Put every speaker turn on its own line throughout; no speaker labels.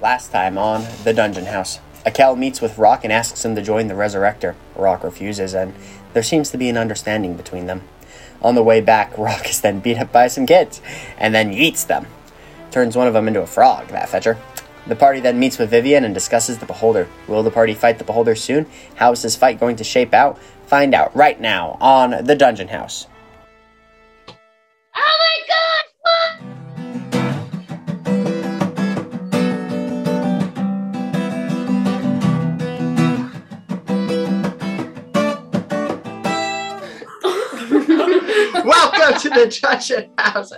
Last time on The Dungeon House, Akel meets with Rock and asks him to join the Resurrector. Rock refuses, and there seems to be an understanding between them. On the way back, Rock is then beat up by some kids, and then yeets them. Turns one of them into a frog, that fetcher. The party then meets with Vivian and discusses the Beholder. Will the party fight the Beholder soon? How is this fight going to shape out? Find out right now on The Dungeon House.
Oh my god!
Welcome to the Dungeon House.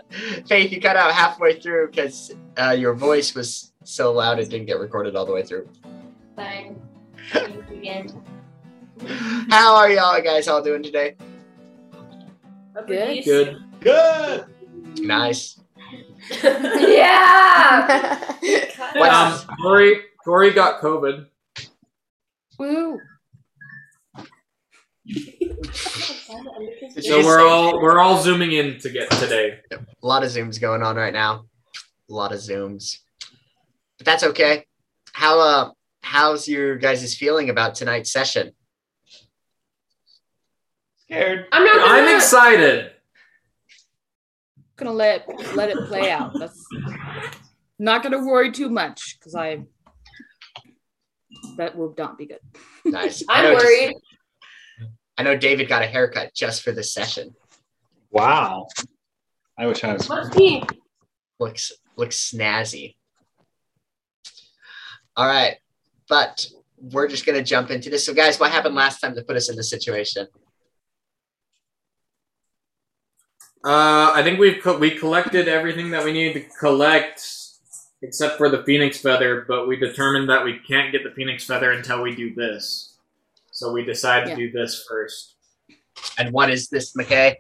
Faith, you cut out halfway through because uh, your voice was so loud it didn't get recorded all the way through.
Fine. Thanks again.
How are y'all guys all doing today?
Good.
Good.
Good. Nice.
Yeah!
What's-
Um, Corey, Corey got COVID.
Woo.
Did
So
you
we're
say-
all we're all zooming in to get today.
a lot of zooms going on right now. A lot of zooms, but that's okay. How uh, how's your guys' feeling about tonight's session?
scared.
I'm not gonna
I'm excited.
Gonna let let it play out. That's not gonna worry too much because I that will not be good.
Nice. I
I'm
know-
worried.
I know David got a haircut just for this session.
Wow. I wish I was.
What's he?
looks looks snazzy. All right, but we're just gonna jump into this. So, guys, what happened last time to put us in this situation?
Uh, I think we've co- we collected everything that we needed to collect, except for the phoenix feather. But we determined that we can't get the phoenix feather until we do this. So we decided
Yeah.
to do this first.
And what is this, McKay?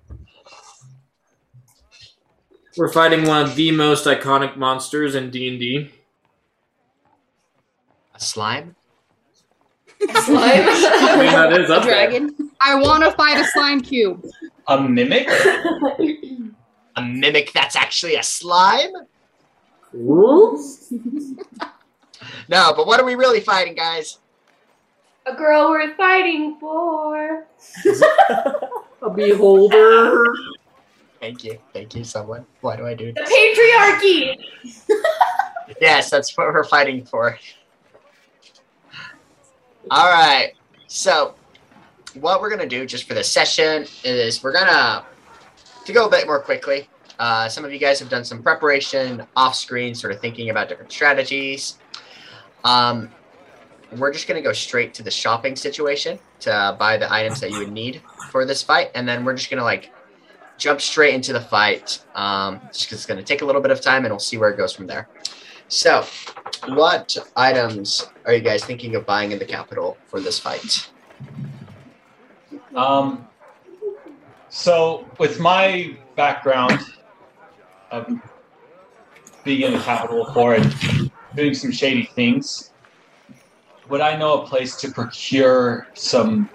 We're fighting one of the most iconic monsters in D and D.
A slime?
I mean
Slime?
that is
A
up there.
dragon. I want to fight a slime cube.
A mimic?
A mimic that's actually a slime? No, but what are we really fighting, guys?
A girl we're fighting for.
A beholder.
Thank you, thank you, someone. Why do I do?
The patriarchy!
Yes, that's what we're fighting for. All right. So, what we're gonna do just for this session is we're gonna to go a bit more quickly. Uh, some of you guys have done some preparation off screen, sort of thinking about different strategies. Um, we're just gonna go straight to the shopping situation to buy the items that you would need for this fight, and then we're just gonna like jump straight into the fight. Um, just 'cause it's gonna take a little bit of time, and we'll see where it goes from there. So, what items are you guys thinking of buying in the capital for this fight?
Um, so, with my background of being in the capital for it, doing some shady things, would I know a place to procure some,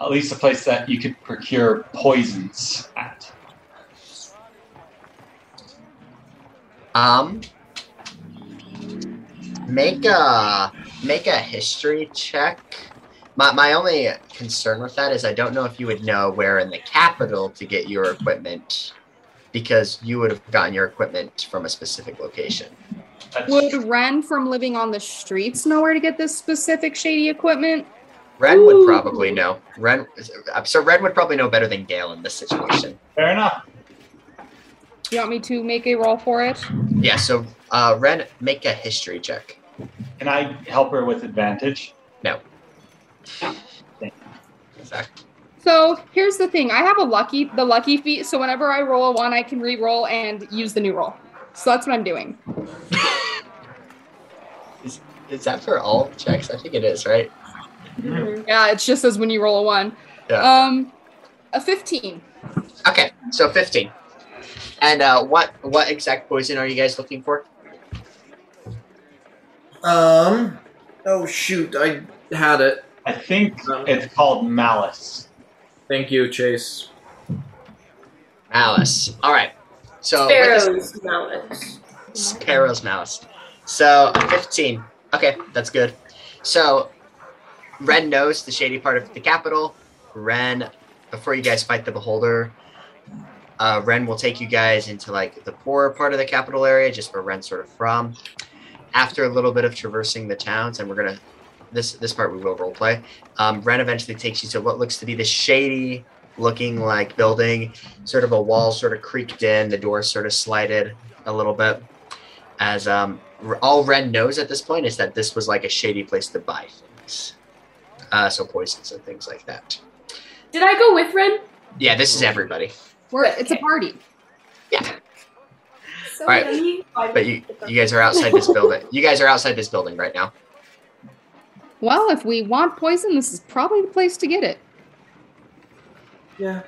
at least a place that you could procure poisons at?
Um, make a make a history check. My my only concern with that is I don't know if you would know where in the capital to get your equipment, because you would have gotten your equipment from a specific location.
That's-
Would Ren from living on the streets know where to get this specific shady equipment?
Ren would probably know. Ren, uh, so Ren would probably know better than Gale in this situation.
Fair enough.
You want me to make a roll for it?
Yeah. So, uh, Ren, make a history check.
Can I help her with advantage?
Zach.
So here's the thing. I have a lucky the lucky feat, so whenever I roll a one, I can re-roll and use the new roll. So that's what I'm doing.
Is that for all checks? I think it is, right?
Yeah, it's just as when you roll a one.
Yeah.
Um a fifteen.
Okay, so fifteen. And uh, what what exact poison are you guys looking for?
Um. Oh shoot! I had it.
I think
Um,
it's called malice.
Thank you, Chase.
Malice. All right. So with
Sparrows. Malice.
this- sparrow's malice. So 15. Okay, that's good. So Ren knows the shady part of the capital. Ren, before you guys fight the beholder, uh, Ren will take you guys into like the poorer part of the capital area, just where Ren's sort of from. After a little bit of traversing the towns, and we're gonna this this part we will role play. Um, Ren eventually takes you to what looks to be the shady looking like building, sort of a wall sort of creaked in, the door sort of slided a little bit. As um, R- all Ren knows at this point is that this was like a shady place to buy things, uh, so poisons and things like that.
Did I go with Ren?
Yeah, this is everybody.
We're it's a party.
So
Alright,
yummy.
But you you guys are outside this building. You guys are outside this building right now.
Well, if we want poison, this is probably the place to get it.
Yeah,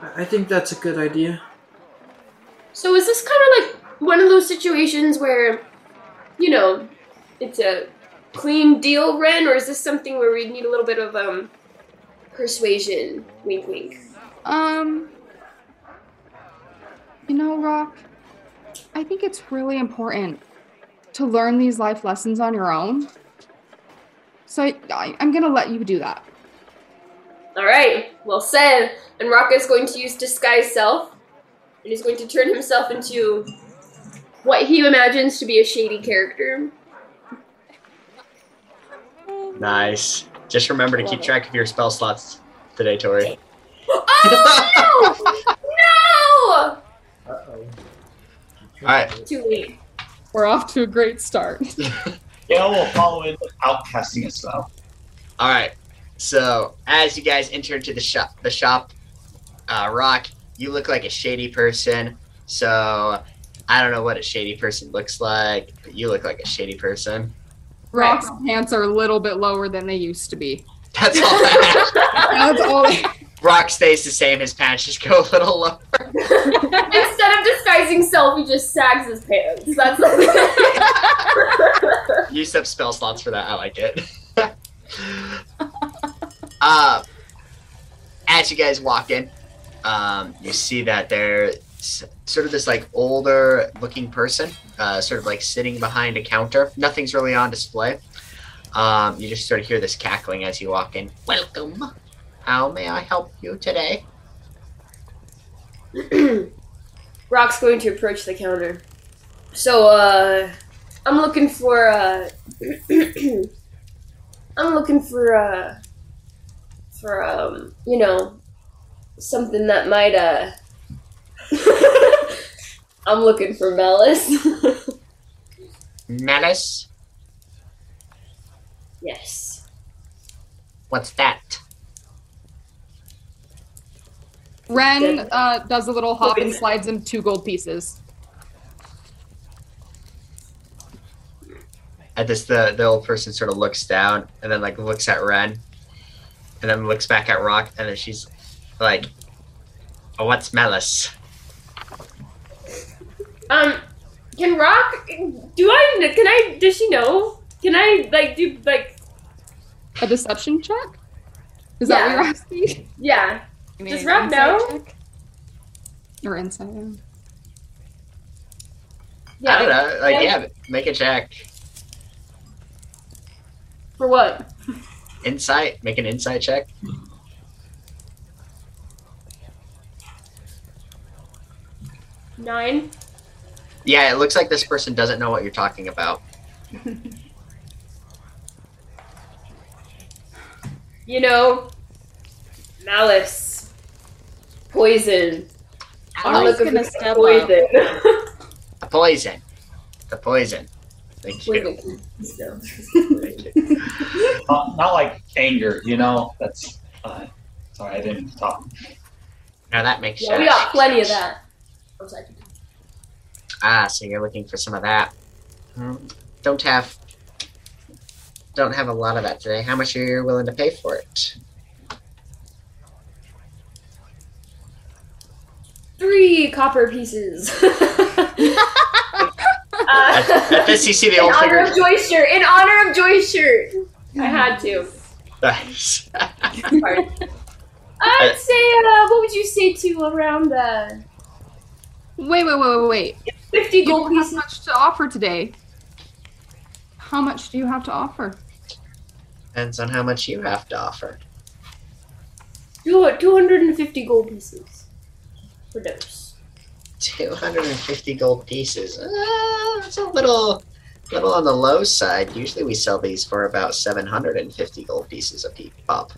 I- I think that's a good idea.
So is this kind of like one of those situations where, you know, it's a clean deal, Ren, or is this something where we need a little bit of um persuasion? Wink, wink.
Um, you know, Rock, I think it's really important to learn these life lessons on your own. So I, I, I'm gonna let you do that.
All right, well said. And Raka is going to use disguise self, and he's going to turn himself into what he imagines to be a shady character.
Nice. Just remember to
Love
keep
it.
track of your spell slots today, Tori.
Oh no!
Uh-oh.
All right.
no! Too late.
We're off to a great start.
Gail will follow in without casting a spell.
All right. So as you guys enter into the shop, the shop, uh, Rock, you look like a shady person. So I don't know what a shady person looks like, but you look like a shady person.
Rock's pants are a little bit lower than they used to be.
That's all. that
That's all.
Rock stays the same. His pants just go a little low.
Instead of disguising self, he just sags his pants. That's
Used up spell slots for that. I like it. uh, as you guys walk in, um, you see that there's sort of this like older looking person, uh, sort of like sitting behind a counter. Nothing's really on display. Um, you just sort of hear this cackling as you walk in. Welcome. How may I help you today?
Rock's going to approach the counter. So, uh, I'm looking for, uh, I'm looking for, uh, for, um, you know, something that might, uh, I'm looking for malice.
Malice.
yes.
What's that?
Ren uh, does a little hop and slides him two gold pieces.
at this the, the old person sort of looks down and then like looks at Ren and then looks back at Rock and then she's like oh, what's malice?
Um, can Rock, do I, can I, does she know? Can I, like, do, like,
A deception check? Is that what
Yeah.
you're asking?
yeah.
You
Does
mean
Rob
an
know?
insight check? Or insight?
I don't
Yeah.
know. Like
Yeah.
yeah, make a check.
For what?
Insight, make an insight check.
Nine?
Yeah, it looks like this person doesn't know what you're talking about.
You know, malice, poison.
I was gonna step up.
The poison. The poison. Thank you.
Poison. No.
Thank you.
Not, not like anger, you know? That's. Uh, sorry, I didn't talk.
Now that makes
Yeah,
sense.
we got plenty of that. I'm sorry.
Ah, so you're looking for some of that. Hmm, Don't have don't have a lot of that today. How much are you willing to pay for it?
Three copper pieces.
At, at
uh,
this, you see the
in
old
honor
figure.
of Joy's shirt. In honor of Joy's shirt. I had to.
Nice.
Sorry. I'd say, uh, what would you say to around uh,
Wait, wait, wait, wait, wait.
50
You
gold
don't have
pieces?
much to offer today. How much do you have to offer?
Depends on how much you have to offer.
You are 250 gold pieces for dose.
250 gold pieces. Uh, that's a little, little on the low side. Usually we sell these for about 750 gold pieces a pe- pop.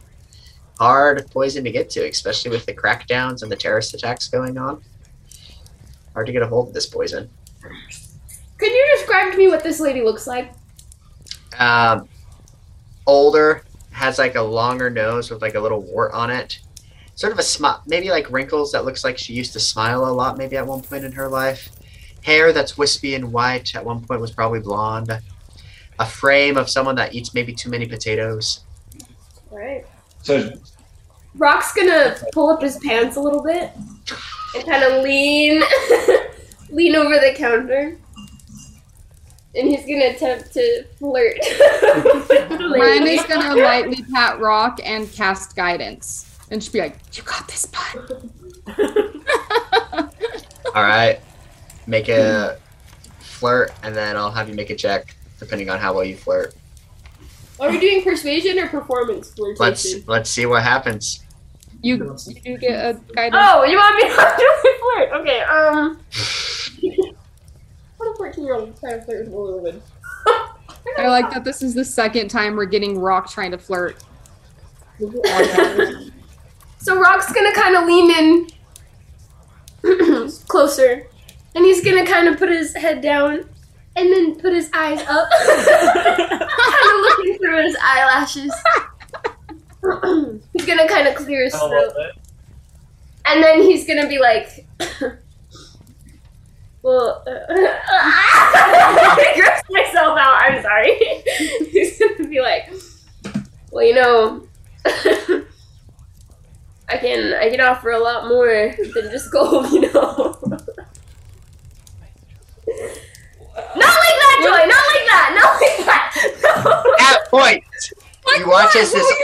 Hard poison to get to, especially with the crackdowns and the terrorist attacks going on. Hard to get a hold of this poison.
Could you describe to me what this lady looks like?
um, older, has like a longer nose with like a little wart on it. Sort of a smile, maybe like wrinkles that looks like she used to smile a lot maybe at one point in her life. Hair that's wispy and white, at one point was probably blonde. A frame of someone that eats maybe too many potatoes.
All right.
So
Rock's gonna pull up his pants a little bit and kind of lean, lean over the counter, and he's gonna attempt to flirt.
Ren is gonna lightly pat Rock and cast guidance, and she'd be like, "You got this, bud."
All right, make a flirt, and then I'll have you make a check depending on how well you flirt.
Are we doing persuasion or performance flirtation?
Let's let's see what happens.
You you do get a guidance.
Oh, you want me to flirt? Okay. Um. what a fourteen-year-old trying to flirt with an older woman.
I like that this is the second time we're getting Rock trying to flirt.
So Rock's gonna kind of lean in closer, and he's gonna kind of put his head down, and then put his eyes up, kind of looking through his eyelashes. he's gonna kind of clear
Oh,
his
a little
throat,
bit.
and then he's gonna be like, "Well, uh, I grossed myself out. I'm sorry." he's gonna be like, "Well, you know." I can I can offer a lot more than just gold, you know. not like that, Joy. Not like that. Not like that. No.
At point, you watch as this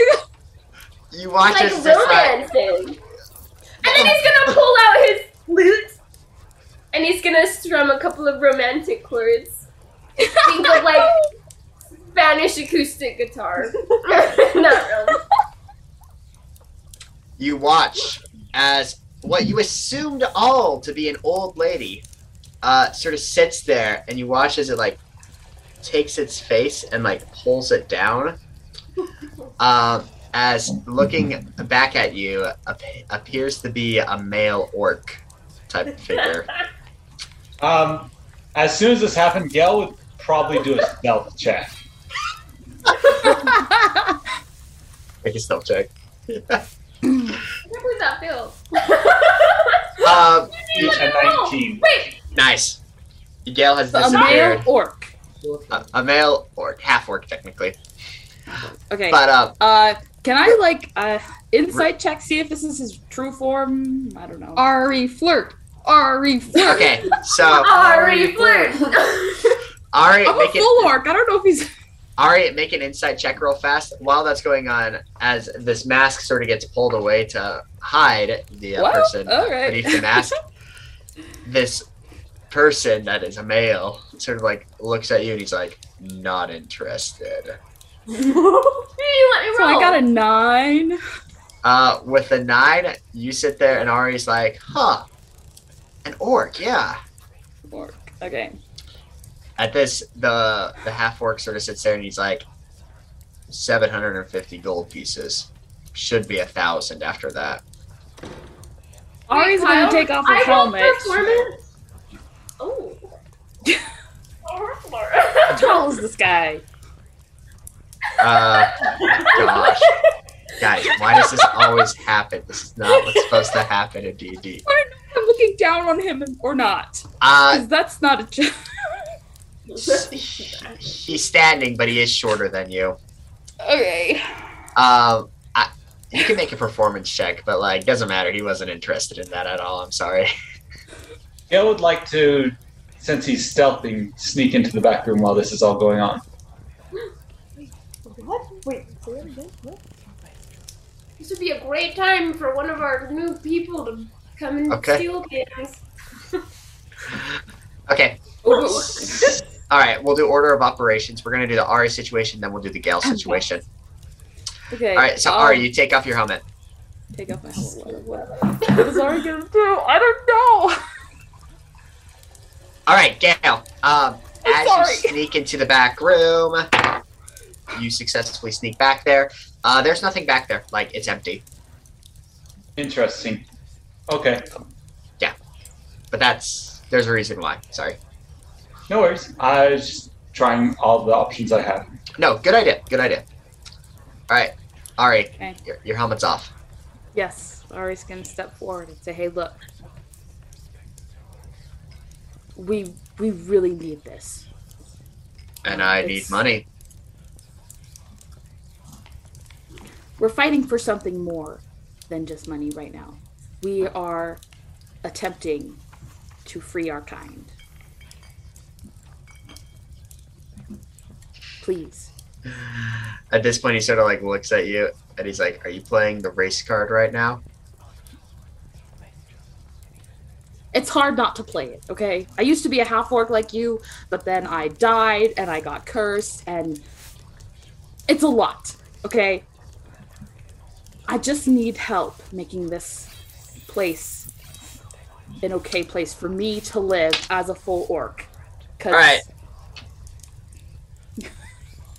you watch
Like
as this like,
romancing. And then he's gonna pull out his lute, and he's gonna strum a couple of romantic chords. Think of like Spanish acoustic guitar. not really.
you watch as what you assumed all to be an old lady uh, sort of sits there and you watch as it like takes its face and like pulls it down um, as looking back at you ap- appears to be a male orc type figure
um, as soon as this happened, Gail would probably do a stealth check.
make a stealth check
Where would that feel?
um,
Each a nineteen.
Wait,
nice Gail has
a male
disappeared
orc.
a, a male orc half orc technically
Okay.
but um,
Uh, can I like uh insight check see if this is his true form? I don't know.
Ari flirt. Ari flirt.
okay so
Ari flirt.
Ari
I'm a
make it
full orc. I don't know if he's.
All right, make an insight check real fast. While that's going on, as this mask sort of gets pulled away to hide the uh,
What?
person
All right.
beneath the mask, this person that is a male sort of like looks at you and he's like, not interested.
you let me
So I
roll.
got a nine.
Uh, with a nine, you sit there and Ari's like, huh, an orc, yeah.
Orc. Okay.
At this, the the half orc sort of sits there and he's like, 750 gold pieces. Should be a thousand after that.
Ari's
Kyle,
gonna take off her
I rolled
helmet.
performance. Oh.
How tall is this guy?
Uh, gosh. Guys, why does this always happen? This is not what's supposed to happen in D&D.
I'm looking down on him or not.
Uh,
'Cause that's not a joke.
s- he's standing, but he is shorter than you.
okay.
Um, I, you can make a performance check, but like, doesn't matter. He wasn't interested in that at all. I'm sorry.
Gail would like to, since he's stealthing, sneak into the back room while this is all going on.
what? Wait. This would be a great time for one of our new people to come and
Okay.
steal things.
Okay.
Oh,
All right, we'll do order of operations. We're gonna do the Ari situation, then we'll do the Gale situation.
Okay.
All right, so
um,
Ari, you take off your helmet.
Take off my helmet. What, what, what is Ari gonna do? I don't know.
All right, Gale. Um,
I'm
as
sorry.
you sneak into the back room, you successfully sneak back there. Uh, there's nothing back there. Like it's empty.
Interesting. Okay,
But that's there's a reason why. Sorry.
no worries. I was just trying all the options I have.
No, good idea. Good idea. All right, Ari,
Okay.
your, your helmet's off.
Yes, Ari's gonna step forward and say, "Hey, look, we we really need this.
And I
It's-
need money.
We're fighting for something more than just money right now. We are attempting to free our kind. Please,
At this point, he sort of like looks at you and he's like, "Are you playing the race card right now?"
it's hard not to play it. Okay, I used to be a half orc like you, but then I died and I got cursed, and it's a lot. Okay, I just need help making this place an okay place for me to live as a full orc. 'Cause-
All right.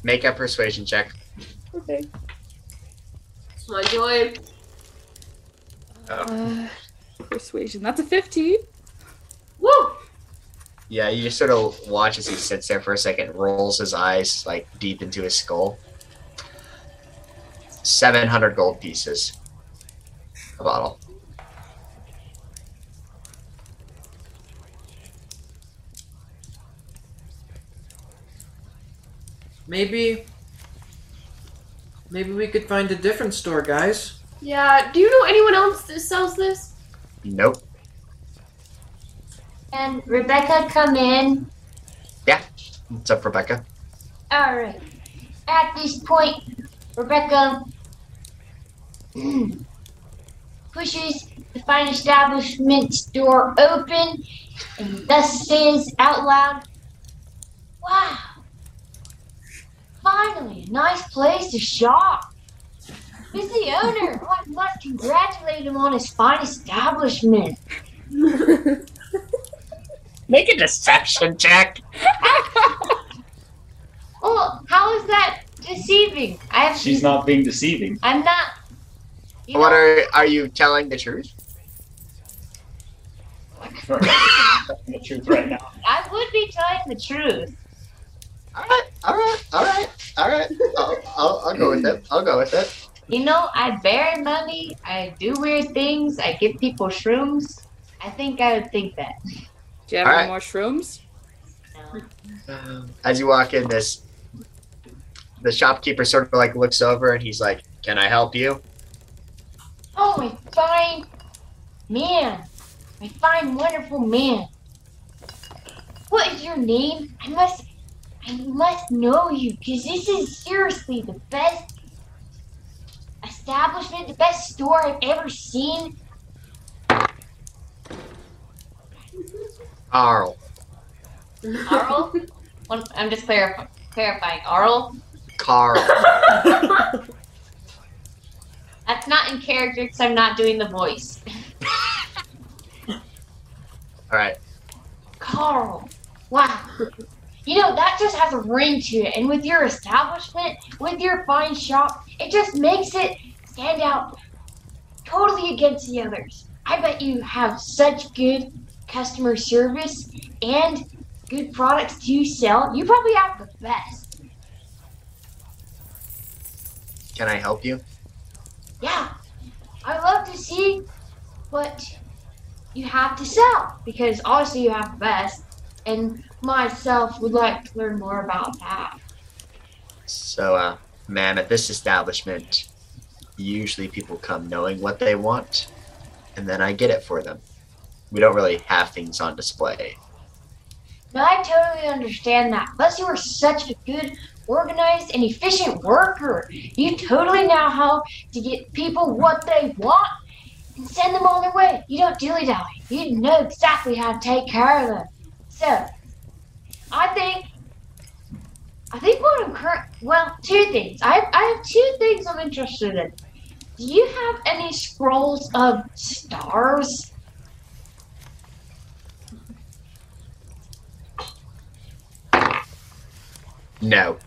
Make a persuasion check.
Okay.
Come on, Joy.
Uh,
Persuasion. That's a 15.
Woo!
Yeah, you just sort of watch as he sits there for a second, rolls his eyes like deep into his skull. Seven hundred gold pieces. A bottle.
Maybe. Maybe we could find a different store, guys.
Yeah. Do you know anyone else that sells this?
Nope.
And Rebecca come in.
What's up, Rebecca?
All right. At this point, Rebecca pushes the fine establishment's door open and thus says out loud, Wow! Finally, a nice place to shop. Who's the owner? Oh, I must congratulate him on his fine establishment.
Make a deception check.
Oh, how is that deceiving? I have
She's not being deceiving.
I'm not. You
What
know-
are are you telling the truth?
the truth right now.
I would be telling the truth.
All right, all right, all right, all right. I'll, I'll, I'll go with it. I'll go with it.
You know, I bury money. I do weird things. I give people shrooms. I think I would think that.
Do you have
All
any
right. Um,
more shrooms?
No.
As you walk in, this the shopkeeper sort of like looks over and he's like, "Can I help you?"
Oh, my fine man. My fine, wonderful man. What is your name? I must, I must know you, because this is seriously the best establishment, the best store I've ever seen.
Carl.
Arl? One- I'm just clarifying. Clarifying, Arl.
Carl.
That's not in character because I'm not doing the voice.
All right.
Carl, wow. You know, that just has a ring to it. And with your establishment, with your fine shop, it just makes it stand out totally against the others. I bet you have such good customer service and good products to sell. You probably have the best.
Can I help you?
Yeah. I would love to see what you have to sell because obviously you have the best. And myself would like to learn more about that.
So, uh, ma'am, at this establishment, usually people come knowing what they want, and then I get it for them. We don't really have things on display.
No, I totally understand that. Plus, you are such a good, organized, and efficient worker. You totally know how to get people what they want and send them on their way. You don't dilly dally. You know exactly how to take care of them. So, I think current. Well, two things. I I have two things I'm interested in. Do you have any scrolls of stars?
No.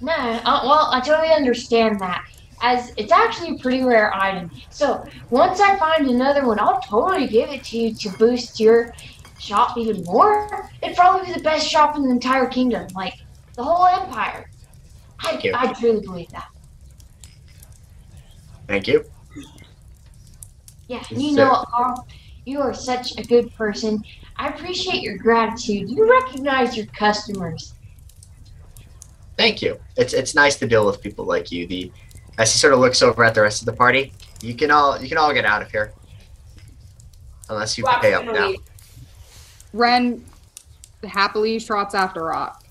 No. Uh, well, I totally understand that. As it's actually a pretty rare item. So once I find another one, I'll totally give it to you to boost your shop even more. It'd probably be the best shop in the entire kingdom, like the whole empire. I,
Thank you.
I truly believe that.
Thank you.
Yeah,
Yes,
and you
sir.
know what, Carl? You are such a good person. I appreciate your gratitude. You recognize your customers.
Thank you. It's it's nice to deal with people like you. The as he sort of looks over at the rest of the party, you can all you can all get out of here. Unless you
Rock's
pay up
gonna
now.
leave.
Ren happily trots after Rock.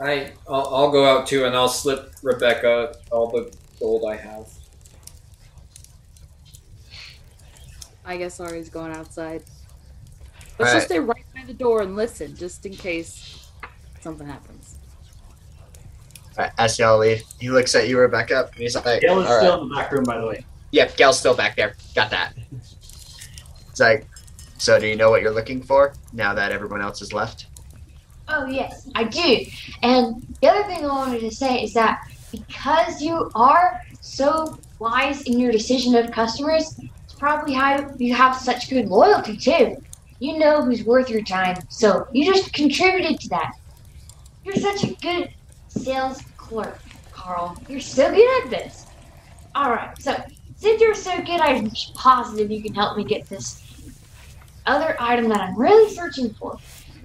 I I'll, I'll go out too, and I'll slip Rebecca all the gold I have.
I guess Ari's going outside. Let's
Right.
just stay right by the door and listen, just in case something happens.
Alright, As y'all leave, E, he looks at you, Rebecca, and he's like,
Gail is
"All right."
still in the back room, by the way.
Yeah, Gal's still back there. Got that. It's like, so do you know what you're looking for now that everyone else is left?
Oh, yes, I do. And the other thing I wanted to say is that because you are so wise in your decision of customers, it's probably how you have such good loyalty, too. You know who's worth your time, so you just contributed to that. You're such a good sales clerk, Carl. You're so good at this. All right, so since you're so good, I'm positive you can help me get this other item that I'm really searching for.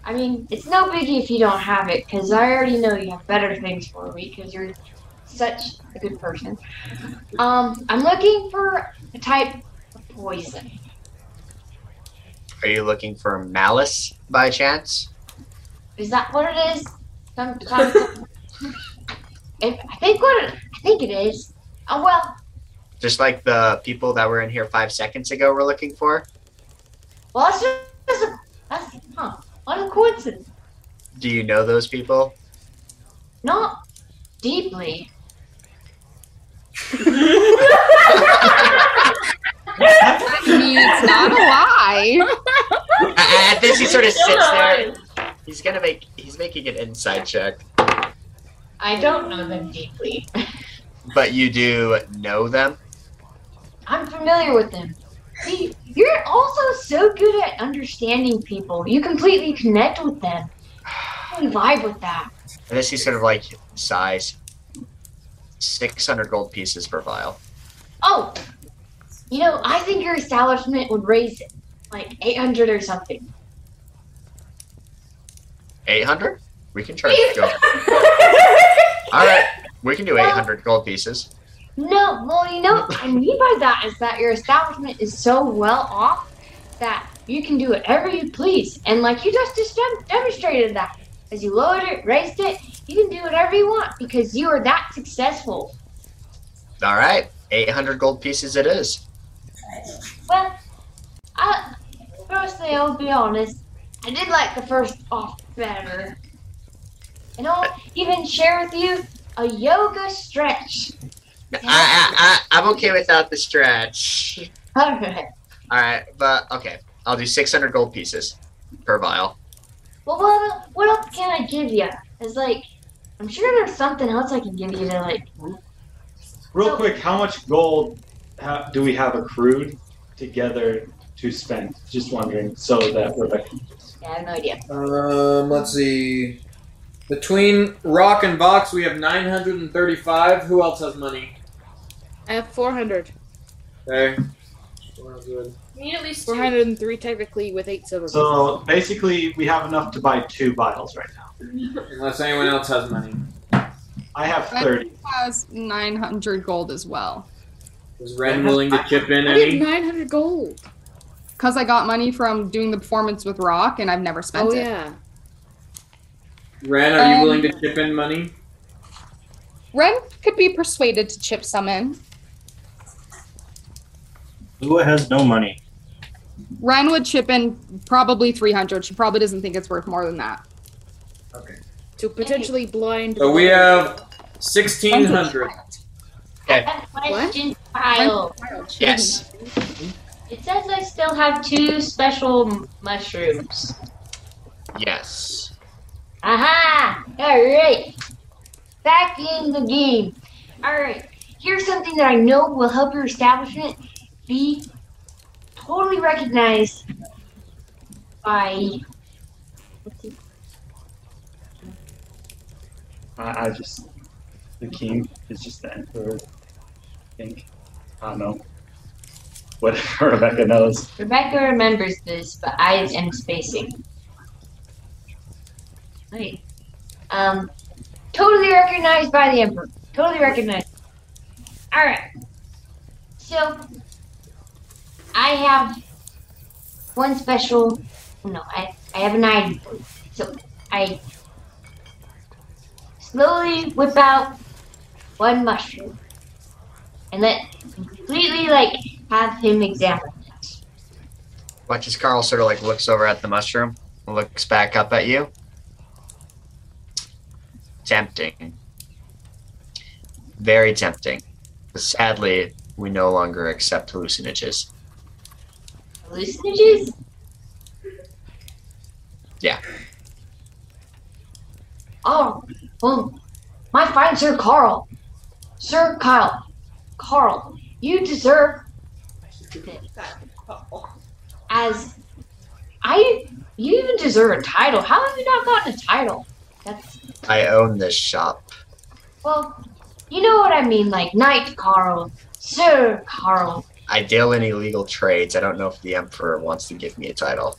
I mean, it's no biggie if you don't have it, because I already know you have better things for me, because you're such a good person. Um, I'm looking for a type of poison.
Are you looking for malice by chance?
Is that what it is? Sometimes. if, I think what it, I think it is. Oh well,
Just like the people that were in here five seconds ago were looking for?
well that's just that's, a, that's huh? What a coincidence.
Do you know those people?
Not deeply.
I mean, it's not a lie.
At at this, he sort of
Still
sits there.
alive.
He's gonna make. He's making an inside check,
I don't know them deeply.
but you do know them.
I'm familiar with them. See, you're also so good at understanding people. You completely connect with them. You vibe with that.
And this, he sort of like sighs. Six hundred gold pieces per vial.
Oh, you know, I think your establishment would raise it, like 800 or something.
Eight hundred? We can charge. Go. All right, we can do eight hundred gold pieces.
No, well, you know, what I mean by that is that your establishment is so well off that you can do whatever you please. And like you just dem- demonstrated that. As you lowered it, raised it, you can do whatever you want because you are that successful.
All right, eight hundred gold pieces. It is.
Well, I, firstly, I'll be honest. I did like the first off better. And I'll even share with you a yoga stretch.
I, I, I, I'm okay without the stretch.
Alright.
All right, but okay, I'll do six hundred gold pieces per vial.
Well, what, el- what else can I give you? It's like, I'm sure there's something else I can give you to, like,
Real quick, how much gold ha- do we have accrued together to spend? Just wondering, so that Rebecca.
yeah, I have no idea.
Um, let's see. Between Rock and Box, we have 935. Who else has money?
I have 400.
Okay. We're good.
We need at least two.
403 technically with eight silver.
So basically, we have enough to buy two vials right now.
Unless anyone else has money.
I have thirty.
Has 900 gold as well.
Is Ren willing to chip in
I did
any?
900 gold.
Because I got money from doing the performance with Rock and I've never spent
Oh,
it.
yeah.
Ren, are you
Um,
willing to chip in money?
Ren could be persuaded to chip some in.
Lua has no money.
Ren would chip in probably 300. She probably doesn't think it's worth more than that.
Okay.
to potentially blind.
So we have sixteen hundred.
Okay.
Question file.
Yes.
It says I still have two special m- mushrooms.
Yes.
Aha! Alright. Back in the game. Alright. Here's something that I know will help your establishment be totally recognized by. Let's see.
I, I just the king is just the emperor. I think I don't know. Whatever Rebecca knows.
Rebecca remembers this, but I am spacing. Wait. Um, totally recognized by the Emperor. Totally recognized. Alright. So, I have one special. No, I, I have an item. So, I slowly whip out one mushroom and let completely, like, have him examine it.
Watch as Carl sort of like looks over at the mushroom, looks back up at you. Tempting. Very tempting. But sadly, we no longer accept hallucinogens.
hallucinogens?
Yeah.
Oh, well, my fine Sir Carl. Sir Kyle. Carl, you deserve this. As I, you even deserve a title. How have you not gotten a title? That's,
I own this shop.
well, you know what I mean, like Knight Carl, Sir Carl.
I deal in illegal trades. I don't know if the Emperor wants to give me a title.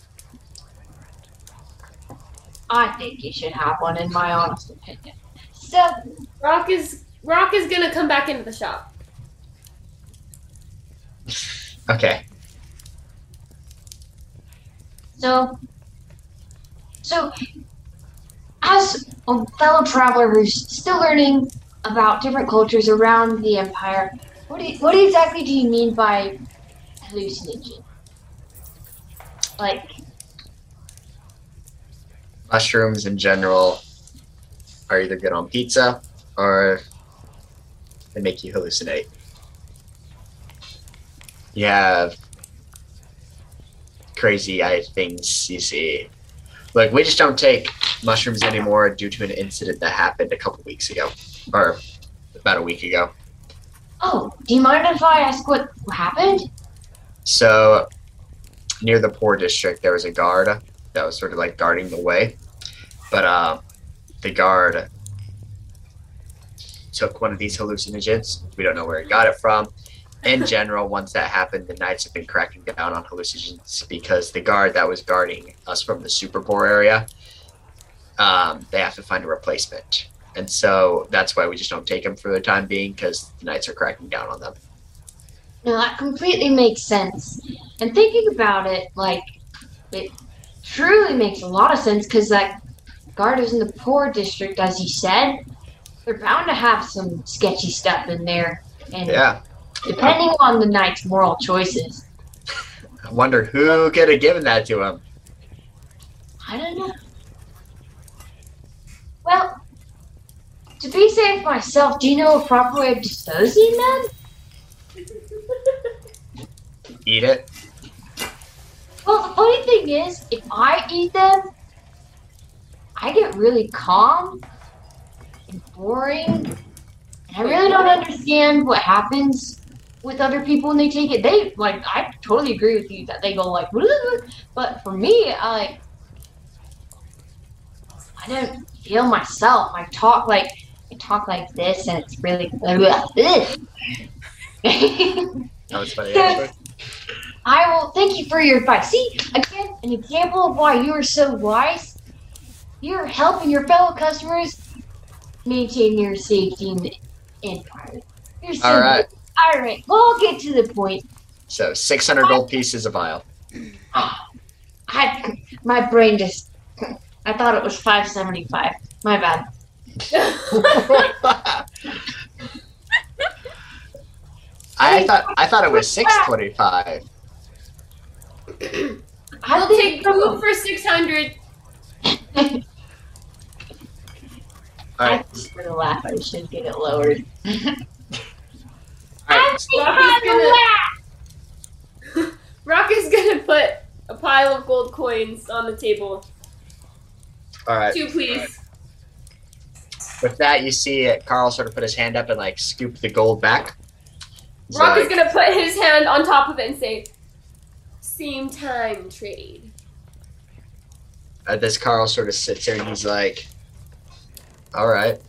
I think you should have one, in my honest opinion. So,
Rock is Rock is gonna come back into the shop.
Okay.
So, so as a fellow traveler who's still learning about different cultures around the empire, what do you, what exactly do you mean by hallucinogen? Like,
Mushrooms in general are either good on pizza or they make you hallucinate. You have crazy eye things you see. Look, we just don't take mushrooms anymore due to an incident that happened a couple weeks ago, or about a week ago.
oh, do you mind if I ask what happened?
So, near the poor district, there was a guard that was sort of like guarding the way. But uh, the guard took one of these hallucinogens. We don't know where he got it from. In general, once that happened, the Knights have been cracking down on hallucinogens because the guard that was guarding us from the super poor area, um, they have to find a replacement. And so that's why we just don't take them for the time being because the Knights are cracking down on them.
No, that completely makes sense. And thinking about it, like, it truly makes a lot of sense because that guard is in the poor district, as you said. They're bound to have some sketchy stuff in there, and
Yeah.
depending on the knight's moral choices,
I wonder who could have given that to him.
I don't know. Well, to be safe myself, do you know a proper way of disposing them?
Eat it.
Well, the funny thing is, if I eat them, I get really calm and boring. And I really don't understand what happens with other people when they take it. They like, I totally agree with you that they go like, but for me, I like, I don't feel myself. I talk like, I talk like this, and it's really.
That was funny.
Yes.
actually.
I will thank you for your advice. See, again, an example of why you are so wise. You're helping your fellow customers maintain their safety and, and pride. You're so
All right.
All right. Well, I'll get to the point.
So 600 gold pieces a vial.
I, my brain just, I thought it was 575. My bad.
I thought I thought it was 625.
I
We'll
think
take food for six hundred.
All
I
right.
think for the laugh, I should get it lowered.
All right.
Rock is gonna- Rock is gonna put a pile of gold coins on the table.
All right.
Two, please.
With that, you see it, Carl sort of put his hand up and like scoop the gold back. He's
Rock
like,
is gonna put his hand on top of it and say, "Same time trade."
uh, this Carl sort of sits there and he's like, "All right."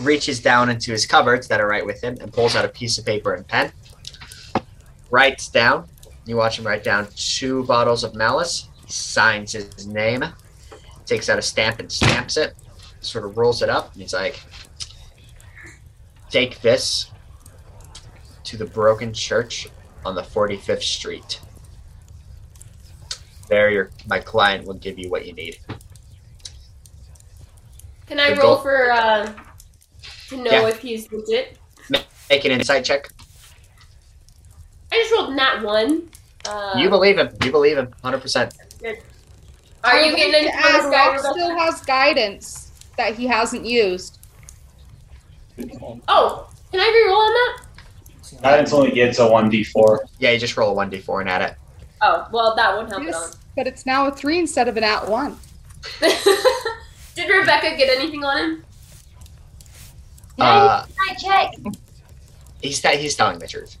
Reaches down into his cupboards that are right with him and pulls out a piece of paper and pen. Writes down. You watch him write down two bottles of malice. He signs his name. Takes out a stamp and stamps it. Sort of rolls it up. And he's like, "Take this to the broken church on the 45th Street." there your my client will give you what you need.
Can I
The
roll
gold-
for uh, to know
Yeah.
if he's legit?
Make an insight check.
I just rolled not one. Uh,
you believe him. You believe him. Hundred percent.
Are
I
you
would
getting
like
any
to
kind of
add,
guy
Rock
with a-
still has guidance that he hasn't used.
Oh, can I re-roll on that?
Guidance only gets a 1d4.
Yeah, you just roll a one d four and add it.
Oh, well, that won't help
Yes, but it's now a three instead of an at one.
at all. Did Rebecca get anything on him?
Can
Uh,
I check?
he's that he's telling the truth.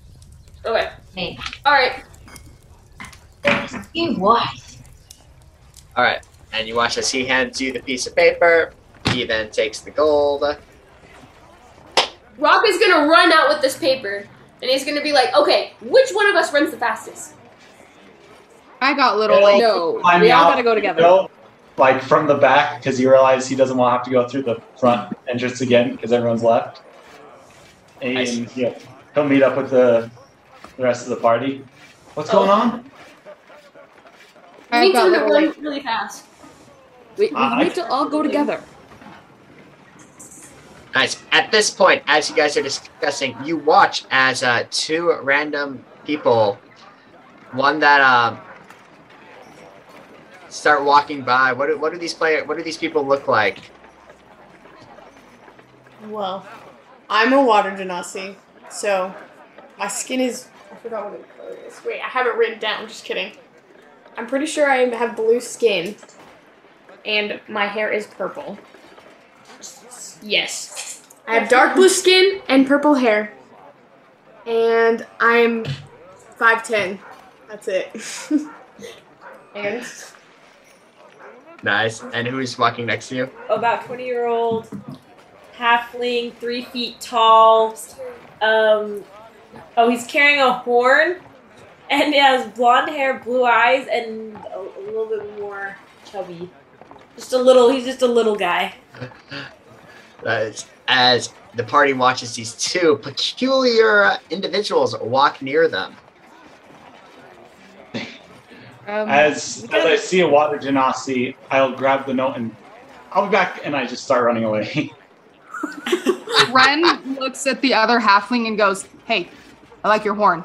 Okay.
Me.
All right.
He was.
All right. And you watch as he hands you the piece of paper. He then takes the gold.
Rock is gonna run out with this paper, and he's gonna be like, "Okay, which one of us runs the fastest?"
I got little.
Well,
No,
I'm
we all
out.
gotta go together.
Go, like from the back because he realized he doesn't want to have to go through the front entrance again because everyone's left. And
Nice.
yeah, he'll meet up with the the rest of the party. What's going on?
We
I've
need
got
someone to
little.
run
like,
really fast.
We, we
Uh, I-
need to all go together.
Nice. At this point, as you guys are discussing, you watch as uh, two random people, one that um, start walking by. What do, what do these player? What do these people look like?
Well, I'm a water genasi, so my skin is. I forgot what the color is. Wait, I have it written down. Just kidding. I'm pretty sure I have blue skin, and my hair is purple. Yes, I have dark blue skin and purple hair, and I'm five ten. That's it. and
Nice. And who's walking next to you?
About 20 year old halfling, three feet tall. Um, oh, he's carrying a horn, and he has blonde hair, blue eyes, and a, a little bit more chubby. Just a little. He's just a little guy.
As, uh, as the party watches these two peculiar uh, individuals walk near them.
um,
As as I see a water genasi, I'll grab the note and I'll be back, and I just start running away.
Ren looks at the other halfling and goes, "Hey, I like your horn."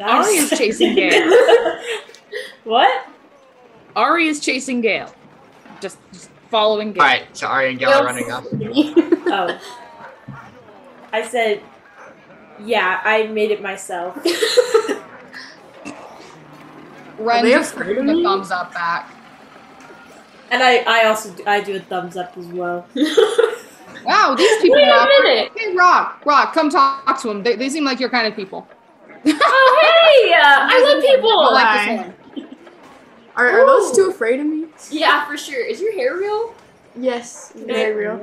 Ari is chasing Gale.
what?
Ari is chasing Gale. Just, just following Gale.
All right, so Ari and Gil are running up.
Oh. I said, yeah, I made it myself.
Ren
they
just
afraid
gives
of
him a
me?
thumbs up back.
And I, I also do, I do a thumbs up as well.
Wow, these people
Wait a
are awkward.
minute.
Hey, Rock, Rock, come talk to him. They, they seem like your kind of people.
oh hey, uh, I love
I
people.
like this
Hi.
horn.
are, are those
Ooh.
two afraid of me?
Yeah, for sure. Is your hair real?
Yes, very real.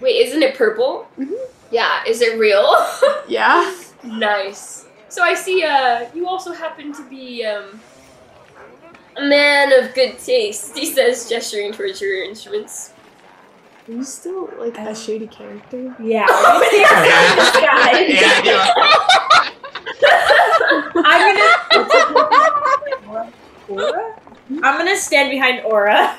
Wait, isn't it purple?
Mhm.
Yeah, is it real?
Yeah.
nice. So I see. Uh, you also happen to be um, a man of good taste. He says, gesturing towards your instruments.
Are you still like a shady character?
Yeah. I'm
Yeah, you are.
gonna. Aura? I'm gonna stand behind Aura.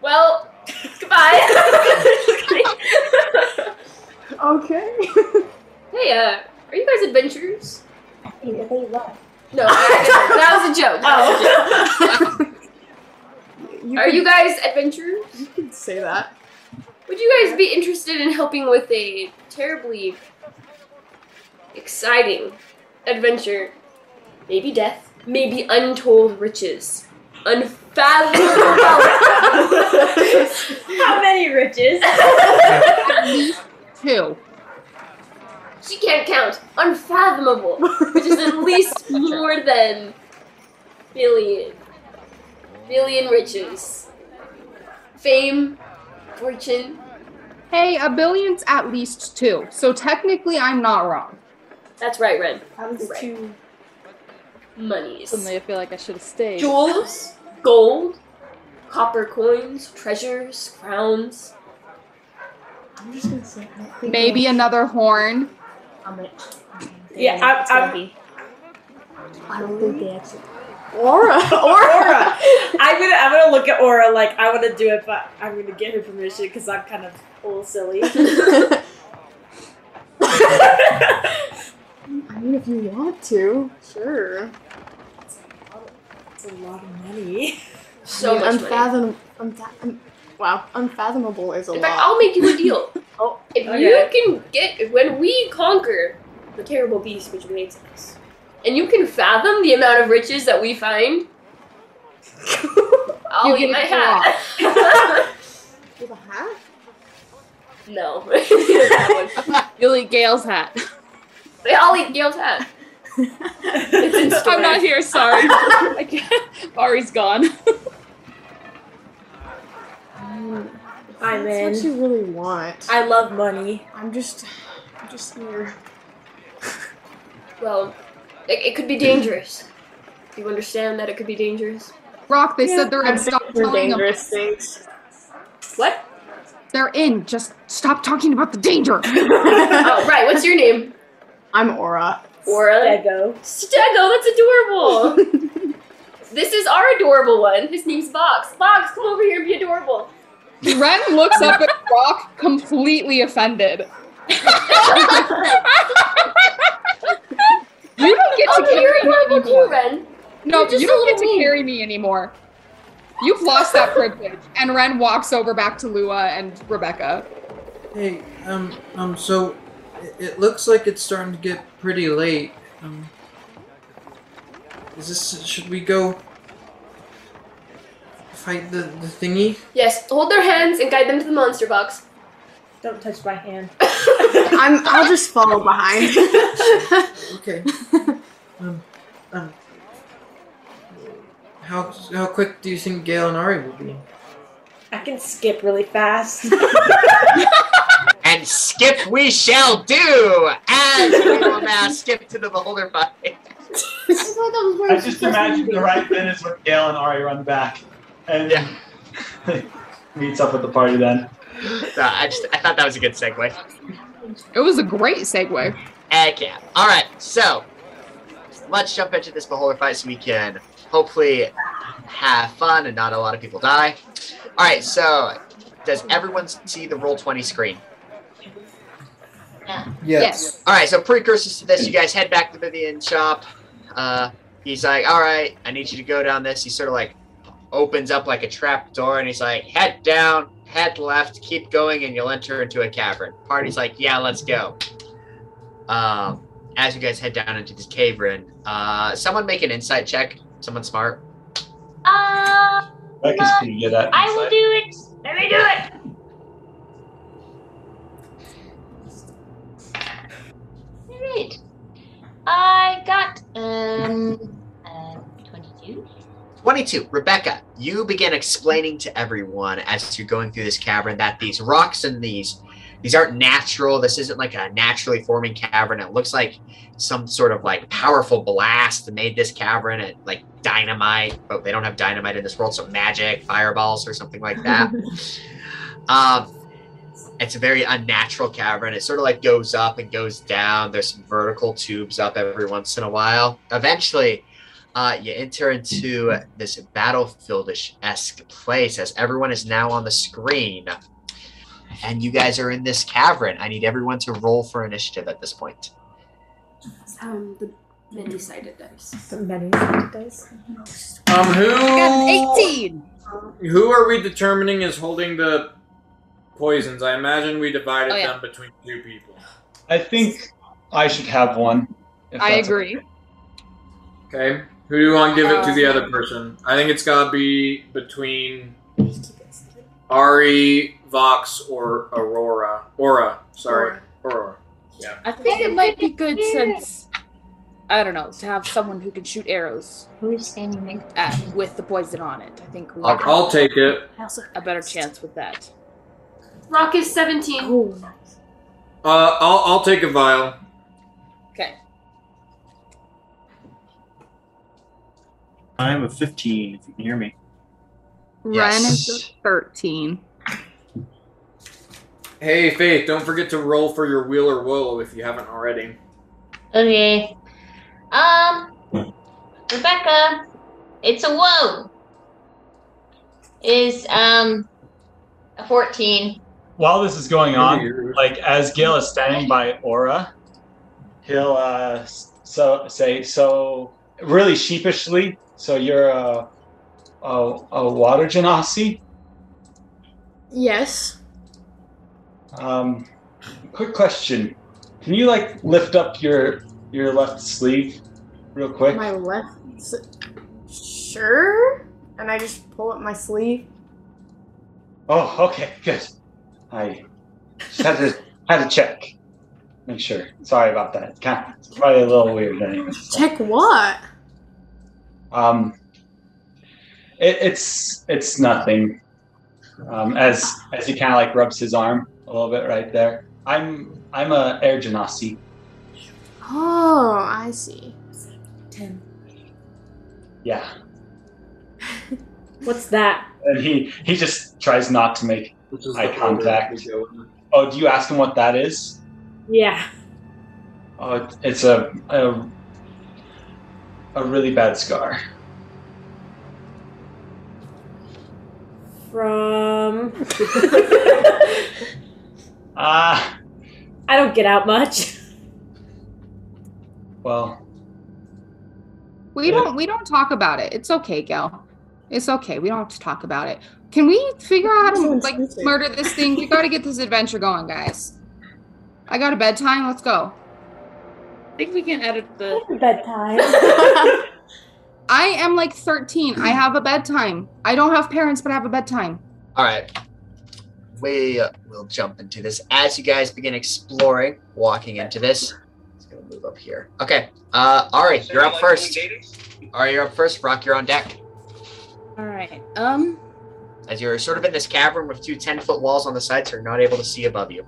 Well, goodbye.
Okay.
hey, uh, are you guys adventurers? No, that was a joke. That was a joke.
You
Are
can-
you guys adventurers?
You can say that.
Would you guys be interested in helping with a terribly exciting adventure? Maybe death, maybe untold riches, unfathomable wealth.
How many riches?
Two.
She can't count. Unfathomable, which is at least more than billion. Billion riches. Fame, fortune.
Hey, a billion's at least two. So technically, I'm not wrong.
That's right, Ren.
Comes
Right.
to
Monies.
Suddenly, I feel like I should have stayed.
Jewels, gold, copper coins, treasures, crowns.
I'm just gonna say that.
Maybe another horn.
I'm gonna.
Yeah, I'm, I'm,
I don't think they actually. Aura, aura.
Aura. I'm gonna I'm gonna look at Aura like I want to do it, but I'm gonna get her permission because I'm kind of a little silly.
I mean, if you want to, sure.
It's a lot of money.
So
I mean,
much money.
unfathom- unfa- un- wow, unfathomable is a
In
lot.
fact, I'll make you a deal.
Oh,
If
Okay.
you can get, when we conquer the terrible beast which awaits us, and you can fathom the amount of riches that we find, I'll
You
eat
get
my
a
hat.
with a hat.
no. That one.
You'll eat Gail's hat.
I'll eat Gail's hat. It's in
I'm not here, sorry. I can't- Ari's gone.
I'm
Um, That's what
in.
you really want.
I love money.
I'm just, I'm just here.
Well, it, it could be dangerous. Do you understand that it could be dangerous?
Rock, they said they're
I'm
in.
saying
Stop
we're
telling them.
dangerous things.
What?
They're in. Just stop talking about the danger.
oh, right. What's your name?
I'm Aura.
Aura.
Lego.
Stego. That's adorable. this is our adorable one. His name's Box. Box, come over here and be adorable.
Ren looks up at Rock, completely offended. you don't get
Oh,
to
you're
carry me
adorable too,
anymore.
Ren.
No,
You're just
you
a
don't get
little
to
mean.
carry me anymore. You've lost that privilege. And Ren walks over back to Lua and Rebecca.
Hey, um, um, so it, it looks like it's starting to get pretty late. Um, is this? Should we go fight the the thingy?
Yes, hold their hands and guide them to the monster box.
Don't touch my hand.
I'm. I'll just follow behind.
Okay. um, um, how how quick do you think Gail and Ari will be?
I can skip really fast.
And skip we shall do as we will now skip to the beholder fight.
This is why that was one
I
of the
just
first
imagine the
movies.
right then is when Gail and Ari run back and meets up with the party then.
So I just I thought that was a good segue.
It was a great segue.
Heck yeah. Alright, so let's jump into this beholder fight so we can hopefully have fun and not a lot of people die. Alright, so does everyone see the roll twenty screen?
Yes.
All right, so precursors to this, you guys head back to Vivian's shop. Uh, he's like, "All right, I need you to go down this." He sort of like opens up like a trap door, and he's like, "Head down, head left, keep going, and you'll enter into a cavern." Party's like, "Yeah, let's go." Um, as you guys head down into this cavern, uh, someone make an insight check. Someone smart.
Uh,
Becca's pretty good at
I will do it. Let me do it. Alright. I got um uh, twenty-two.
Twenty-two. Rebecca, you begin explaining to everyone as you're going through this cavern that these rocks and these these aren't natural. This isn't like a naturally forming cavern. It looks like some sort of like powerful blast made this cavern at like dynamite, but they don't have dynamite in this world, so magic, fireballs, or something like that. um, it's a very unnatural cavern. It sort of like goes up and goes down. There's some vertical tubes up every once in a while. Eventually, uh, you enter into this battlefieldish esque place as everyone is now on the screen and you guys are in this cavern. I need everyone to roll for initiative at this point.
Um, the Many sided dice.
The many sided dice.
Um, who?
eighteen.
Who are we determining is holding the poisons? I imagine we divided
Oh, yeah.
them between two people.
I think I should have one. if
I
that's
agree.
Okay. Who do you want to give it to the other person? I think it's gotta be between Ari, Vox, or Aurora. Aura, sorry. Aurora. Yeah.
I think it might be good since I don't know to have someone who can shoot arrows.
Who's standing
at, with the poison on it? I think we
I'll, I'll take it.
a better chance with that.
Rock is 17.
Uh, I'll, I'll take a vial.
Okay.
I'm a 15, if you can hear me.
Ren is a 13.
Hey, Faith, don't forget to roll for your wheel or willow if you haven't already.
Okay. Um, Rebecca, it's a whoa. Is um a fourteen.
While this is going on, like as Gil is standing by Aura, he'll uh, s- so say so really sheepishly. So you're a a, a water genasi.
Yes.
Um, quick question: Can you like lift up your your left sleeve real quick?
My left. s- Sure. And I just pull up my sleeve.
Oh, okay, good. I just had to had to check, make sure. Sorry about that. It's kind of, it's probably a little weird, anyways.
Check what?
Um, it, it's it's nothing. Um, as as he kind of like rubs his arm a little bit right there. I'm I'm a air genasi.
Oh, I see.
Ten.
Yeah,
What's that?
and he he just tries not to make eye contact. Oh, do you ask him what that is?
Yeah.
Oh, it- it's a, a a really bad scar.
From.
Ah,
I don't get out much.
well,
We don't we don't talk about it. It's okay, Gail. It's okay. We don't have to talk about it. Can we figure out how to
Sounds
like
stupid.
murder this thing? We gotta get this adventure going, guys. I got a bedtime. Let's go.
I think we can edit the
bedtime.
I am like 13. I have a bedtime. I don't have parents, but I have a bedtime.
All right. We uh, will jump into this as you guys begin exploring, walking into this. It's going to move up here. Okay. Uh, Ari, you're up first. Ari, you're up first. Rock, you're on deck.
All right. Um.
As you're sort of in this cavern with two 10 foot walls on the sides, so you're not able to see above you.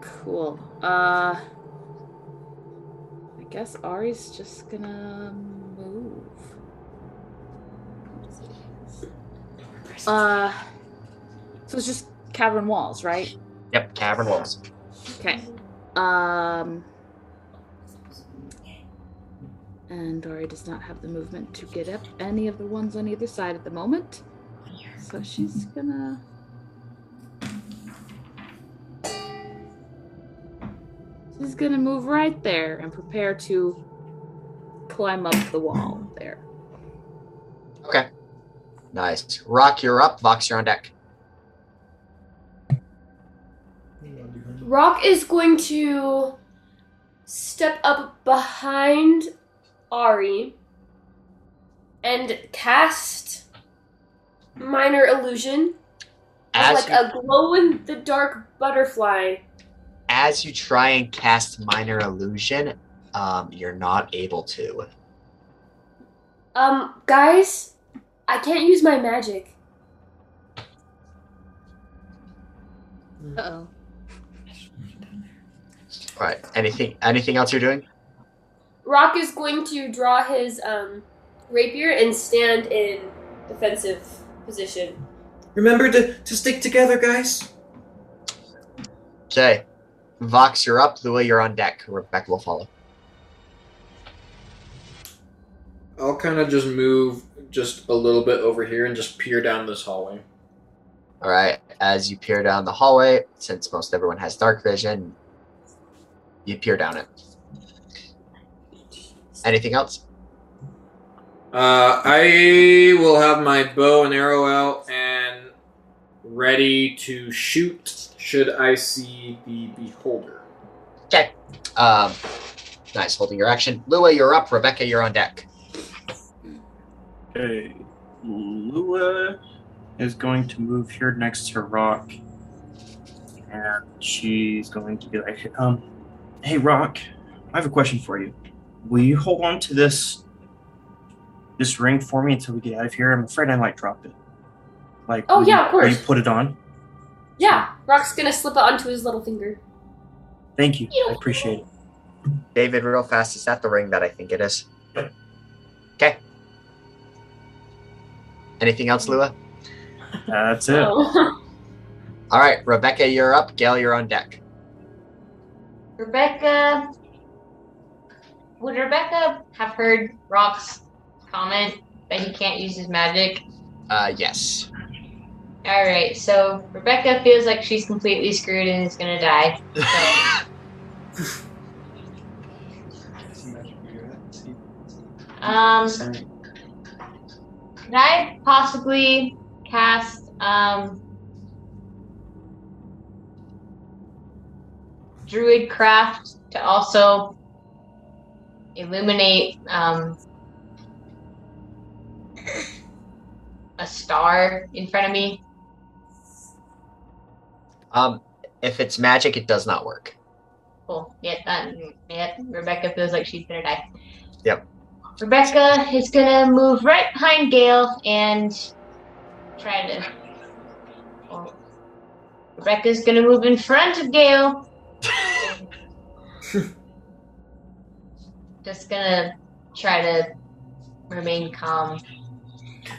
Cool. Uh. I guess Ari's just gonna move. Uh. So it's just cavern walls, right?
Yep, cavern walls.
Okay. Um. And Dory does not have the movement to get up any of the ones on either side at the moment. So she's gonna. She's gonna move right there and prepare to climb up the wall there.
Okay. Nice. Rock, you're up. Vox, you're on deck.
Rock is going to step up behind Ari and cast minor illusion as
As
like a glow in the dark butterfly.
As you try and cast Minor Illusion, um, you're not able to.
Um, guys, I can't use my magic.
Uh oh.
All right. Anything? Anything else you're doing?
Rock is going to draw his um rapier and stand in defensive position.
Remember to, to stick together, guys.
Okay. Vox, you're up. Lua, you're on deck. Rebecca will follow.
I'll kind of just move just a little bit over here and just peer down this hallway.
All right. As you peer down the hallway, since most everyone has dark vision, you peer down it. Anything else?
Uh, I will have my bow and arrow out and ready to shoot should I see the beholder.
Okay. Um, nice, holding your action. Lua, you're up. Rebecca, you're on deck.
Okay. Lua is going to move here next to Rock. And she's going to be like, um, hey, Rock, I have a question for you. Will you hold on to this this ring for me until we get out of here? I'm afraid I might drop it. Like,
Oh,
will you-
yeah, of
will you
course.
put it on?
Yeah, Rock's gonna slip it onto his little finger.
Thank you. I appreciate it.
David, real fast, is that the ring that I think it is? Okay. Anything else, Lua?
That's it.
All right, Rebecca, you're up. Gail, you're on deck.
Rebecca. Would Rebecca have heard Rock's comment that he can't use his magic?
Uh, yes.
All right, so Rebecca feels like she's completely screwed and is gonna die. Um, could I possibly cast um, Druid Craft to also illuminate um, a star in front of me?
Um, if it's magic, it does not work.
Cool. Yep. Um, yep. Rebecca feels like she's gonna die.
Yep.
Rebecca is gonna move right behind Gail and try to. Well, Rebecca's gonna move in front of Gail. Just gonna try to remain calm.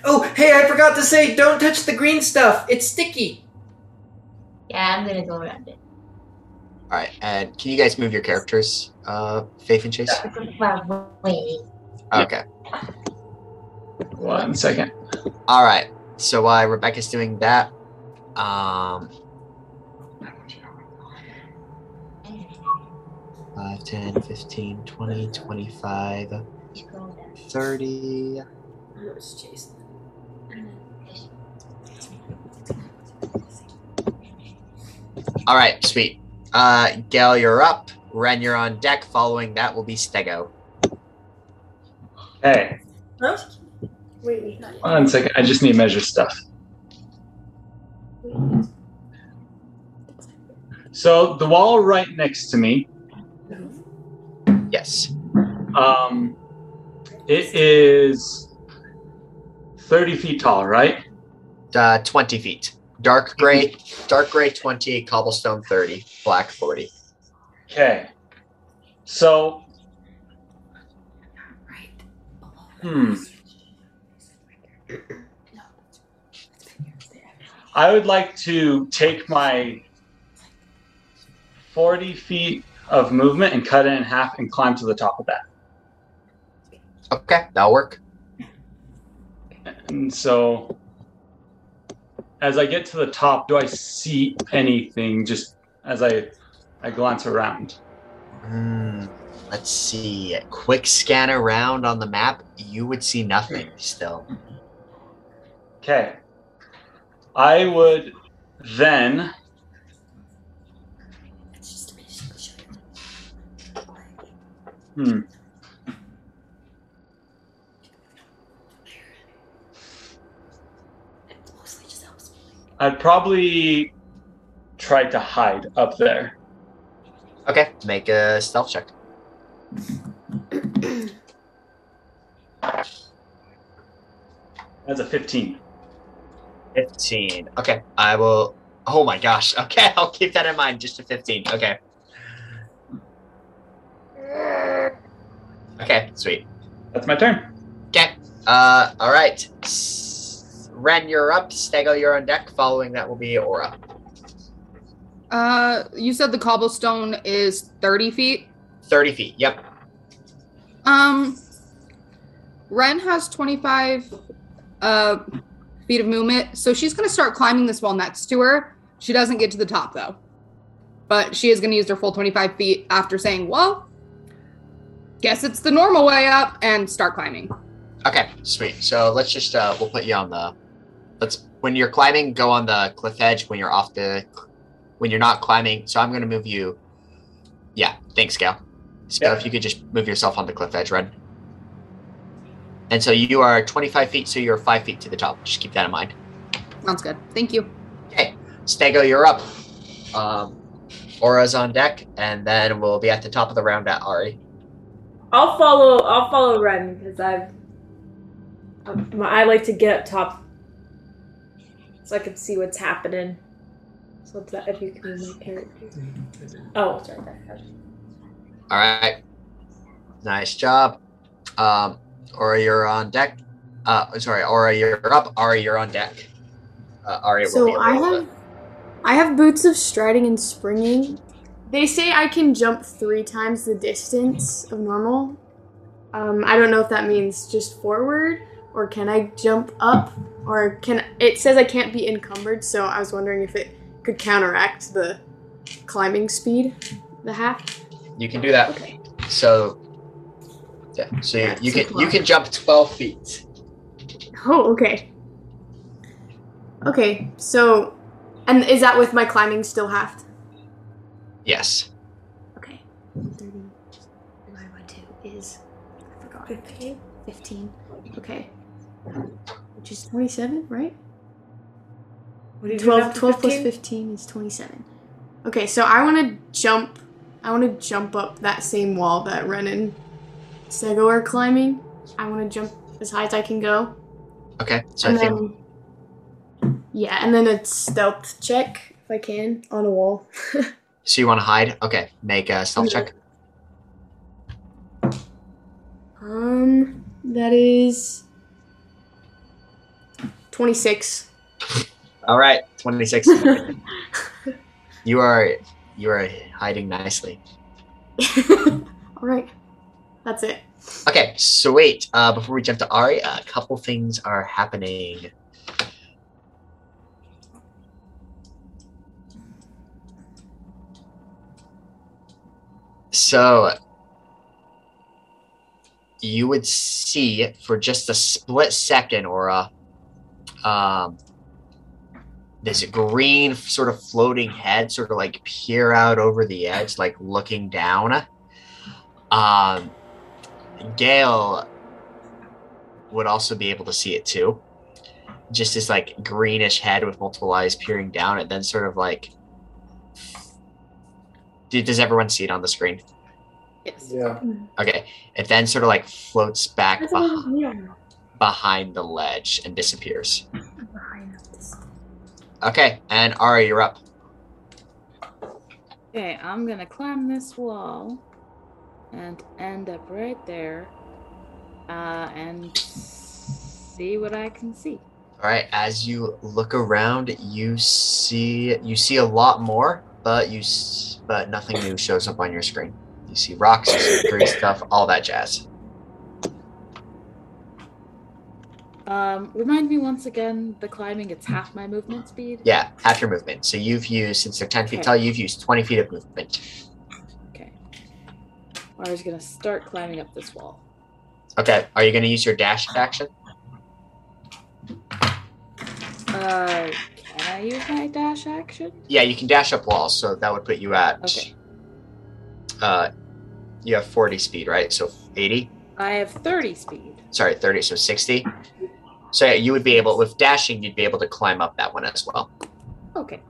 Oh, hey, I forgot to say, don't touch the green stuff. It's sticky.
Yeah, I'm gonna go around it.
All right, and can you guys move your characters, uh, Faith and Chase?
Wow, wait.
Okay.
One second.
All right. So while Rebecca's doing that, um, 5, 10, 15, 20, 25, 30. All right, sweet. Uh, Gail, you're up. Ren, you're on deck. Following that will be Stego.
Hey,
Wait,
one second. I just need to measure stuff. So the wall right next to me.
Yes.
Um, it is thirty feet tall, right?
Uh, twenty feet. Dark gray, dark gray 20, cobblestone 30, black 40.
Okay. So. Hmm. I would like to take my 40 feet of movement and cut it in half and climb to the top of that.
Okay, that'll work.
And so, as I get to the top, do I see anything? Just as I, I glance around.
Hmm, let's see. A quick scan around on the map. You would see nothing still.
Okay. I would then. Hmm. I'd probably try to hide up there.
Okay, make a stealth check.
That's a 15.
15. Okay, I will. Oh my gosh. Okay, I'll keep that in mind. Just a 15. Okay. Okay, sweet.
That's my turn.
Okay. Uh, all right. S- Ren, you're up. Stego, you're on deck. Following that will be Aura.
Uh, you said the cobblestone is 30 feet.
30 feet. Yep.
Um, Ren has 25 uh, feet of movement, so she's going to start climbing this wall next to her. She doesn't get to the top though, but she is going to use her full 25 feet after saying, "Well, guess it's the normal way up and start climbing.
Okay, sweet. So let's just uh, we'll put you on the. Let's when you're climbing, go on the cliff edge. When you're off the, when you're not climbing, so I'm gonna move you. Yeah, thanks, Gal. So if you could just move yourself on the cliff edge, Red. And so you are 25 feet, so you're five feet to the top. Just keep that in mind.
Sounds good. Thank you.
Okay, Stego, you're up. Um, Aura's on deck, and then we'll be at the top of the round at Ari.
I'll follow. I'll follow Ren because I've. um, my- I like to get up top, so I can see what's happening. So if, that, if you can be my parent. Oh, it's right there.
All right. Nice job. Um, Aura, you're on deck. Uh, sorry, Aura, you're up. Ari, you're on deck. Uh, Ari, it will be
So
a
I
roll, but-
have, I have boots of striding and springing. They say I can jump three times the distance of normal. Um, I don't know if that means just forward or can I jump up or can it says I can't be encumbered. So I was wondering if it could counteract the climbing speed, the half.
You can do that. Okay. So, yeah. So you, you can you can jump twelve feet.
Oh, okay. Okay, so, and is that with my climbing still halved?
Yes.
Okay. 30 divided by 2 is, I forgot. 15? 15. Okay.
Which is 27, right?
What did you
12,
have for
12 plus
15?
15 is 27. Okay, so I want to jump. I want to jump up that same wall that Ren and Sego are climbing. I want to jump as high as I can go.
Okay. So
and
I think
then, yeah, and then a stealth check if I can on a wall.
so. You want to hide? Okay. Make a stealth check.
um, that is 26. Mm-hmm.
All right. Twenty six. you are you are hiding nicely.
All right, that's it.
Okay. Sweet. Uh, before we jump to Ari, a couple things are happening. So you would see for just a split second, Aura, um, this green sort of floating head sort of like peer out over the edge, like looking down. Um, Gale would also be able to see it too. Just this like greenish head with multiple eyes peering down, and then sort of like. Do- Does everyone see it on the screen?
Yes.
Yeah.
Okay. It then sort of like floats back
That's
beh-
what I'm-
behind the ledge and disappears. Okay, and Ari, you're up.
Okay, I'm gonna climb this wall and end up right there uh, and see what I can see.
All right, as you look around, you see you see a lot more, but you s- but nothing new shows up on your screen. You see rocks, you see green stuff, all that jazz.
Um, remind me once again the climbing, it's half my movement speed.
Yeah, half your movement. So you've used since they're ten feet
Okay.
tall, you've used twenty feet of movement.
I was gonna start climbing up this wall.
Okay, are you going to use your dash action?
Uh, can I use my dash action?
Yeah, you can dash up walls, so that would put you at.
Okay.
Uh, you have forty speed, right? So eighty.
I have 30 speed.
sorry, 30, so 60. So yeah, you would be able, with dashing, you'd be able to climb up that one as well.
Okay,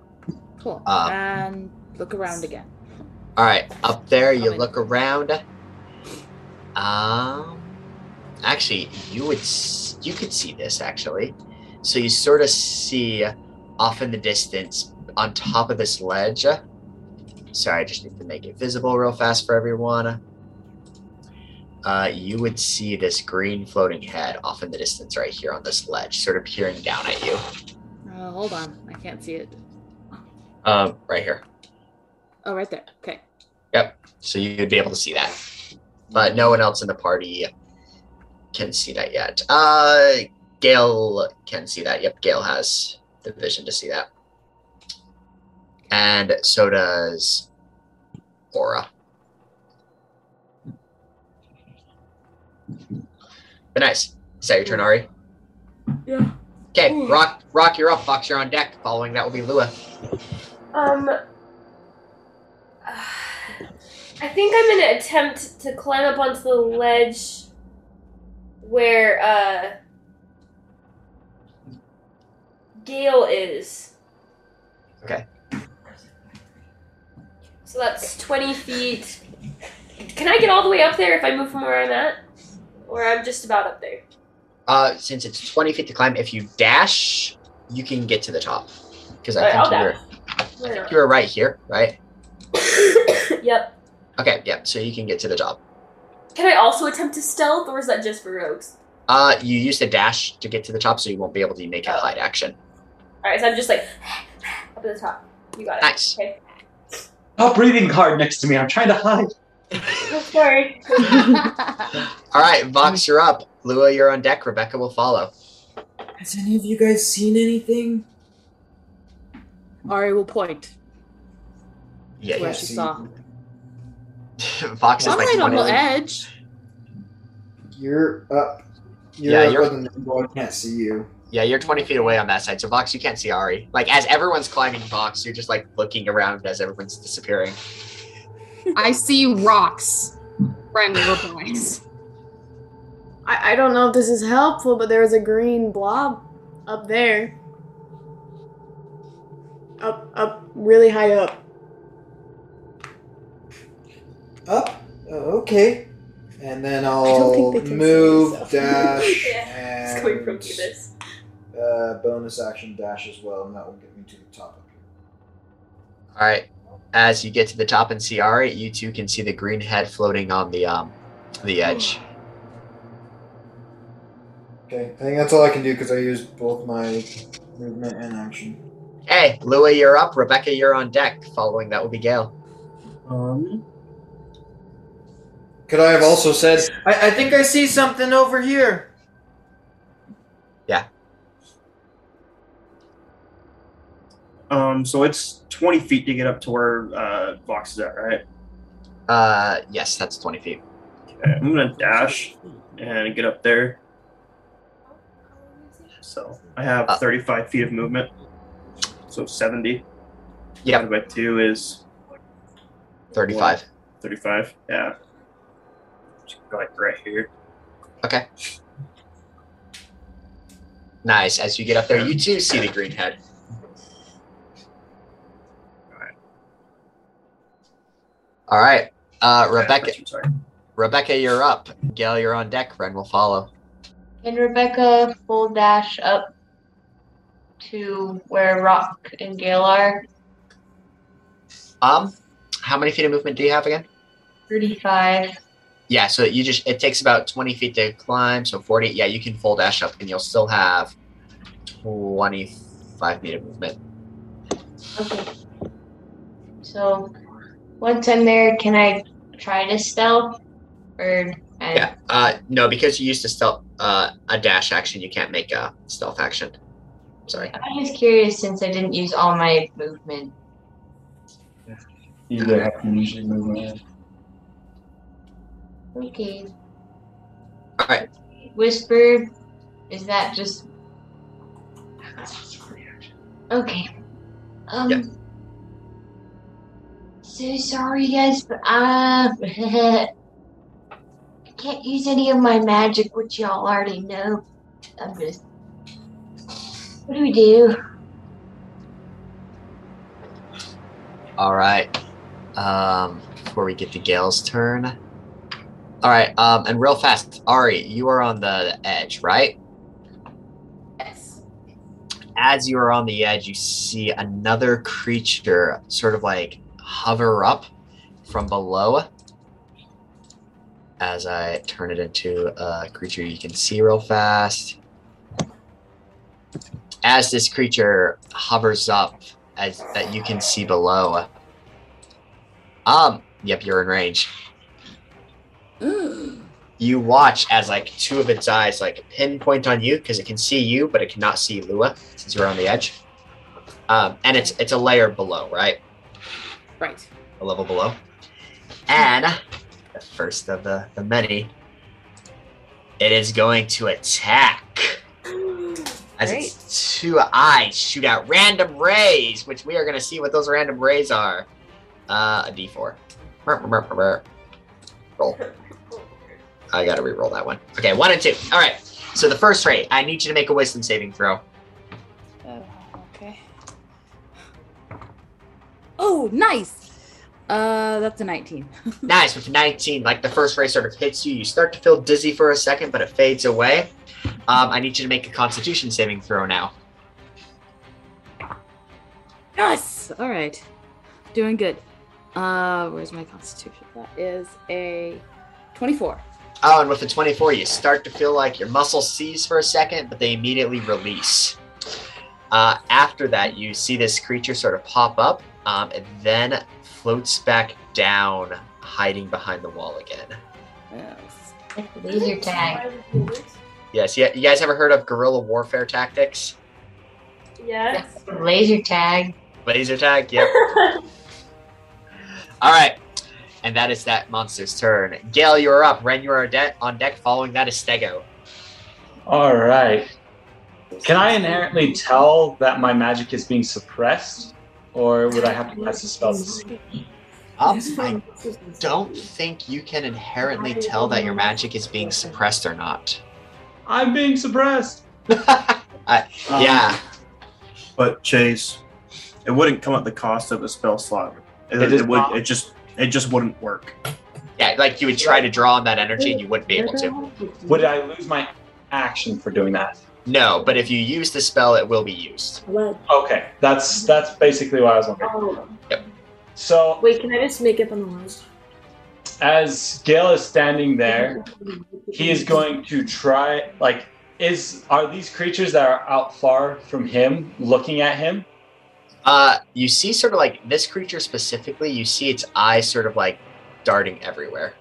cool.
Um,
and look around again.
All right, up there, you look around. Um, actually, you would, s- you could see this actually. So you sort of see off in the distance on top of this ledge. Sorry, I just need to make it visible real fast for everyone. Uh, you would see this green floating head off in the distance right here on this ledge, sort of peering down at you.
Uh, hold on, I can't see it.
Um, right here.
Oh, right there. Okay.
Yep. So you'd be able to see that, but no one else in the party can see that yet. Uh, Gail can see that. Yep, Gail has the vision to see that, and so does Aura. But nice. Is that your turn, Ari?
Yeah.
Okay,
Ooh.
Rock, Rock, you're up. Fox, you're on deck. Following that will be Lua.
Um, I think I'm gonna attempt to climb up onto the ledge where uh, Gale is.
Okay.
So that's 20 feet. Can I get all the way up there if I move from where I'm at? Or I'm just about up there?
Uh, since it's 20 feet to climb, if you dash, you can get to the top. Because I
Alright,
think
I'll
you were,
dash.
I think you were right here, right?
yep.
Okay, yeah, so you can get to the top.
Can I also attempt to stealth, or is that just for rogues?
Uh, you use the dash to get to the top, so you won't be able to
Oh.
make a hide action.
Alright, so I'm just like up at the top. You got it.
Nice.
Okay.
Oh, breathing hard next to me. I'm trying to hide.
I'm sorry.
All right, Vox, you're up. Lua, you're on deck. Rebecca will follow.
Has any of you guys seen anything?
Ari will point.
Yeah,
to where she saw.
Vox is
I'm
like
right on
one
the
of the-
edge.
You're up. You're
Yeah,
up
you're-
on the nimble. I can't see you.
Yeah, you're 20 feet away on that side, so Vox, you can't see Ari. Like as everyone's climbing Vox, you're just like looking around as everyone's disappearing.
I see rocks. Ren replies.
I, I don't know if this is helpful, but there was a green blob up there. Up, up, really high up.
Up. Oh, okay. And then I'll
think they can see
move,
myself.
dash,
Yeah,
and
it's coming from Cubis.
uh, bonus action dash as well, and that will get me to the top.
All right. As you get to the top and see Ari, you two can see the green head floating on the um the edge.
Okay, I think that's all I can do because I used both my movement and action.
Hey, Lua, you're up. Rebecca, you're on deck. Following that will be Gail.
Um,
Could I have also said, I, I think I see something over here?
um, so it's 20 feet to get up to where uh, Vox is at, right?
Uh, yes, that's 20 feet.
Okay, I'm gonna dash and get up there. So I have
Uh,
35 feet of movement, so 70.
Yeah.
Divided by two is
35.
35. Yeah. Just go like right here.
Okay. Nice. As you get up there, you too see the green head. All right. Uh, Rebecca, Rebecca, you're up. Gail, you're on deck. Ren will follow.
Can Rebecca full dash up to where Rock and Gale are?
Um, how many feet of movement do you have again?
35.
Yeah, so you just it takes about twenty feet to climb, so forty. Yeah, you can full dash up, and you'll still have twenty-five feet of movement.
Okay. So once I'm there, can I try to stealth? Or I,
Yeah. Uh, no, because you used to stealth uh, a dash action, you can't make a stealth action. Sorry.
I'm just curious since I didn't use all my movement.
You don't have to usually move around.
Okay.
All right.
Whisper, is that just okay? Um, so sorry guys, but uh, I can't use any of my magic, which y'all already know. I'm just. What do we do?
All right. Um, before we get to Gail's turn. All right. Um, and real fast, Ari, you are on the edge, right?
Yes.
As you are on the edge, you see another creature sort of like hover up from below. As I turn it into a creature you can see real fast. As this creature hovers up, as that you can see below. Um, yep, you're in range. You watch as like two of its eyes like pinpoint on you because it can see you, but it cannot see Lua since you're on the edge. Um, and it's it's a layer below, right?
Right.
A level below. And the first of the, the many It is going to attack as its two eyes shoot out random rays, which we are going to see what those random rays are. Uh, a D4. Brr, brr, brr, brr, brr. Roll. I got to re-roll that one. Okay, one and two. All right. So the first ray, I need you to make a wisdom saving throw.
Okay. Oh, nice. Uh, that's a 19.
Nice with 19. Like the first ray sort of hits you, you start to feel dizzy for a second, but it fades away. Um, I need you to make a Constitution saving throw now.
Yes. All right. Doing good. Uh, where's my constitution? That is a 24.
Oh, and with the 24, you start to feel like your muscles seize for a second, but they immediately release. Uh, after that, you see this creature sort of pop up um, and then floats back down, hiding behind the wall again.
Yes.
Laser tag.
Yes, you, you guys ever heard of guerrilla warfare tactics?
Yes.
Laser tag.
Laser tag, yep. All right. And that is that monster's turn. Gail, you are up. Ren, you are de- on deck. Following that is Stego.
All right. Can I inherently tell that my magic is being suppressed, or would I have to cast a spell to see?
Um, I don't think you can inherently tell that your magic is being suppressed or not.
I'm being suppressed.
I, Uh,
Um,
yeah.
But Chase, it wouldn't come at the cost of a spell slot. It,
It
it,
is
would.
not.
It just. It just wouldn't work.
Yeah, like you would try to draw on that energy and you wouldn't be able to.
Would I lose my action for doing that?
No, but if you use the spell, it will be used.
Okay, that's that's basically what I was wondering.
Oh.
So
Wait, can I just make up on the list?
as Gail is standing there, he is going to try. Like, is are these creatures that are out far from him looking at him?
Uh, you see, sort of like this creature specifically, you see its eyes sort of like darting everywhere.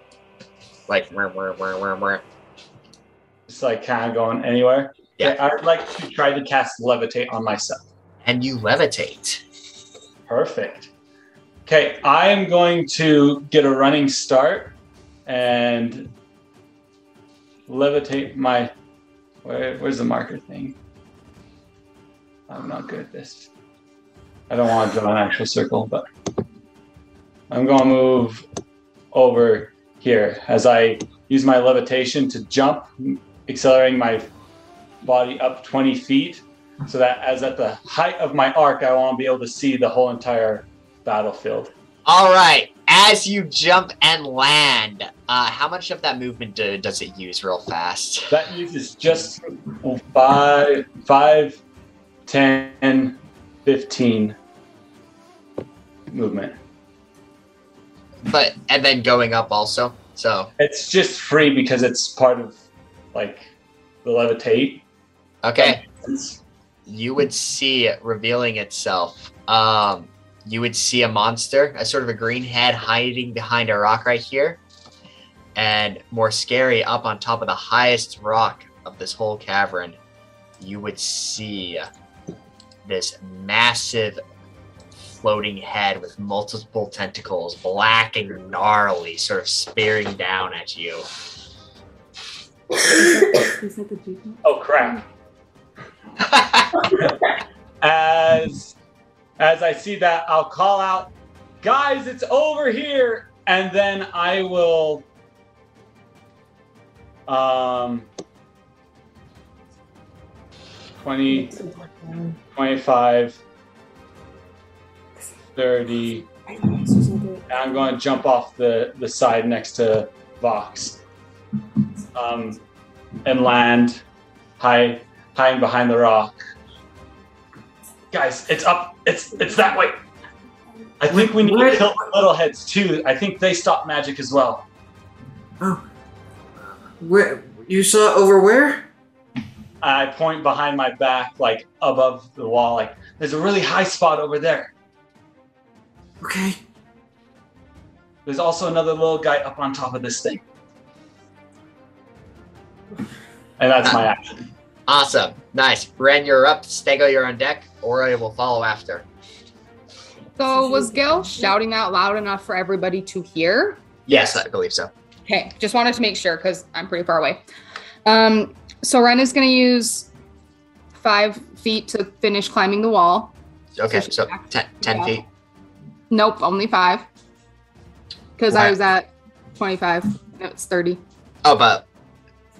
Like, whir, whir, whir, whir, whir.
It's like kind of going anywhere.
Yeah.
Okay, I'd like to try to cast levitate on myself.
and you levitate.
Perfect. Okay, I am going to get a running start and levitate my. Where, where's the marker thing? I'm not good at this. I don't want to draw an actual circle, but I'm going to move over here as I use my levitation to jump, accelerating my body up 20 feet so that as at the height of my arc, I want to be able to see the whole entire battlefield.
All right. As you jump and land, uh, how much of that movement do, does it use real fast?
That uses just five, five, 10, 15 movement.
But and then going up also. So
It's just free because it's part of like the levitate.
okay, you would see it revealing itself. Um, you would see a monster, a sort of a green head hiding behind a rock right here, and more scary, up on top of the highest rock of this whole cavern, you would see this massive floating head with multiple tentacles, black and gnarly, sort of spearing down at you.
Oh crap! as as I see that, I'll call out, guys, it's over here, and then I will um 20 25 30 and I'm going to jump off the the side next to Vox um and land high hiding behind the rock. Guys, it's up. It's it's that way. I think we need to kill the little heads too. I think they stop magic as well.
Oh. Where you saw over where?
I point behind my back, like above the wall, like there's a really high spot over there.
Okay.
There's also another little guy up on top of this thing. And that's my action.
Awesome. Nice. Ren, you're up. Stego, you're on deck. Ori will follow after.
So was Gail shouting out loud enough for everybody to hear?
Yes, I believe so.
Okay, just wanted to make sure because I'm pretty far away. Um, so Ren is going to use five feet to finish climbing the wall.
Okay, so ten, 10
Yeah.
feet.
Nope, only five. Because I
Why?
was at 25. No, it's 30.
Oh, but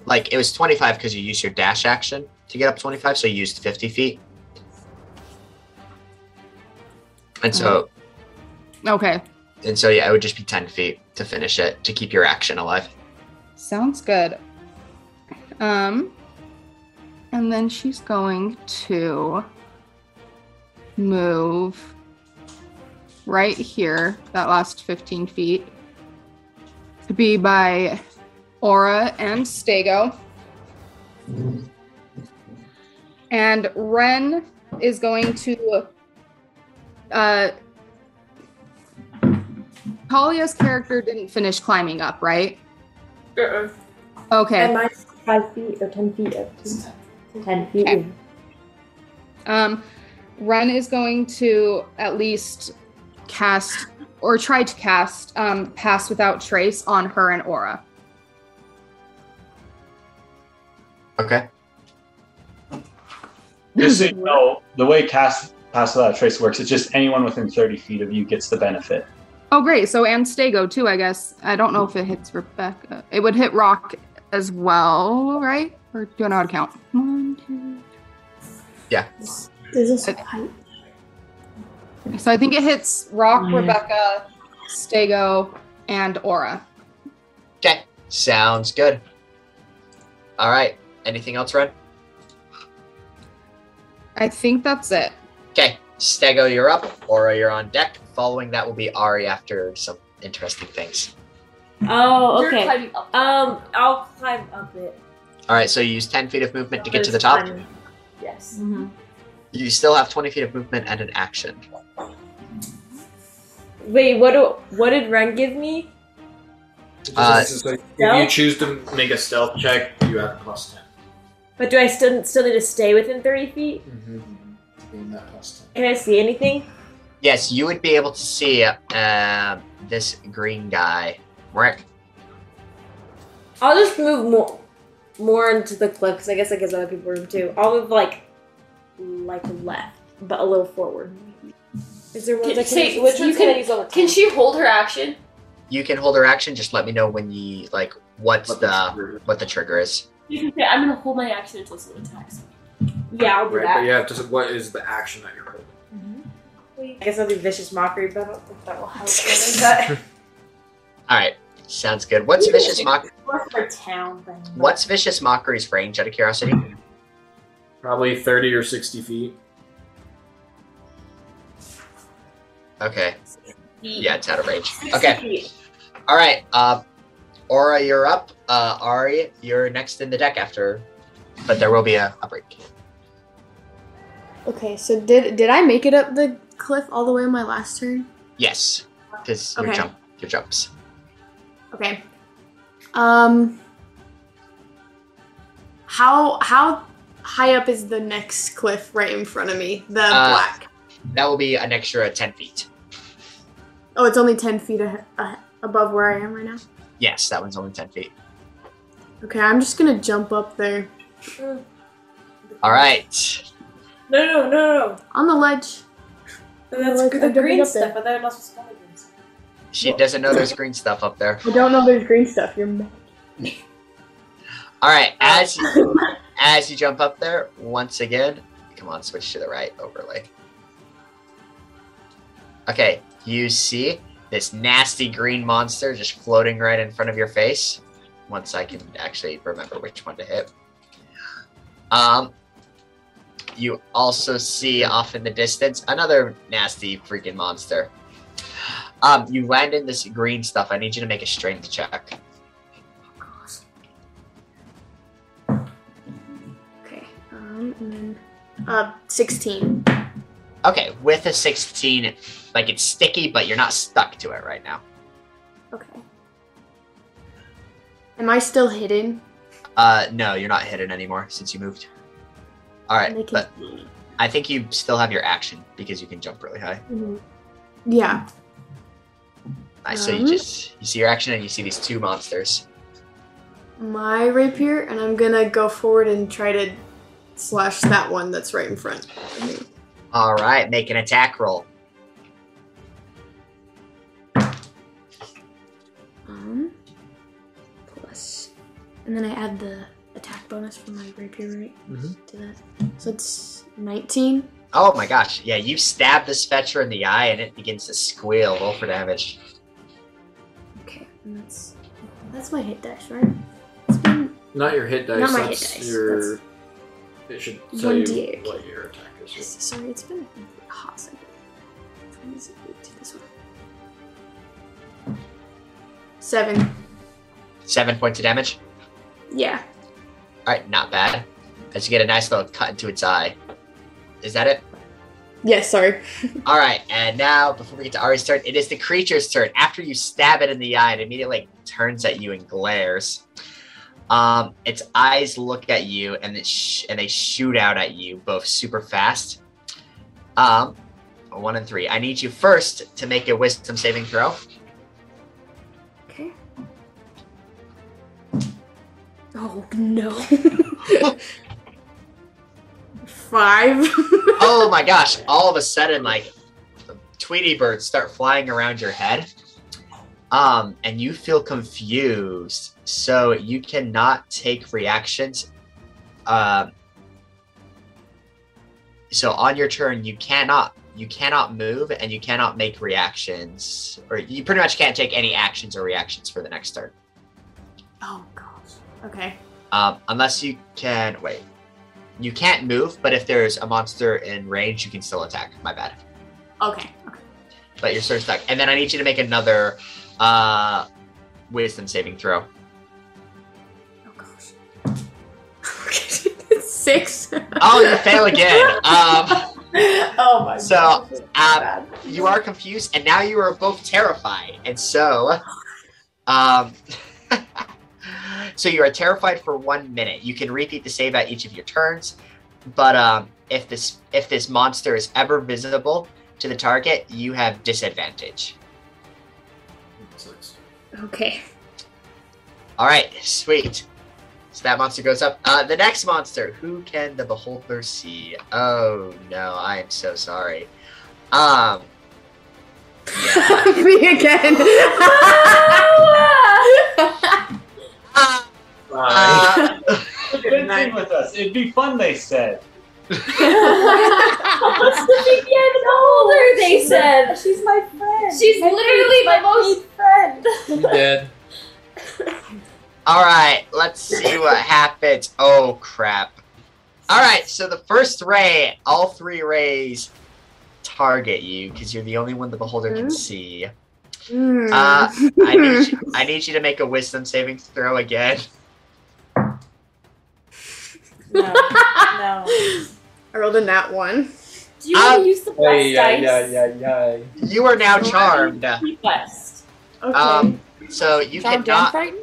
like it was 25 because you used your dash action to get up 25, so you used 50 feet. And so,
Okay,
and so, yeah, it would just be 10 feet to finish it to keep your action alive.
sounds good. Um, and then she's going to move right here, that last 15 feet, to be by Aura and Stego. And Ren is going to. Uh, Talia's character didn't finish climbing up, right?
Uh-uh.
Okay.
And mine's five feet or ten feet up. to- Ten feet.
Okay. Um, Ren is going to at least cast or try to cast um, Pass Without Trace on her and Aura.
Okay.
Just so you know, the way cast pass without trace works, it's just anyone within 30 feet of you gets the benefit.
Oh, great. So, and Stego too, I guess. I don't know if it hits Rebecca. It would hit Rock as well, right? Or do you know how to count? One, two.
Yeah.
There's a height. So I think it hits Rock, Rebecca, Stego, and Aura.
Okay. Sounds good. All right. Anything else, Ren?
I think that's it.
Okay. Stego, you're up. Aura, you're on deck. Following that will be Ari after some interesting things.
Oh,
You're
okay.
climbing
Um, I'll climb up it.
All right. So you use 10 feet of movement to get to the
There's
top.
climbing. Yes.
Mm-hmm.
You still have 20 feet of movement and an action.
Wait, what? Do, what did Ren give me?
Uh,
This is like, if
no?
you choose to make a stealth check, you have plus 10.
But do I still still need to stay within thirty feet? Can I see anything?
Yes, you would be able to see uh, this green guy. Rick.
I'll just move more more into the cliff because I guess that gives other people room too. I'll move like like left, but a little forward. Is there one that
Can,
can?
say,
which
you
one's can I
can,
use all the
can she hold her action?
You can hold her action. Just let me know when you like what's the, what the trigger is.
You can say, I'm going to hold my action until someone attacks.
Yeah, I'll do
Right,
that.
but you have to. What is the action that you're holding?
I guess I'll do vicious mockery, but I don't think that will help. really,
All right, sounds good. What's
Ooh.
vicious mock?
but Work for town thing.
What's vicious mockery's range? Out of curiosity.
Probably 30 or 60 feet.
Okay. Yeah, it's out of range. Okay. All right. Uh, Aura, you're up. Uh, Ari, you're next in the deck after, but there will be a, a break.
Okay, so did did I make it up the cliff all the way on my last turn?
Yes, because your
Okay.
jump, your jumps.
Okay. Um. How how high up is the next cliff right in front of me? The
Uh,
black.
That will be an extra ten feet.
Oh, it's only ten feet ahe- ahe- above where I am right now.
Yes, that one's only ten feet.
Okay, I'm just gonna jump up there
All right.
No, no, no, no.
on the ledge.
no. That's
Like,
the
I'm jumping
green
up there.
stuff. I thought I lost the green stuff.
She doesn't know there's green stuff up there.
I don't know there's green stuff. You're mad.
All right,
Uh,
as you, as you jump up there, once again, come on, switch to the right overlay. Okay, you see this nasty green monster just floating right in front of your face. Once I can actually remember which one to hit. Um, you also see off in the distance another nasty freaking monster. Um, you land in this green stuff. I need you to make a strength check.
Okay. Um, and then uh, sixteen.
Okay, with a 16, like it's sticky, but you're not stuck to it right now.
Okay. Am I still hidden?
Uh, no, you're not hidden anymore since you moved. All
And they
right,
can
but I think you still have your action because you can jump really high.
Mhm. Yeah.
Nice. So you
Um.
just you see your action and you see these two monsters.
my rapier, and I'm gonna go forward and try to slash that one that's right in front.
All right, make an attack roll.
Um, plus, and then I add the attack bonus from my rapier, right?
Mhm.
To that, so it's nineteen.
Oh my gosh! Yeah, you stab this fetcher in the eye, and it begins to squeal. Roll for damage.
Okay, and that's that's my hit dice, right? It's been
Not your hit dice.
Not my hit
that's
dice,
Your, it should tell
one
you
d8.
what your attack is.
Yes, sorry, it's been a hot second. Trying to zip to this one.
Seven.
Seven points of damage.
Yeah.
All right, not bad. As you get a nice little cut into its eye. Is that it?
Yes, sorry.
All right, and now before we get to Ari's turn, it is the creature's turn. After you stab it in the eye, it immediately like, turns at you and glares. Um, its eyes look at you, and it sh- and they shoot out at you both super fast. Um, one and three. I need you first to make a wisdom saving throw.
Okay. Oh no.
Five.
oh my gosh! All of a sudden, like the Tweety birds start flying around your head, um, and you feel confused. So you cannot take reactions. Um, so on your turn, you cannot you cannot move, and you cannot make reactions, or you pretty much can't take any actions or reactions for the next turn.
Oh gosh. Okay.
Um, unless you can wait. You can't move, but if there's a monster in range, you can still attack. My bad.
Okay.
But you're sort of stuck. And then I need you to make another uh wisdom saving throw.
Six.
Oh, you fail again. Um
Oh my
so um, you are confused and now you are both terrified. And so um so you are terrified for one minute. You can repeat the save at each of your turns, but um, if this if this monster is ever visible to the target, you have disadvantage.
Okay.
All right, sweet. So that monster goes up. Uh, the next monster. Who can the beholder see? Oh no, I am so sorry. Um,
Me again.
Fine. Uh, Good thing with us. It'd be fun, they said.
What's the big end holder? They
She's
said
my-
she's my friend.
She's
I think
literally
my
the most-
big friend.
dead.
All right, let's see what happens. Oh crap! All right, so the first ray, all three rays target you because you're the only one the beholder can
Mhm.
see.
Hmm.
Uh, I need you, I need you to make a wisdom saving throw again.
No, no. I
rolled a nat one. Ah.
Do you want to use the blessed dice?
yeah,
You are now charmed.
Blessed.
Um, so you
Charmed and
cannot.
frightened?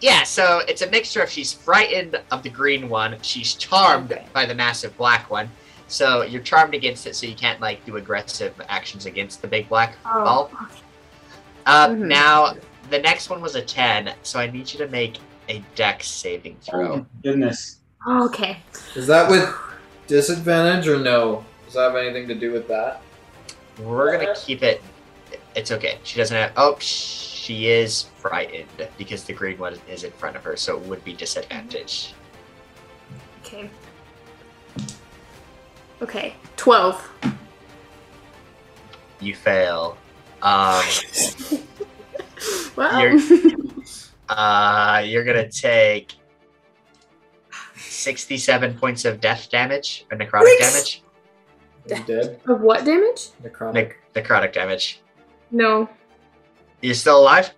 Yeah, so it's a mixture of she's frightened of the green one, she's charmed by the massive black one. So you're charmed against it, so you can't like do aggressive actions against the big black
Oh.
ball. Uh,
Mhm.
Now the next one was a ten, so I need you to make a dex saving throw.
Oh.
Goodness.
Okay.
Is that with disadvantage or no? Does that have anything to do with that?
We're gonna keep it. It's okay. She doesn't have. Oh, she is frightened because the green one is in front of her, so it would be disadvantage.
Okay.
Okay. Twelve.
You fail. Um,
Wow.
You're- uh, you're gonna take sixty-seven points of death damage or necrotic damage.
You dead?
Of what damage?
Necrotic.
Necrotic damage.
No.
You still alive?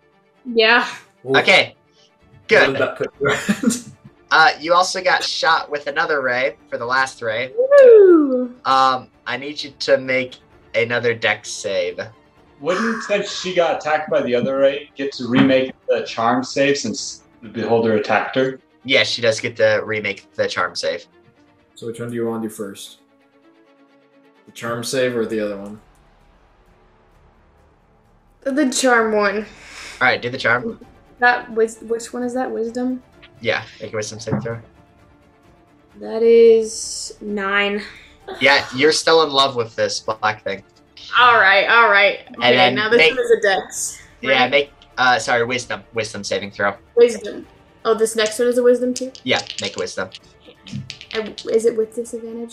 Yeah.
Okay.
What did
Good.
that put you at?
Uh, you also got shot with another ray for the last ray. Um, I need you to make another dex save.
Wouldn't since she got attacked by the other ray get to remake the charm save since the beholder attacked her?
Yeah, she does get to remake the charm save.
So which one do you want to do first? The charm save or the other one?
The charm one.
All right, do the charm.
That was which one is that? Wisdom.
Yeah, make a wisdom saving throw.
That is nine.
Yeah, you're still in love with this black thing.
All right, all right. Okay,
then
now this
make-
one is a dex.
Yeah, make uh sorry, wisdom. Wisdom saving throw.
Wisdom. Oh, this next one is a wisdom too.
Yeah, make a wisdom.
And is it with disadvantage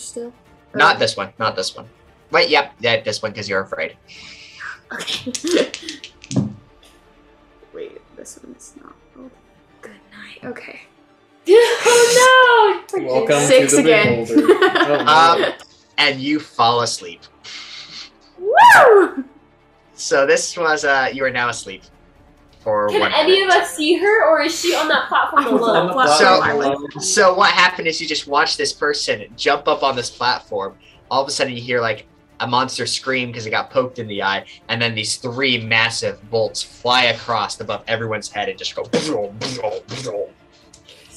still?
Not this one, not this one. Wait, yep, yeah, this one because you're afraid.
Okay. Wait, this one is not. rolled. Good night. Okay.
oh
no!
Welcome
Six
to the
again.
beholder. Oh, no.
Um, and you fall asleep.
Woo!
So this was uh you are now asleep for
Can
one
any of us see her, or is she on that platform alone?
so, so what happened is you just watch this person jump up on this platform. All of a sudden, you hear like a monster scream because it got poked in the eye, and then these three massive bolts fly across above everyone's head and just go.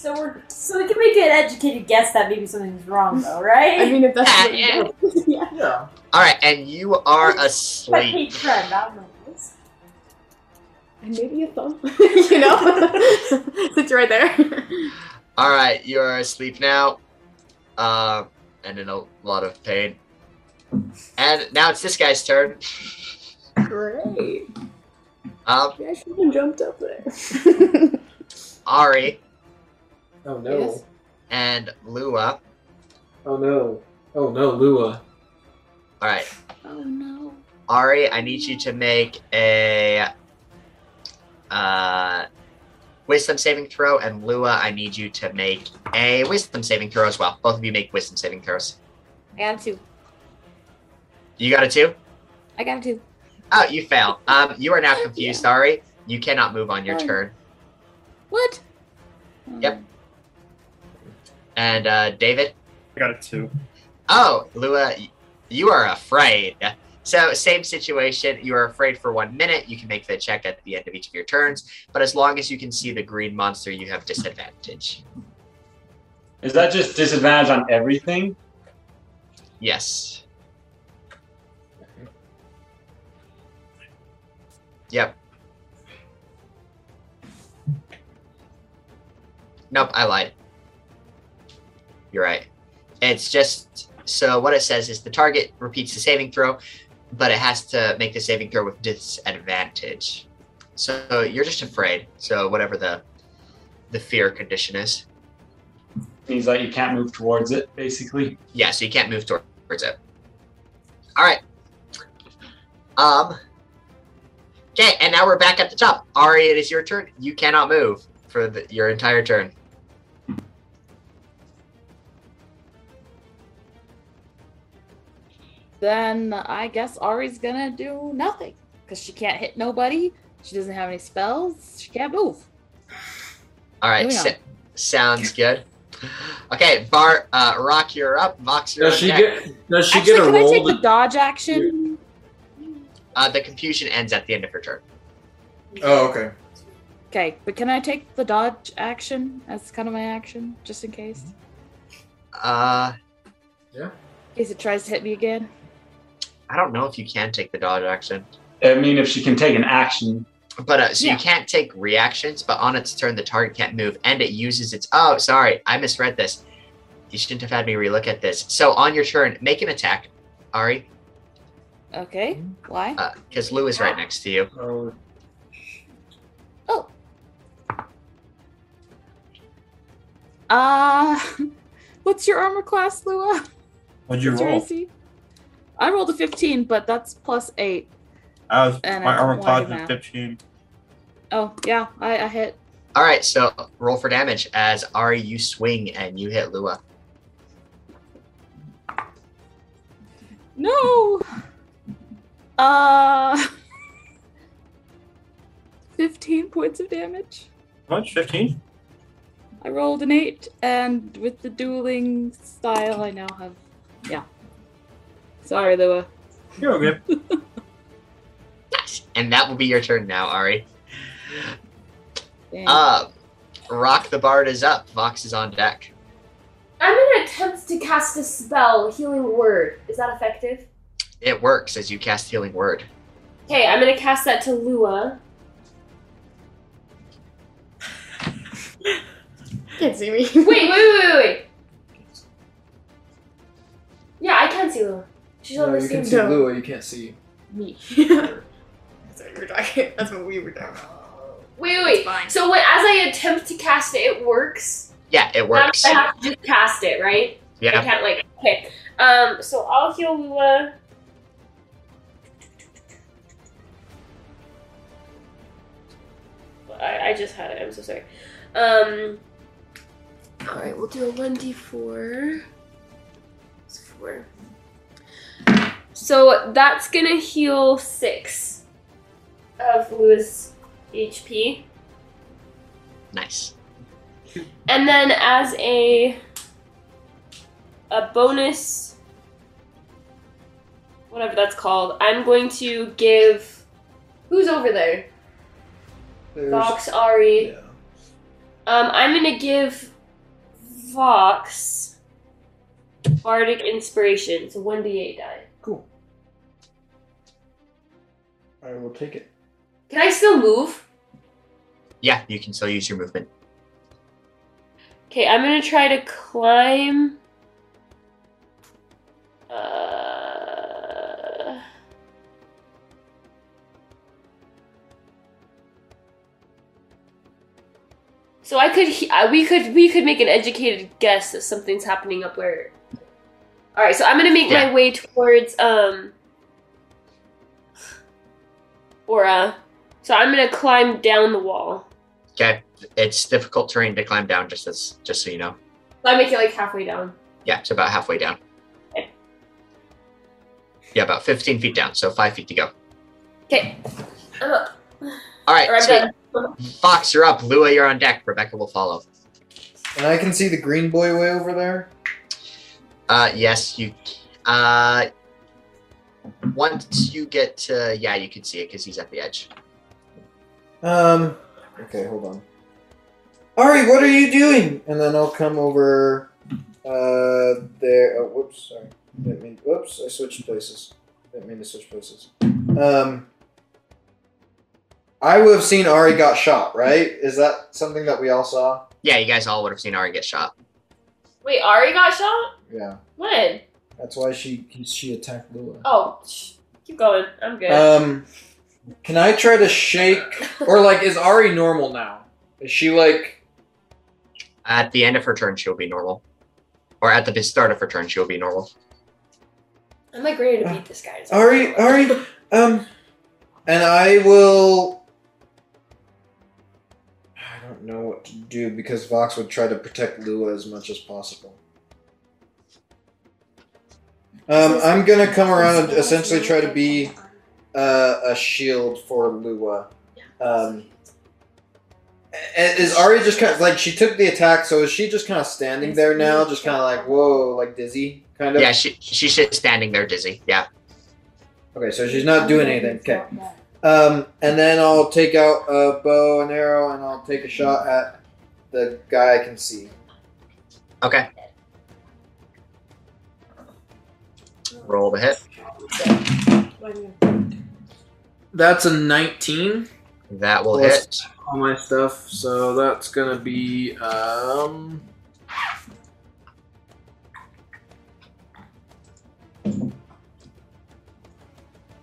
So we're so we can make an educated guess that maybe something's wrong, though, right?
I mean, if that's
yeah,
what
yeah. yeah.
All right, and you are
My
asleep.
page friend, I don't know this.
And maybe a thumb. you know? it's right there.
All right, you are asleep now, uh, and in a lot of pain. And now it's this guy's turn.
Great.
Um,
Yeah, I should have jumped up there.
Ari
Oh no.
Yes.
and Lua.
Oh no. Oh no, Lua.
All right.
Oh,
Ari, I need you to make a uh, wisdom saving throw, and Lua, I need you to make a wisdom saving throw as well. Both of you make wisdom saving throws.
I got a two.
You got a two?
I got a two.
Oh, you fail. Um, you are now confused, Ari. You cannot move on your
Oh.
turn.
What?
Yep. And uh, David?
I got a two.
Oh, Lua, y- you are afraid. So, same situation. You are afraid for one minute. You can make the check at the end of each of your turns, but as long as you can see the green monster, you have disadvantage.
Is that just disadvantage on everything?
Yes. Yep. Nope, I lied. You're right. It's just so what it says is the target repeats the saving throw, but it has to make the saving throw with disadvantage. So you're just afraid. So whatever the the fear condition is.
Means that you can't move towards it, basically.
Yeah, so you can't move toward- towards it. All right. Um. Okay, and now we're back at the top. Ari, it is your turn. You cannot move for the, your entire turn.
Then I guess Ari's gonna do nothing because she can't hit nobody. She doesn't have any spells. She can't move.
All right,
Moving
sa-
on.
sounds good. Okay, Bart, uh, Rock, you're up. Vox, you're
Does
up
she
next.
get does she
Actually,
get a
can I take
roll
the
to,
dodge action?
Uh, the confusion ends at the end of her turn.
Oh, okay.
Okay, but can I take the dodge action as kind of my action, just in case?
Uh,
Yeah.
In case it tries to hit me again.
I don't know if you can take the dodge action,
I mean, if she can take an action.
but uh, so
Yeah.
you can't take reactions. But on its turn, the target can't move, and it uses its. Oh, sorry, I misread this. You shouldn't have had me relook at this. So on your turn, make an attack, Ari,
Okay, why?
because Lou is right next to you.
Oh,
Uh, what's your armor class, Lua?
What'd you
What's your
roll?
AC? I rolled a 15, but that's plus 8.
I was,
And
my
I don't
armor
want
class
to
was
map.
15.
Oh, yeah, I, I hit.
All right, so roll for damage as Ari, you swing and you hit Lua.
No! Uh, 15 points of damage.
How much? 15?
I rolled an 8, and with the dueling style, I now have. Yeah. Sorry, Lua.
You're okay.
And that will be your turn now, Ari.
Dang.
Uh, Rock the Bard is up. Vox is on deck.
I'm gonna attempt to cast a spell, healing word. Is that effective?
It works as you cast Healing Word.
Okay, I'm gonna cast that to Lua.
can't see me.
wait, wait, wait, wait. Yeah, I can see Lua. She's on
No,
the
you
same
can see Lua, you can't see.
me.
That's what, you were talking. That's what we were talking about.
Wait, wait. wait. So when, as I attempt to cast it, it works.
Yeah, it works.
Now I have to just cast it, right?
Yeah.
I can't like okay. Um. So I'll heal Lua. I, I just had it. I'm so sorry. Um. All right, we'll do a one d four. Four. So that's gonna heal six of Lua's HP.
Nice.
And then as a a bonus whatever that's called, I'm going to give who's over there? Vox Ari. Um I'm gonna give Vox Bardic Inspiration. So one D eight die.
Cool. I will take it.
Can I still move?
Yeah, you can still use your movement.
Okay, I'm gonna try to climb. Uh, so I could, he- I- we could, we could make an educated guess that something's happening up where. All right, so I'm gonna make my way towards um. Aura, so I'm gonna climb down the wall.
Okay. It's difficult terrain to climb down just as just so you know.
I make it like halfway down.
Yeah, it's about halfway down. Yeah, about fifteen feet down, so five feet to go.
Okay, I'm up.
All right,
Or I'm
sweet. Fox, you're up. Lua, you're on deck. Rebecca will follow.
And I can see the green boy way over there.
Uh, yes, you. Uh, once you get to yeah, you can see it because he's at the edge.
Um. Okay, hold on. Ari, what are you doing? And then I'll come over. Uh, there. Oh, whoops. Sorry. Didn't mean. Whoops. I switched places. Didn't mean to switch places. Um. I would have seen Ari got shot, right? Is that something that we all saw?
Yeah, you guys all would have seen Ari get shot.
Wait, Ari got shot?
Yeah.
When?
That's why she she attacked Lua.
Oh, sh- keep going. I'm good.
Um, can I try to shake or like is Ari normal now? Is she like
At the end of her turn, she'll be normal, or at the start of her turn, she'll be normal.
I'm like ready to beat this guy.
Ari? Ari, um, and I will. I don't know what to do because Vox would try to protect Lua as much as possible. Um, I'm gonna come around and essentially try to be uh, a shield for Lua. Um, a- is Ari just kind of like she took the attack, so is she just kind of standing there now, just kind of like whoa, like dizzy, kind of?
Yeah, she she's just standing there dizzy. Yeah.
Okay, so she's not doing anything. Okay. Um, and then I'll take out a bow and arrow, and I'll take a shot at the guy I can see.
Okay. Roll the hit.
That's a 19.
That will
Plus
hit.
All my stuff, so that's gonna be um.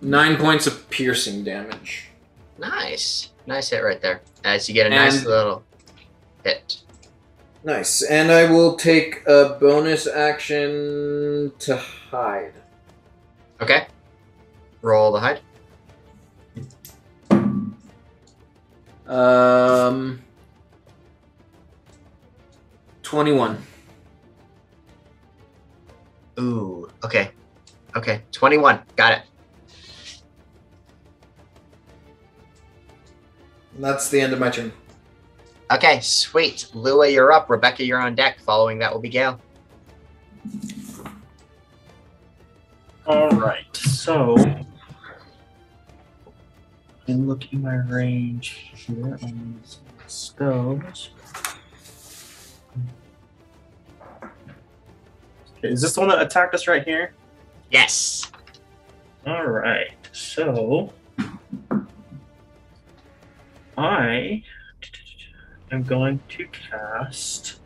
Nine points of piercing damage.
Nice, nice hit right there. As you get a nice
And-
little hit.
Nice, and I will take a bonus action to hide.
Okay. Roll the hide.
Um, twenty-one.
Ooh. Okay. Okay. Twenty-one. Got it.
And that's the end of my turn.
Okay. Sweet. Lua, you're up. Rebecca, you're on deck. Following that will be Gail.
All right, so and look in my range here on these spells. Okay, is this the one that attacked us right here?
Yes.
All right, so I am going to cast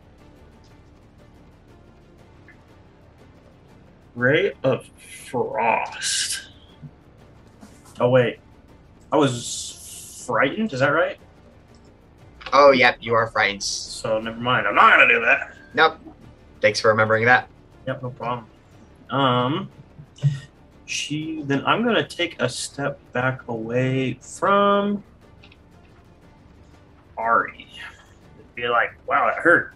Ray of Frost. Oh, wait. I was frightened, is that right?
Oh, yep, you are frightened. So
never mind. I'm not gonna do that.
Nope. Thanks for remembering that.
Yep, no problem. Um, she then I'm gonna take a step back away from Ari. Be like, wow, that hurt.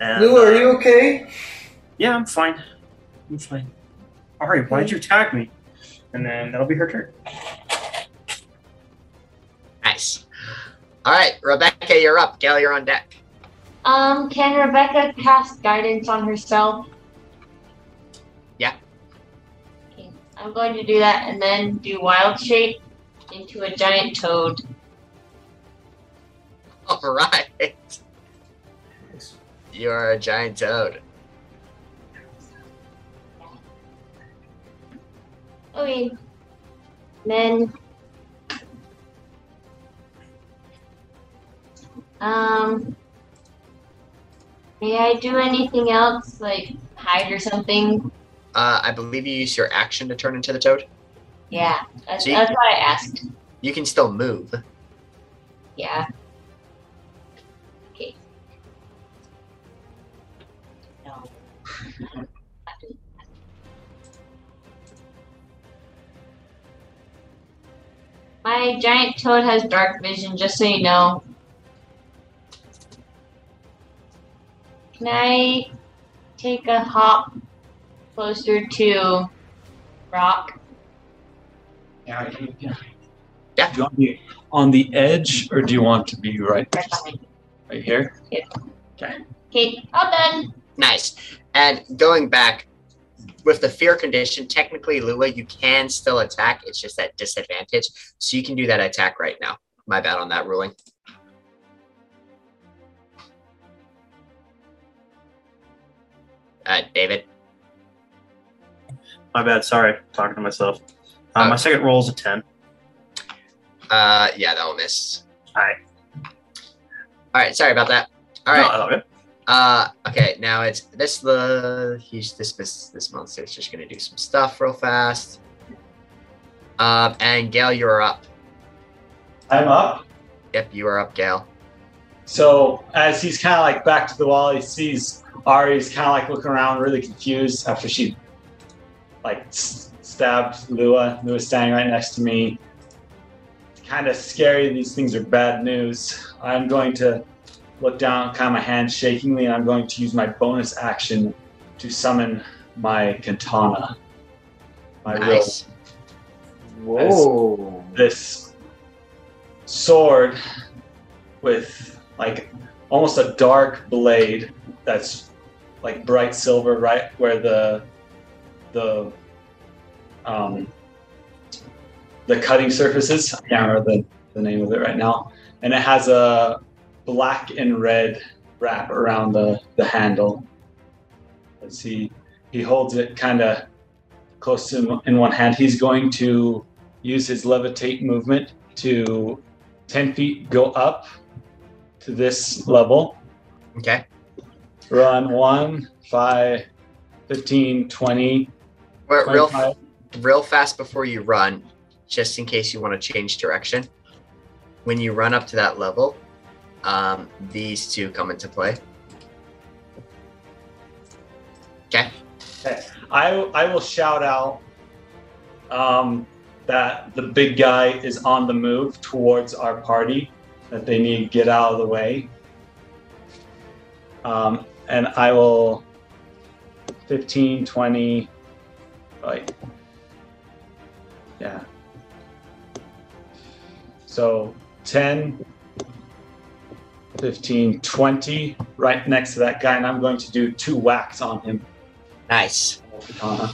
And,
Lou, are
uh,
you okay?
Yeah, I'm fine. I'm fine. Ari, why'd you attack me? And then that'll be her turn.
Nice. All right, Rebecca, you're up. Gail, you're on deck.
Um, can Rebecca cast guidance on herself?
Yeah.
Okay, I'm going to do that and then do wild shape into a giant toad.
All right. You are a giant toad.
Okay. Then. Um. May I do anything else, like hide or something?
Uh, I believe you use your action to turn into the toad.
Yeah, that's,
See?
that's what I asked.
You can still move.
Yeah. Okay. No. My giant toad has dark vision, just so you know. Can I take a hop closer to Rock?
Yeah, yeah.
Do
you want to be on the edge or do you want to be right
Right behind.
right here?
Okay, all done.
Nice. And going back with the fear condition, technically, Lua, you can still attack. It's just at disadvantage. So you can do that attack right now. My bad on that ruling. Uh, David.
My bad. Sorry, talking to myself. Uh, My second roll is a ten.
Uh, yeah, that'll miss.
All right.
All right. Sorry about that. All
No,
right.
I love it.
Uh, okay, now it's this the he's this this this monster is just gonna do some stuff real fast. Um, and Gail, you're up.
I'm up.
Yep, you are up, Gail.
So as he's kind of like back to the wall, he sees Ari's kind of like looking around, really confused after she like s- stabbed Lua. Lua's standing right next to me. Kind of scary. These things are bad news. I'm going to look down, kind of my hand shakingly, and I'm going to use my bonus action to summon my katana. My real
Nice.
Whoa.
this sword with like almost a dark blade that's like bright silver right where the the um the cutting surfaces i can't remember the, the name of it right now and it has a black and red wrap around the the handle let's see he holds it kind of close to him in one hand he's going to use his levitate movement to 10 feet go up to this level
Okay.
run 1 5 15 20
Well, real
25.
real fast before you run, just in case you want to change direction. When you run up to that level, um, these two come into play. Okay.
Okay. I, I will shout out um, that the big guy is on the move towards our party, that they need to get out of the way. Um, and I will 15, 20, like, yeah. So 10, 15, 20, right next to that guy, and I'm going to do two whacks on him.
Nice.
Uh-huh.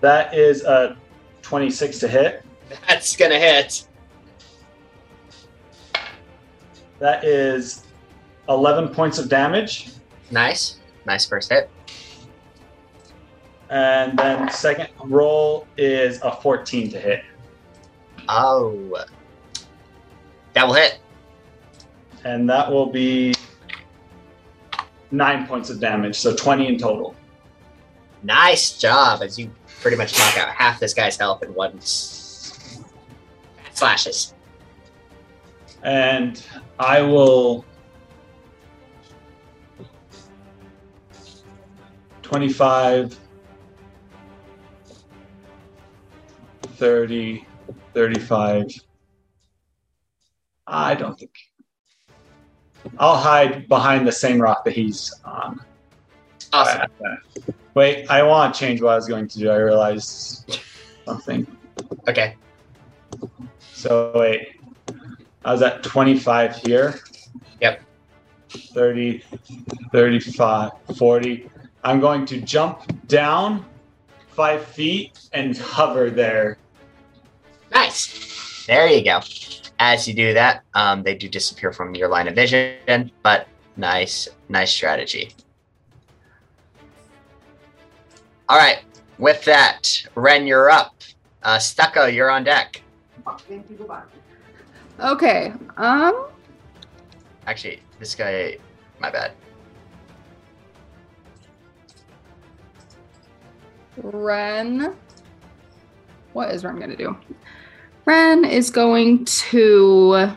That is a 26 to hit.
That's gonna hit.
That is 11 points of damage.
Nice. Nice first hit.
And then second roll is a 14 to hit.
Oh. That will hit.
And that will be nine points of damage, so 20 in total.
Nice job, as you pretty much knock out half this guy's health in one s- slashes.
And I will. 25, 30, 35. I don't think. I'll hide behind the same rock that he's on.
Awesome.
Wait, I want to change what I was going to do. I realized something.
Okay.
So wait, I was at 25 here.
Yep.
30, 35, 40. I'm going to jump down five feet and hover there.
Nice. There you go. As you do that, um, they do disappear from your line of vision, but nice, nice strategy. All right. With that, Ren, you're up. Uh, Stucco, you're on deck.
Okay. Um.
Actually, this guy, my bad.
Ren. What is Ren going to do? Ren is going to.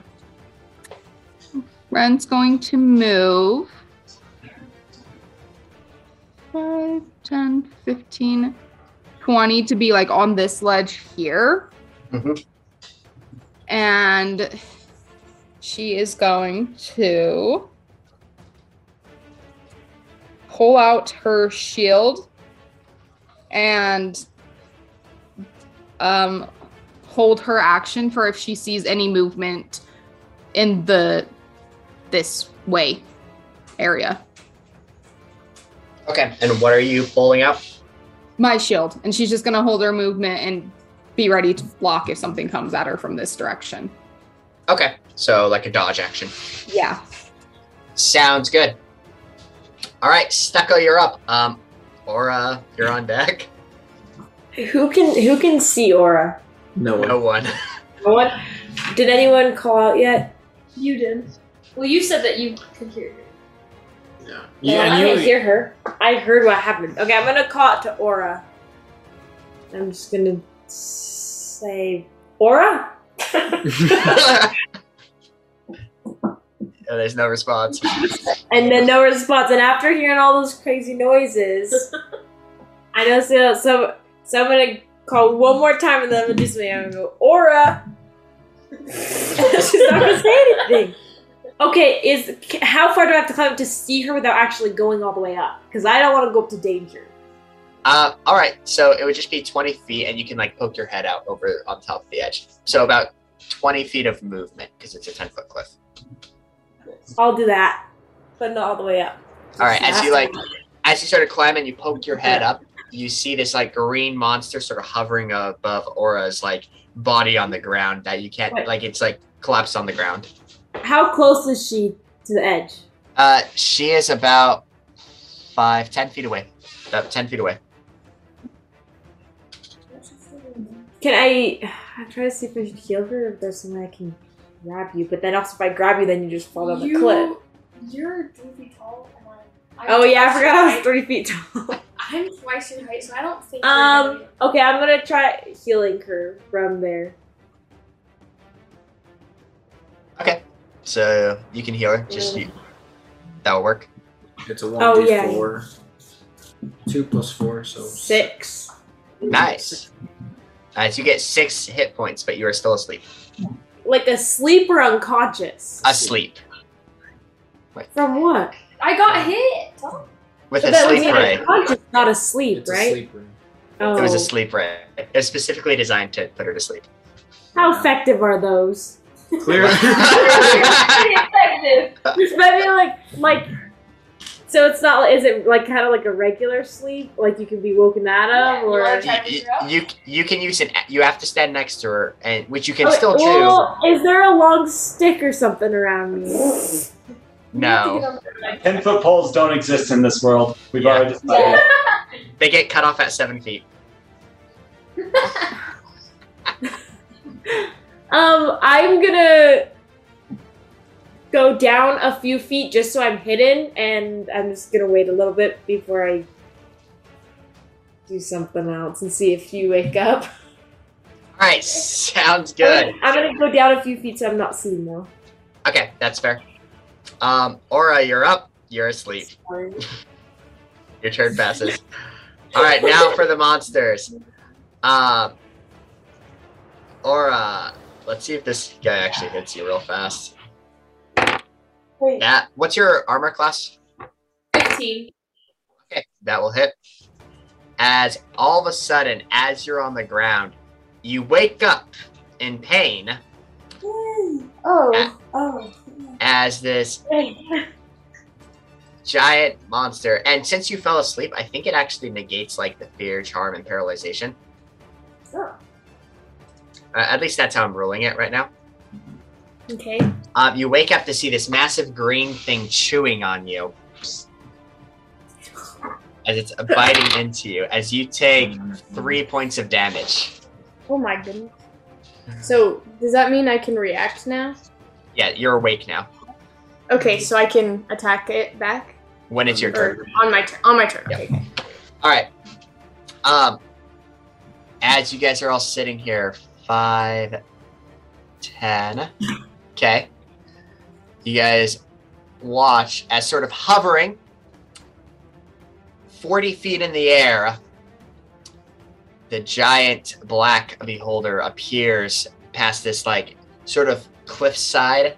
Ren's going to move. 5, 10, 15, 20 to be like on this ledge here.
mm-hmm.
And she is going to pull out her shield and um, hold her action for if she sees any movement in the this way area.
Okay. And what are you pulling out?
My shield, and she's just gonna hold her movement and be ready to block if something comes at her from this direction.
Okay. So, like a dodge action.
Yeah.
Sounds good. All right, Stucco, you're up. Um, Aura, you're on deck.
Who can who can see Aura?
No one. No one.
No one. Did anyone call out yet? You did.
Well, you said that you could hear.
Yeah,
and
I
you-
didn't hear her. I heard what happened. Okay, I'm gonna call it to Aura. I'm just gonna say Aura.
Oh, there's no response.
and then no response. And after hearing all those crazy noises, I know so so so I'm gonna call one more time and then I'm gonna do something. I'm gonna go Aura. She's not gonna say anything. Okay, is how far do I have to climb up to see her without actually going all the way up? Because I don't want to go up to danger.
Uh, all right, so it would just be 20 feet, and you can like poke your head out over on top of the edge. So about 20 feet of movement because it's a 10 foot cliff.
I'll do that, but not all the way up.
All right, as you
Yeah.
like, as you start to climb and you poke your head up, you see this like green monster sort of hovering above Aura's like body on the ground that you can't
Right.
like it's like collapsed on the ground.
How close is she to the edge?
Uh, she is about five, ten feet away. About ten feet away.
Can I? I try to see if I should heal her. If there's something I can grab you, but then also if I grab you, then you just fall down the cliff.
You're three feet tall. And I'm,
Oh yeah, I forgot I was three feet tall.
I'm twice your height, so I don't think.
Um. Okay, I'm gonna try healing her from there.
So you can heal her. Just you, that'll work.
It's a one
Mm. Oh,
d
yeah, yeah.
four. Two plus four, so
Six.
Nice. Nice. You get six hit points, but you are still asleep.
Like asleep or unconscious.
Asleep
From what?
I got hit. Oh.
with
But
a
that was
sleep
an
ray.
Unconscious, not asleep, right? Oh.
It was a sleep ray. It was specifically designed to put her to sleep.
How effective are those?
Clear.
Pretty effective.
But I mean, like, like, so it's not. Is it like kind of like a regular sleep? Like you can be woken out of, or
you, you you can use an you have to stand next to her and which you can
Okay,
still do.
Oh, well, Is there a long stick or something around me?
no,
10 foot poles don't exist in this world. We've already decided.
they get cut off at seven feet.
Um, I'm gonna go down a few feet just so I'm hidden, and I'm just gonna wait a little bit before I do something else and see if you wake up.
All right, sounds good.
I'm gonna go down a few feet so I'm not seen though.
Okay, that's fair. Um, Aura, you're up. You're asleep. Your turn passes. All right, now for the monsters. Um, Aura, let's see if this guy actually hits you real fast. That. What's your armor class?
15.
Okay, that will hit. As all of a sudden, as you're on the ground, you wake up in pain
Oh, oh.
as this giant monster. And since you fell asleep, I think it actually negates like the fear, charm, and paralyzation. Uh, at least that's how I'm ruling it right now.
Okay.
Um, you wake up to see this massive green thing chewing on you as it's biting into you. As you take three points of damage.
Oh my goodness. So does that mean I can react now?
Yeah, you're awake now.
Okay, so I can attack it back
When it's your
or
turn.
on my turn. On my turn. Okay.
All right. Um, as you guys are all sitting here, five, ten. Okay. You guys watch as sort of hovering 40 feet in the air, the giant black beholder appears past this, like, sort of cliffside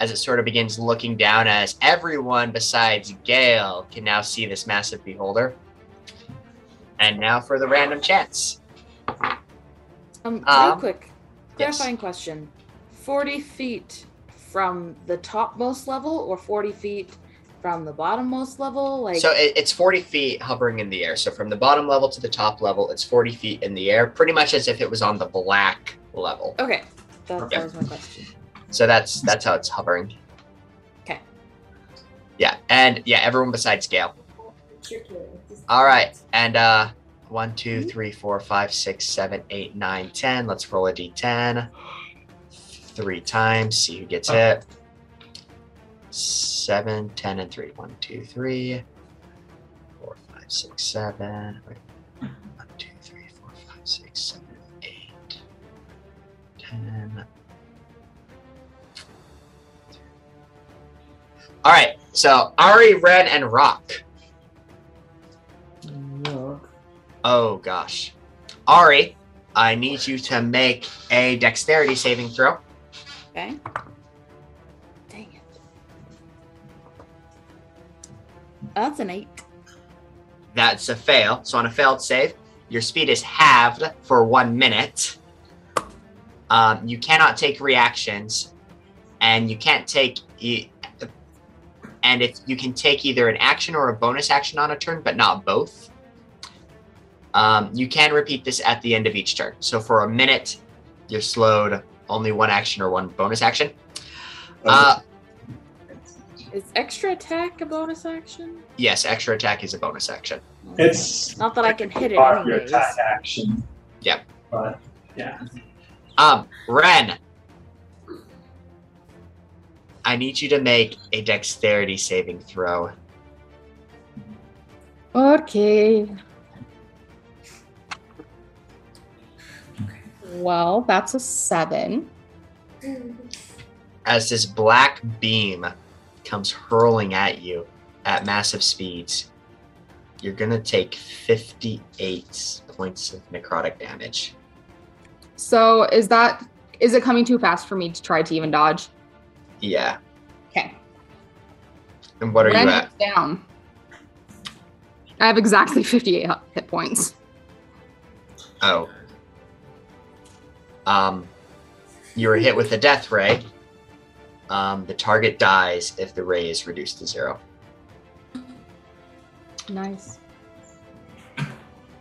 as it sort of begins looking down as everyone besides Gale can now see this massive beholder. And now for the random chance.
Um, real
Um,
quick, clarifying question: forty feet from the topmost level, or forty feet from the bottommost level? Like,
so it, it's 40 feet hovering in the air. So from the bottom level to the top level, it's 40 feet in the air, pretty much as if it was on the black level.
okay, that,
Yeah.
that was my question.
So that's that's how it's hovering.
Okay.
Yeah, and yeah, everyone besides Gale. All right, and uh, one, two, three, four, five, six, seven, eight, nine, ten. Let's roll a d10 three times. See who gets hit. Seven, ten, and three. One, two, three, four, five, six, seven. Wait. One, two, three, four, five, six, seven, eight, ten. All right, so Ari, Ren, and Rock. Oh gosh, Ari, I need you to make a dexterity saving throw.
Okay.
Dang
it. That's an eight.
That's a fail. So on a failed save, your speed is halved for one minute. Um, you cannot take reactions, and you can't take. E- and if you can take either an action or a bonus action on a turn, but not both. Um, you can repeat this at the end of each turn. So for a minute, you're slowed only one action or one bonus action. Uh,
Is extra attack a bonus action?
yes, extra attack is a bonus action.
It's
Not that I can hit it
part of your
anyways.
attack action,
Yep.
but yeah.
Um, Ren, I need you to make a dexterity saving throw.
Okay. Well, that's a seven.
as this black beam comes hurling at you at massive speeds. You're gonna take 58 points of necrotic damage.
So is that is it coming too fast for me to try to even dodge?
Yeah.
Okay.
And what are
Ren
you at?
is Down. I have exactly 58 hit- hit points.
Oh. Um, you were hit with a death ray. Um, the target dies if the ray is reduced to zero.
Nice.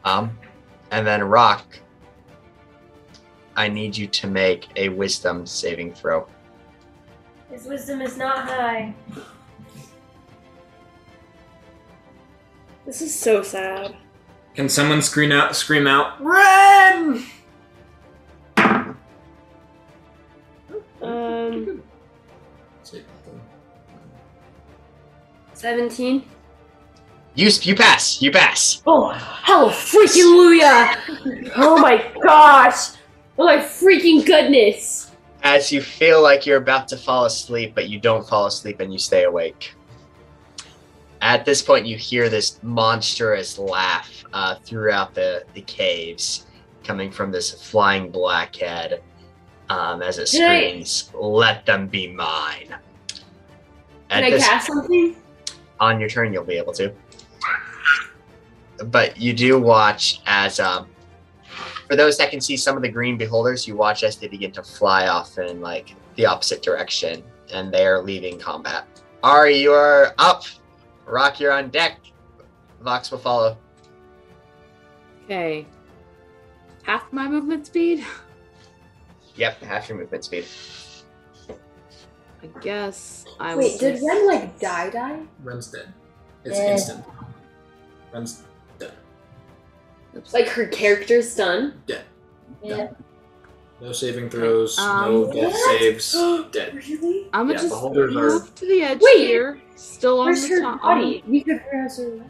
Um, and then Rock, I need you to make a wisdom saving throw.
His wisdom is not high. This is so sad.
Can someone scream out? Scream out!
Run! Um,
Seventeen.
You you pass. You pass.
Oh, hell, freaking Luya! Oh my gosh! Oh my freaking goodness!
As you feel like you're about to fall asleep, but you don't fall asleep and you stay awake. At this point, you hear this monstrous laugh uh, throughout the, the caves coming from this flying blackhead um, as it
Can I-
screams, Let them be mine. At
Can I
this-
cast something?
on your turn you'll be able to but you do watch as um, for those that can see some of the green beholders you watch as they begin to fly off in like the opposite direction and they are leaving combat ari you are up rock you're on deck vox will follow
Okay. Half my movement speed?
yep half your movement speed
I guess I will
Wait, did
just-
Ren like die die?
Ren's dead. It's
Eh.
instant. Ren's dead.
Like her character's done.
Dead.
Yeah.
No saving throws.
Um,
no death
What?
saves. dead.
Really?
I'm
yeah,
gonna just
beholders are
move to the edge
Wait,
here. Still on
Where's
the
her
top. Um,
body? We could grab her.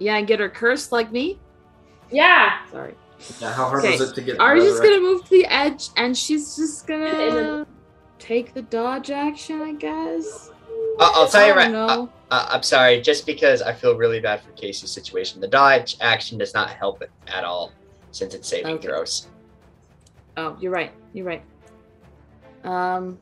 Yeah, and get her cursed like me.
Yeah.
Sorry.
Yeah, how hard
Okay.
was it to get?
Ari's just gonna
resurrected?
move to the edge, and she's just
And
gonna take the dodge action, I guess.
Uh, I'll tell you
I
right.
don't
Uh,
know.
uh, I'm sorry, just because I feel really bad for Casey's situation. The dodge action does not help it at all, since it's saving throws.
Oh, you're right. You're right. Um.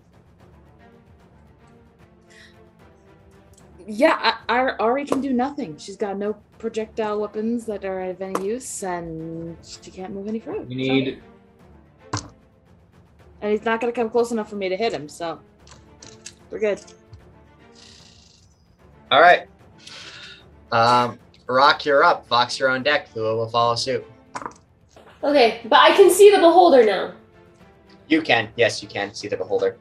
Yeah, I, I, Ari can do nothing. She's got no projectile weapons that are of any use, and she can't move any further.
We need.
And he's not gonna come close enough for me to hit him, so we're good.
All right. Um, Rock, you're up. Vox, you're on deck. Lua will follow suit.
Okay, but I can see the beholder now.
You can. Yes, you can see the beholder.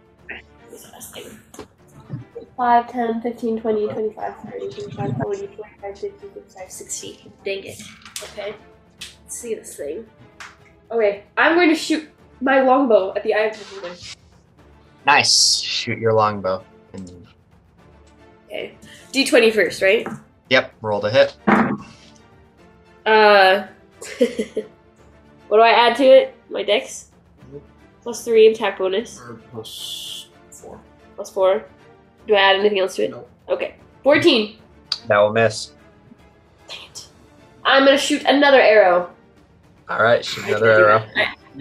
5, 10, 15, 20, 25, 30, 35, 40, 45, 50, 55, 60. Dang it.
Okay. Let's see this thing. Okay, I'm going to shoot my longbow at the eye of the beholder.
Nice. Shoot your longbow. And,
Okay. D20 first, right?
yep, roll the hit.
Uh. what do I add to it? My dex? Plus three attack bonus.
Plus four.
Plus four. Do I add anything else to it?
No.
Okay. 14.
That will miss.
I'm gonna shoot another arrow.
All right, shoot another arrow.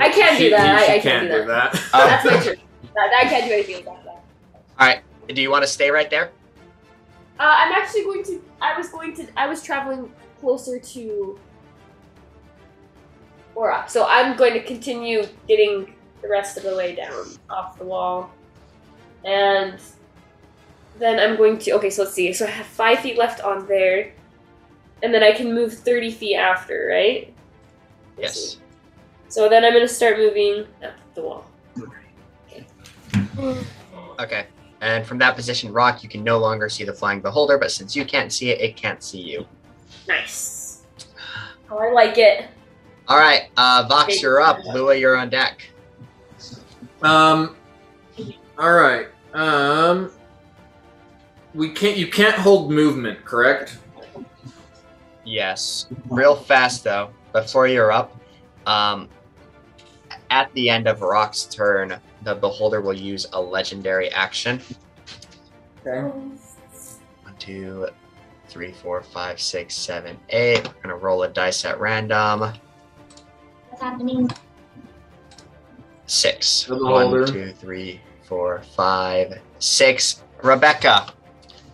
I can't do
She-
that.
she
I, I
can't
can't do that.
Oh.
That's my turn. I, I can't do anything about that.
All right. Do you want to stay right there?
Uh, I'm actually going to. I was going to. I was traveling closer to Aura, so I'm going to continue getting the rest of the way down off the wall, and then I'm going to. Okay, so let's see. So I have five feet left on there, and then I can move thirty feet after, right?
Yes.
So then I'm going to start moving up the wall.
Okay. And from that position, Rock, you can no longer see the flying beholder, but since you can't see it, it can't see you.
Nice. Oh, I like it.
All right, uh, Vox, you're up. Lua, you're on deck.
Um. All right. Um. We can't. You can't hold movement, correct?
Yes. Real fast though. Before you're up, um, at the end of Rock's turn, the beholder will use a legendary action.
Okay.
One, two, three, four, five, six, seven, eight. We're gonna roll a dice at random.
What's happening?
Six.
The
One,
beholder.
two, three, four, five, six. Rebecca,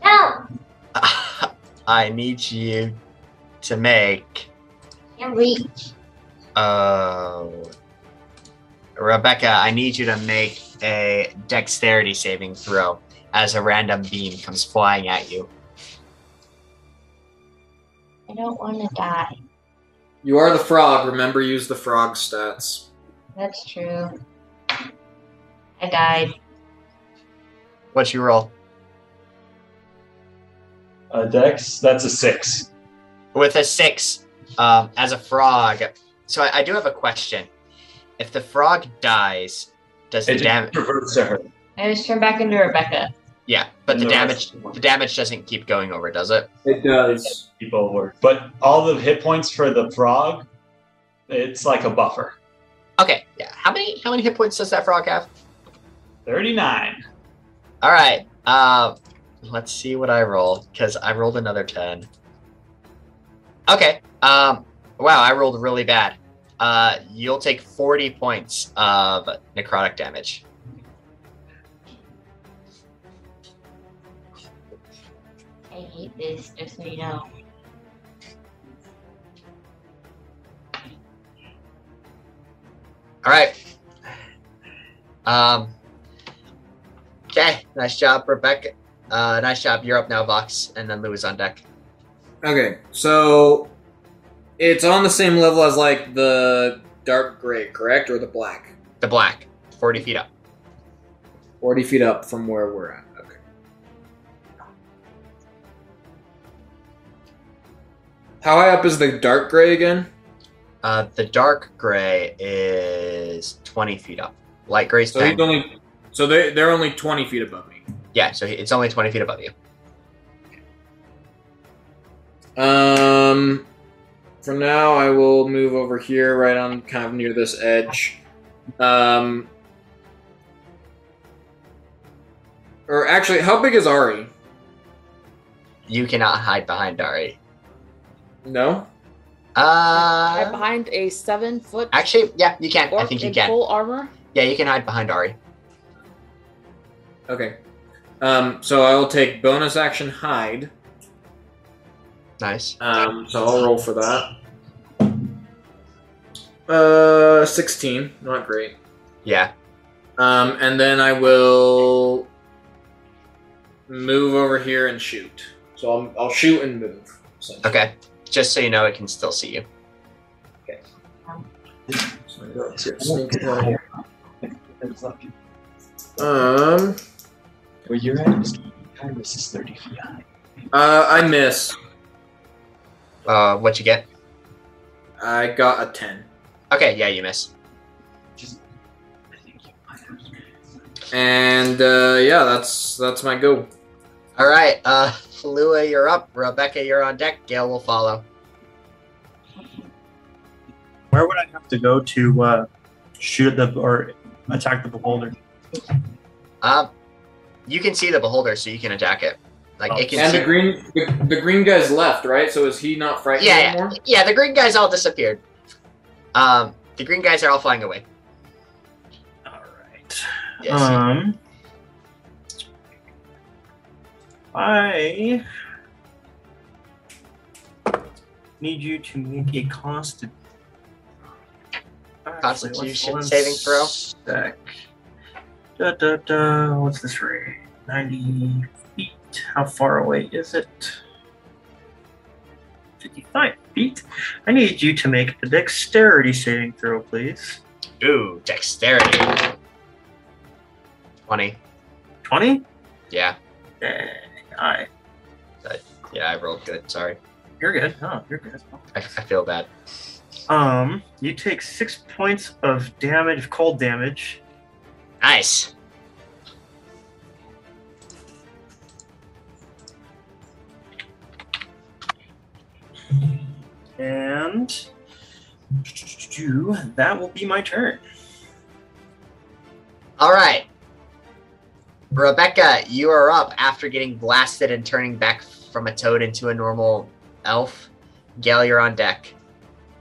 No!
I need you to make
Can't reach.
Oh. Rebecca, I need you to make a dexterity saving throw as a random beam comes flying at you.
I don't want to die.
You are the frog. Remember, use the frog stats.
That's true. I died.
What's your roll?
Uh, Dex, that's a six.
With a six, um, as a frog. So I, I do have a question. If the frog dies, does
It
the
just
damage
reverts to her.
I just turn back into Rebecca.
Yeah, but the
No,
damage the damage doesn't keep going over, does it?
It does. Keep over. But all the hit points for the frog, it's like a buffer.
Okay, yeah. How many how many hit points does that frog have?
Thirty nine.
All right. Uh, let's see what I rolled because I rolled another ten. Okay. Um. Wow, I rolled really bad. Uh, you'll take forty points of necrotic damage.
I hate this, just so you know.
All right. Um. Okay. Nice job, Rebecca. Uh, nice job. You're up now, Vox, and then Lou is on deck.
Okay, so it's on the same level as like the dark gray, correct, or the black?
The black, forty feet up.
Forty feet up from where we're at. Okay. How high up is the dark gray again?
Uh, the dark gray is twenty feet up. Light gray's
So
ten.
he's only so they they're only twenty feet above me.
Yeah, so he- it's only twenty feet above you.
Um, for now, I will move over here, right on, kind of near this edge. Um, or actually, how big is Ari?
You cannot hide behind Dari.
No.
Uh,
Hide behind a seven foot.
actually, yeah, you can. I
orc
think you
in
can.
Full armor.
Yeah, you can hide behind Ari.
Okay. Um, so I will take bonus action hide.
Nice.
Um, so I'll roll for that. Uh, sixteen. Not great.
Yeah.
Um, and then I will move over here and shoot. So I'll, I'll shoot and move. essentially.
Okay. Just so you know, it can still see you.
So I go up here, sneak attack. Um.
Well, you're at is Kyrus is 30 feet high.
Uh, I miss.
Uh, what you get?
I got a ten,
Okay. Yeah, you miss.
and uh, yeah, that's that's my go.
All right. Uh, Lua, you're up. Rebecca, you're on deck. Gail will follow.
Where would I have to go to uh, shoot the or attack the beholder?
Uh, you can see the beholder, so you can attack it. Like it can.
And
see-
the green the, the green guy's left, right? So is he not frightened
yeah,
anymore?
yeah, yeah. The green guys all disappeared. Um, the green guys are all flying away. All right. Yes.
Um, I need you to make a constant.
Constitution saving throw.
Sec. Da, da, da. What's this range? 90 feet. How far away is it? 55 feet. I need you to make a dexterity saving throw, please.
Ooh, dexterity. Twenty.
20?
Yeah.
Eh, I.
That- yeah, I rolled good. Sorry.
You're good. Oh, you're good.
I, I feel bad.
Um, you take six points of damage, of cold damage.
Nice.
And that will be my turn.
All right. Rebecca, you are up after getting blasted and turning back from a toad into a normal elf. Gail, you're on deck.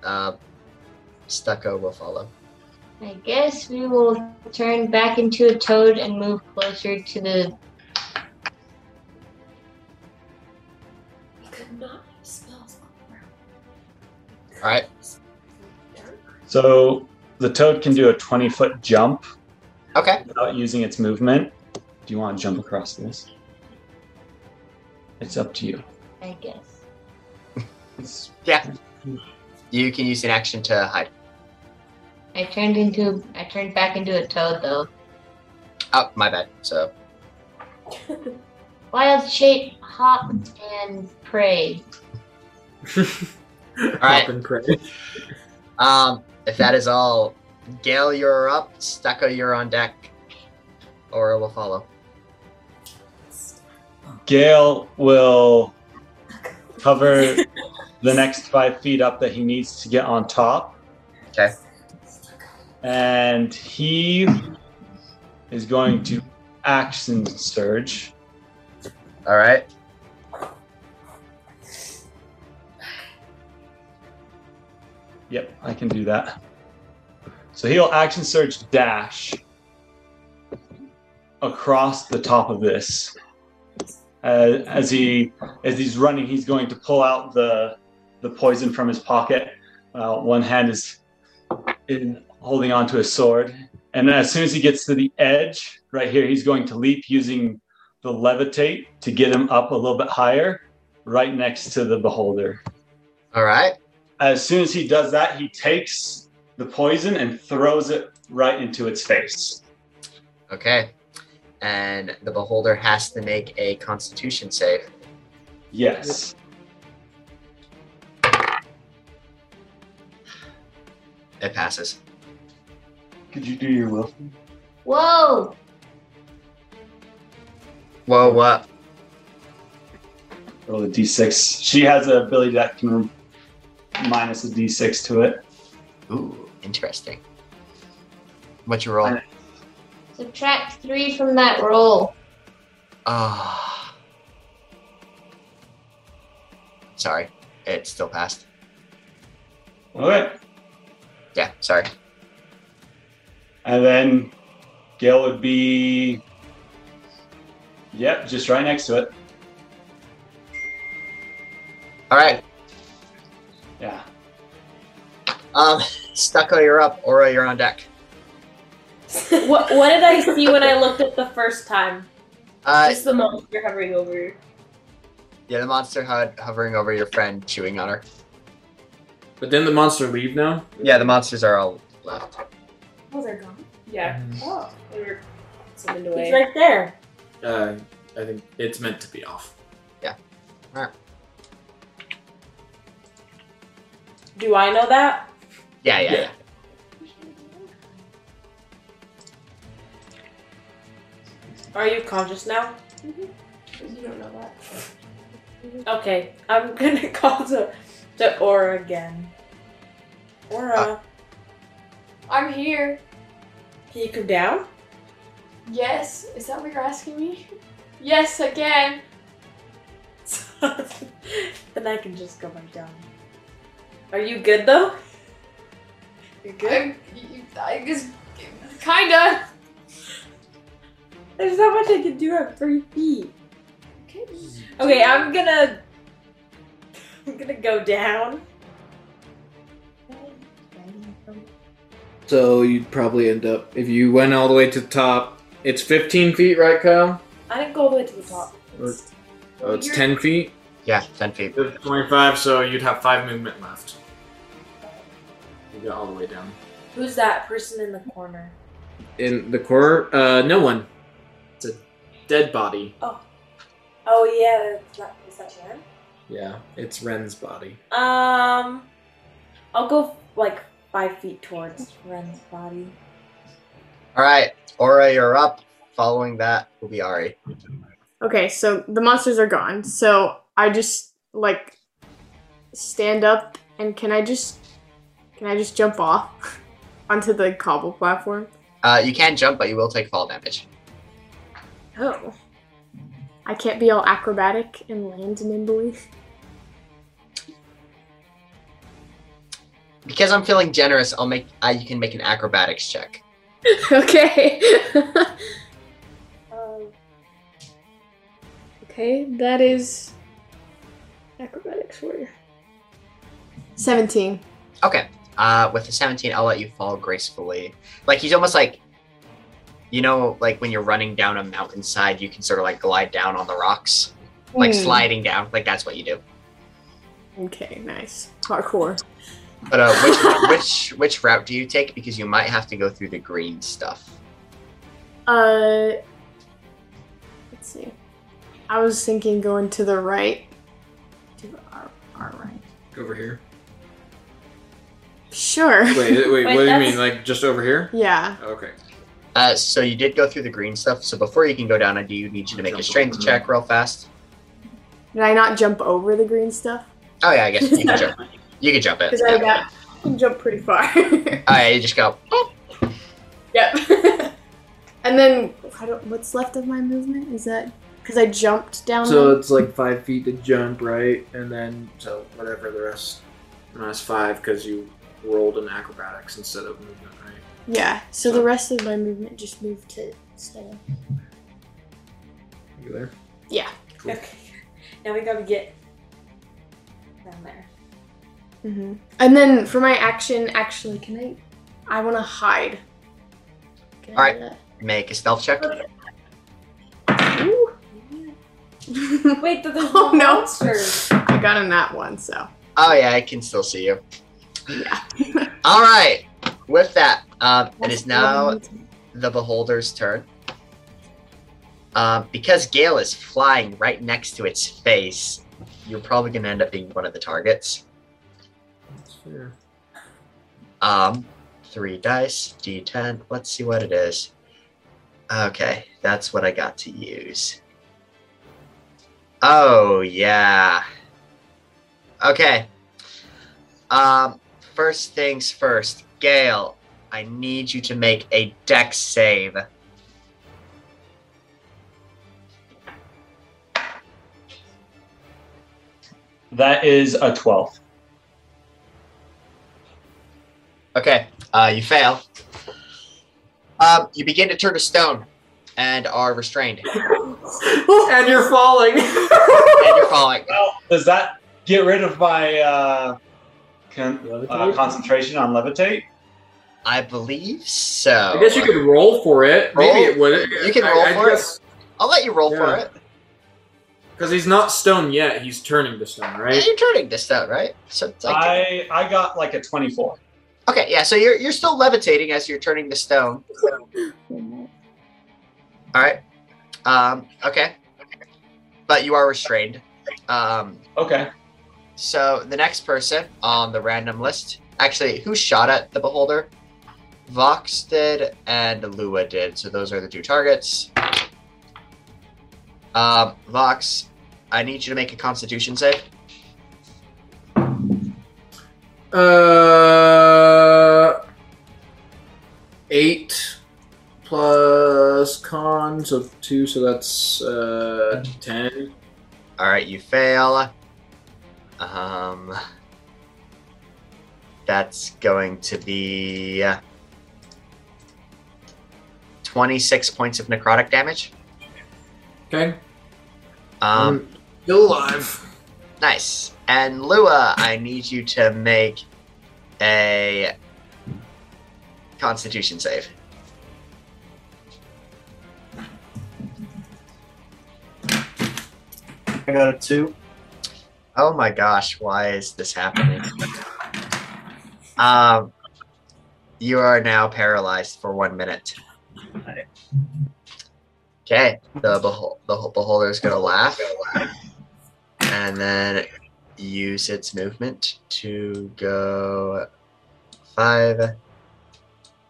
Uh, Stucco will follow.
I guess we will turn back into a toad and move closer to the.
It could not be spells on the ground.
All right.
So the toad can do a twenty foot jump
Okay.
without using its movement. Do you want to jump across this? It's up to you.
I guess.
Yeah. You can use an action to hide.
I turned into. I turned back into a toad though.
Oh, my bad. So,
Wild shape, hop, and pray.
all right. Um, if that is all, Gail, you're up. Stucco, you're on deck. Aura will follow.
Gale will cover the next five feet up that he needs to get on top.
Okay.
And he is going to action surge.
All right.
Yep, I can do that. So he'll action surge dash across the top of this. Uh, as he as he's running, he's going to pull out the the poison from his pocket. Uh, one hand is in holding onto his sword, and as soon as he gets to the edge, right here, he's going to leap using the levitate to get him up a little bit higher, right next to the beholder.
All right.
As soon as he does that, he takes the poison and throws it right into its face.
Okay. And the beholder has to make a constitution save.
Yes.
It passes.
Could you do your will?
Whoa!
Whoa, what?
Roll a d6. She has an ability that can minus a d6 to it.
Ooh, interesting. What's your roll?
Subtract three from that roll.
Ah. sorry. It still passed.
Okay.
Yeah, sorry.
And then Gale would be. Yep, just right next to it.
All right.
Yeah.
Um, Stucco, you're up. Aura, you're on deck.
what, what did I see when I looked up the first time?
Uh,
Just the monster hovering over.
Yeah, the monster hud hovering over your friend, chewing on her.
But didn't the monster leave now?
Yeah, the monsters are all left.
Oh, they're gone. Yeah.
Um,
Oh, they were summoned
away.
It's right there.
Uh, I think it's meant to be off.
Yeah.
Do I know that?
Yeah, yeah,
Yeah.
yeah.
Are you conscious now?
Mm-hmm. You don't know that. Mm-hmm.
Okay, I'm gonna call to, to Aura again. Aura,
I'm here.
can you come down?
Yes. Is that what you're asking me? Yes, again.
then I can just go back down. Are you good though?
You're good. I, you- I guess, kinda.
There's not much I can do at three feet.
Okay.
Okay, I'm gonna. I'm gonna go down.
So you'd probably end up if you went all the way to the top. It's 15 feet, right, Kyle?
I didn't go all the way to the top.
Or, oh, it's 10 feet.
Yeah, 10 feet.
25, so you'd have 5 movement left. You go all the way down.
Who's that person in the corner?
In the core? Uh, no one. It's a dead body.
Oh yeah, that's that, is that Ren?
Yeah, it's Ren's body.
Um, I'll go like five feet towards Ren's body.
All right, Aura, you're up. Following that will be Ari.
Okay, so the monsters are gone. So I just like stand up and can I just can I just jump off onto the cobble platform?
Uh, you can jump, but you will take fall damage.
Oh. I can't be all acrobatic and land nimbly.
Because I'm feeling generous, I'll make uh, you can make an acrobatics check.
okay.
Um,
okay, that is acrobatics warrior. 17.
Okay. Uh, with the 17, I'll let you fall gracefully. Like he's almost like, you know, like when you're running down a mountainside, you can sort of like glide down on the rocks, like
Hmm.
sliding down. Like that's what you do.
Okay, nice. Hardcore.
But uh, which which which route do you take? Because you might have to go through the green stuff.
Uh let's see. I was thinking going to the right. To our, our right.
Over here.
Sure.
Wait, wait,
Wait,
what do you
that's-
mean? Like just over here?
Yeah.
Okay.
Uh, so you did go through the green stuff. So before you can go down, I do need you to make a strength check real fast.
Did I not jump over the green stuff?
Oh yeah, I guess you can jump. You can jump it.
Because I got can jump pretty far.
Oh yeah, you just go.
yep. and then I don't, what's left of my movement is that because I jumped down.
So
one?
it's like five feet to jump, right? And then so whatever the rest minus five because you rolled in acrobatics instead of movement, right?
yeah. So the rest of my movement just moved to stand.
You there?
Yeah.
Okay. Now we gotta get down there.
hmm And then for my action, actually, can I? I want to hide.
All right, make a stealth check.
Wait, the, the
Oh no!
monsters.
I got in that one, so
Oh yeah, I can still see you. Yeah. All right. With that, um, it is now the beholder's turn. Um, because Gale is flying right next to its face, you're probably going to end up being one of the targets.
That's fair.
Um, three dice, d10. Let's see what it is. Okay, that's what I got to use. Oh yeah. Okay. Um, first things first, Gail. I need you to make a Dex save.
That is a 12.
Okay, uh, you fail. Um, you begin to turn to stone and are restrained.
and you're falling.
and you're falling.
Does that get rid of my uh, con- uh, concentration on levitate?
I believe so.
I guess you could roll for it. Maybe it would.
You can
I-
roll
I
for
guess-
it. I'll let you roll for
Yeah.
it.
Because he's not stone yet. He's turning to stone, right?
You're turning this out, right? So it's like-
I I got like a 24.
Okay, yeah. So you're you're still levitating as you're turning the stone. All right. Um, okay. But you are restrained. Um,
okay.
So the next person on the random list, actually, who shot at the beholder? Vox did and Lua did. So those are the two targets. Um, Vox, I need you to make a Constitution save.
Uh, eight plus cons of two, so that's uh ten.
All right, you fail. Um, that's going to be uh, 26 points of necrotic damage.
Okay.
Um,
Still alive.
Nice. And Lua, I need you to make a Constitution save.
I got a two.
Oh my gosh, why is this happening? um, you are now paralyzed for one minute. Okay, the, behol- the ho- beholder is going to laugh and then use its movement to go 5,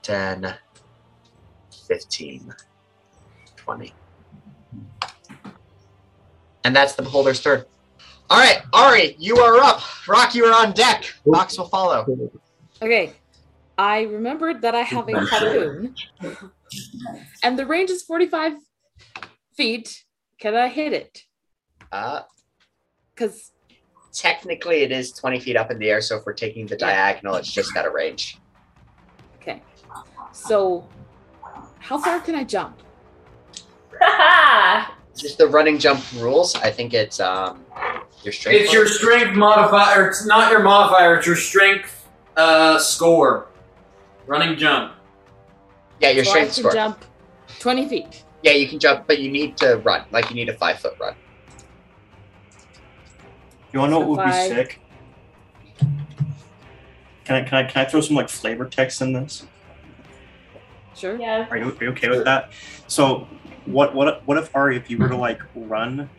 10, 15, 20. And that's the beholder's turn. All right, Ari, you are up. Rock, you are on deck. Vox will follow.
Okay. I remembered that I have a harpoon. and the range is 45 feet. Can I hit it?
Uh,
Because
technically, it is 20 feet up in the air, so if we're taking the diagonal, it's just out of range.
Okay. So, how far can I jump?
Just the running jump rules. I think it's um, your strength.
It's your strength modifier. It's not your modifier. It's your strength uh score. Running jump.
Yeah, your
So I
strength
can
score.
jump 20 feet.
Yeah, you can jump, but you need to run. Like you need a five foot run.
You wanna know what would be
Five.
sick? Can I, can I can I throw some like flavor text in this?
Sure.
Yeah.
Are you, are you okay with that? So what what what if Ari if you were to like run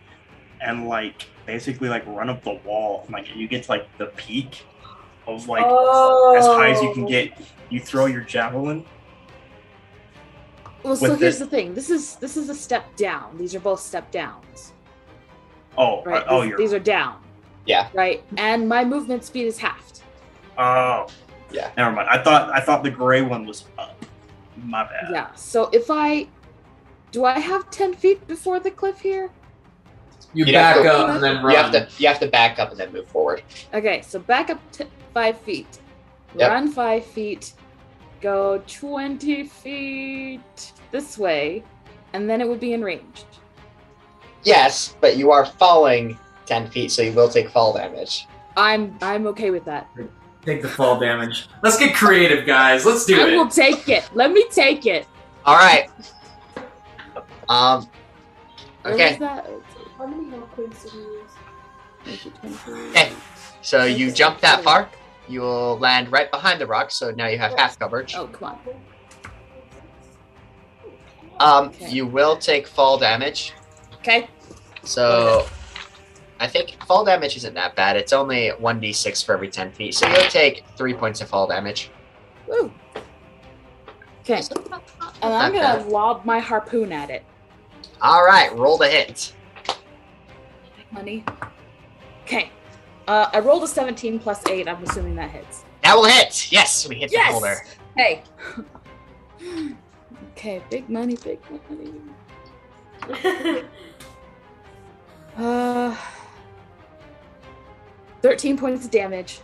and like basically like run up the wall and like you get to like the peak of like as high as you can
Oh.
get, you throw your javelin
Well, so
With
here's
the-
the thing. This is this is a step down. These are both step downs.
Oh,
Right.
uh, oh,
these,
you're.
these are down.
Yeah.
Right. And my movement speed is halved.
Oh. Yeah. Never mind. I thought I thought the gray one was
uh,
up. My bad.
Yeah. So if I do, I have ten feet before the cliff here.
You
back up and then
You have to you have to back up and then move forward.
Okay. So back up t- five feet.
Yep.
Run five feet. Go twenty feet this way, and then it would be in range.
Yes, but you are falling ten feet, so you will take fall damage.
I'm I'm okay with that.
Take the fall damage. Let's get creative, guys. Let's do
I
it.
will take it. Let me take it.
All right. Um.
Where
Okay.
was that? Oh,
How many hell coins did you use?
Okay. So you jump that far, you will land right behind the rock. So now you have half coverage.
Oh come on.
Um, you will take fall damage.
Okay.
So, I think fall damage isn't that bad. It's only one d six for every ten feet. So you'll take three points of fall damage.
Woo. Okay. And I'm gonna lob my harpoon at it.
All right, roll the hit.
Money. Okay. Uh, I rolled a 17 plus 8. I'm assuming that hits.
That will hit. Yes, we hit
Yes!
the boulder.
Hey. okay, big money, big money. uh, 13 points of damage.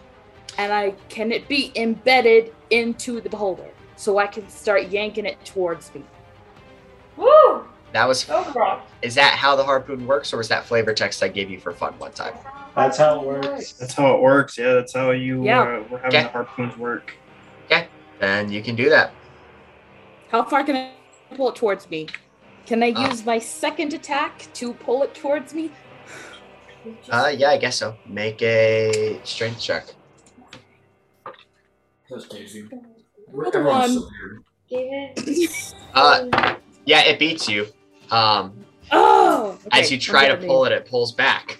And I can it be embedded into the beholder so I can start yanking it towards me.
Woo!
That was.
Oh,
Overall.
Is that how the harpoon works, or was that flavor text I gave you for fun one time?
That's how it works. That's how it works. Yeah, that's how you
Yeah.
uh, were having
Okay.
the harpoons work.
Okay, then you can do that.
How far can I pull it towards me? Can I
Uh.
use my second attack to pull it towards me?
Uh, yeah, I guess so. Make a strength check.
Another one.
Uh, yeah, it beats you. Um,
Oh!
as
okay,
you try
I'm
to
gonna
pull it,
leave.
it pulls back.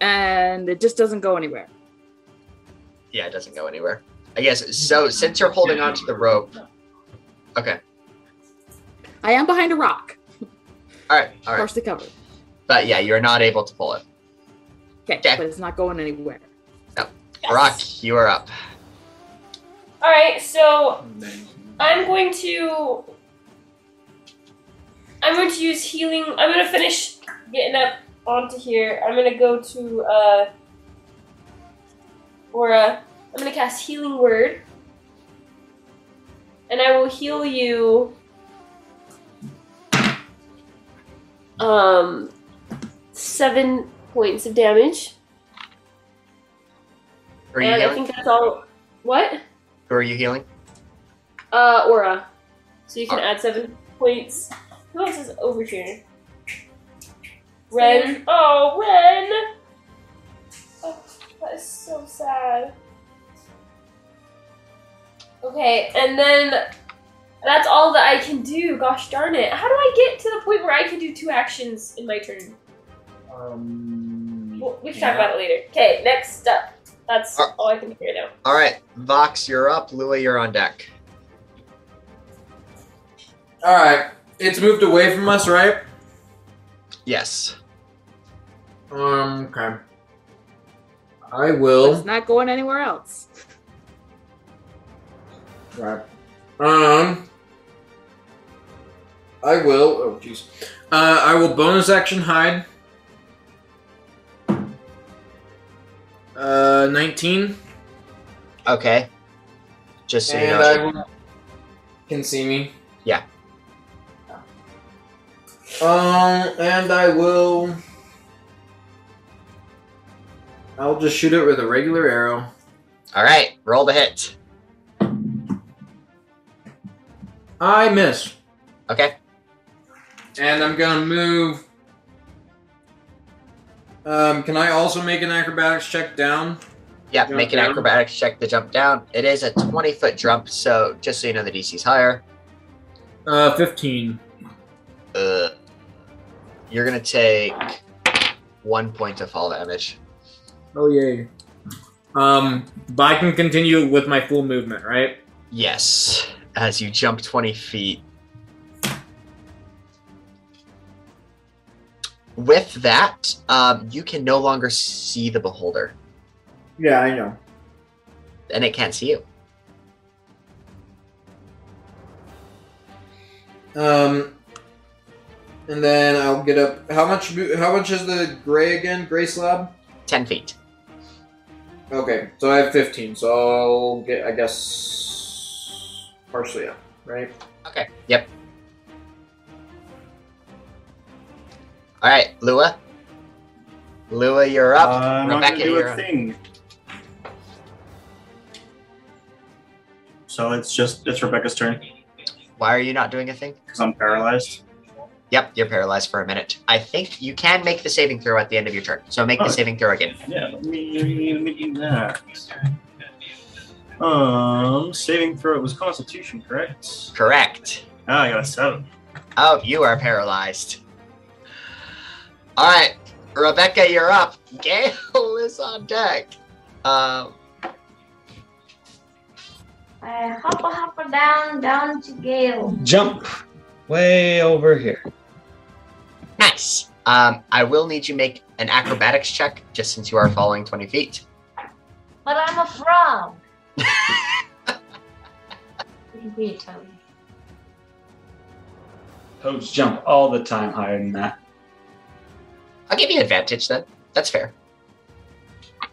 And it just doesn't go anywhere.
Yeah, it doesn't go anywhere. I guess so. Since you're holding onto the rope, okay.
I am behind a rock.
All right, all right.
Partially covered.
But yeah, you're not able to pull it.
Okay, but it's not going anywhere.
Rock, you are up.
All right, so I'm going to. I'm going to use healing. I'm going to finish getting up onto here. I'm going to go to uh, Aura. I'm going to cast Healing Word, and I will heal you. Um, seven points of damage,
Who are you
and Uh, I
healing?
think that's all. What?
Who are you healing?
Uh, aura. So you can
Aura.
add seven points. Who else is over here? Ren. Oh, Ren! Oh, that is so sad. Okay, and then that's all that I can do. Gosh darn it. How do I get to the point where I can do two actions in my turn? Um, we can talk about it later. Okay, next up. That's
Uh,
all I can do right now.
All right, Vox, you're up. Lua, you're on deck.
All right, it's moved away from us, right?
Yes.
Um. Okay. I will.
It's not going anywhere else.
Right. Um. I will. Oh, jeez. Uh, I will bonus action hide. Uh, nineteen.
Okay. Just so you
and
know.
I will- can see me.
Yeah.
Um, and I will. I'll just shoot it with a regular arrow.
All right, roll the hit.
I miss.
Okay.
And I'm gonna move. Um, can I also make an acrobatics check down?
Yeah,
Jump
make an
down.
acrobatics check to jump down. It is a 20 foot jump, so just so you know, the DC's higher.
Uh, fifteen.
Uh, you're gonna take one point of fall damage.
Oh yay.
Um, but I can continue with my full movement, right?
Yes, as you jump 20 feet With that, um, you can no longer see the beholder,
Yeah, I know.
and it can't see you.
Um, and then I'll get up. How much? mo- How much is the gray again? Gray slab?
Ten feet.
Okay, so I have fifteen. So I'll get. I guess partially up, right?
Okay. Yep. All right, Lua. Lua, you're up.
Uh, I'm not gonna
Rebecca,
do
you're
a
up.
thing. So it's just it's Rebecca's turn
Why are you not doing a thing?
because I'm paralyzed.
Yep, you're paralyzed for a minute. I think you can make the saving throw at the end of your turn. So make
Oh.
the saving throw again.
Yeah, let me, let me do that. Um, saving throw it was Constitution, correct?
Correct.
Ah, I got a seven.
Oh, you are paralyzed. All right, Rebecca, you're up. Gale is on deck. Um,
I hop a hop a down, down to Gale.
Jump way over here.
nice. Um, I will need you make an acrobatics check just since you are falling 20 feet.
But I'm a frog. You can be a toad.
Toads jump all the time higher than that.
I'll give you advantage then. That's fair.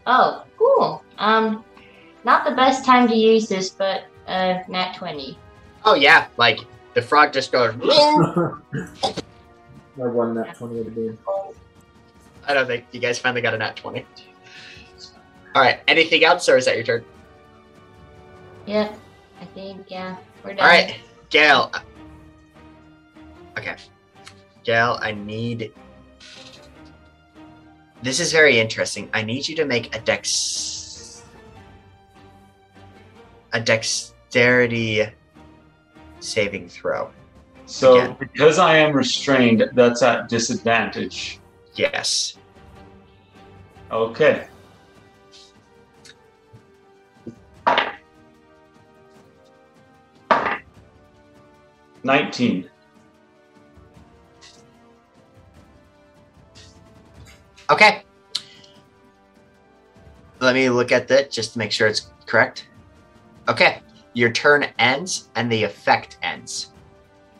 Oh, cool. Um, not the best time to use this, but uh, nat twenty.
Oh yeah, like the frog just goes.
I won that 20 would have been.
I don't think you guys finally got a nat 20. All right, anything else, or is that your turn?
Yep, I think yeah, we're done.
All right, Gail. Okay, Gail, I need. This is very interesting. I need you to make a dex, a dexterity saving throw.
So because I am restrained, that's at disadvantage.
Yes.
Okay. Nineteen.
Okay. Let me look at that just to make sure it's correct. Okay, your turn ends and the effect ends.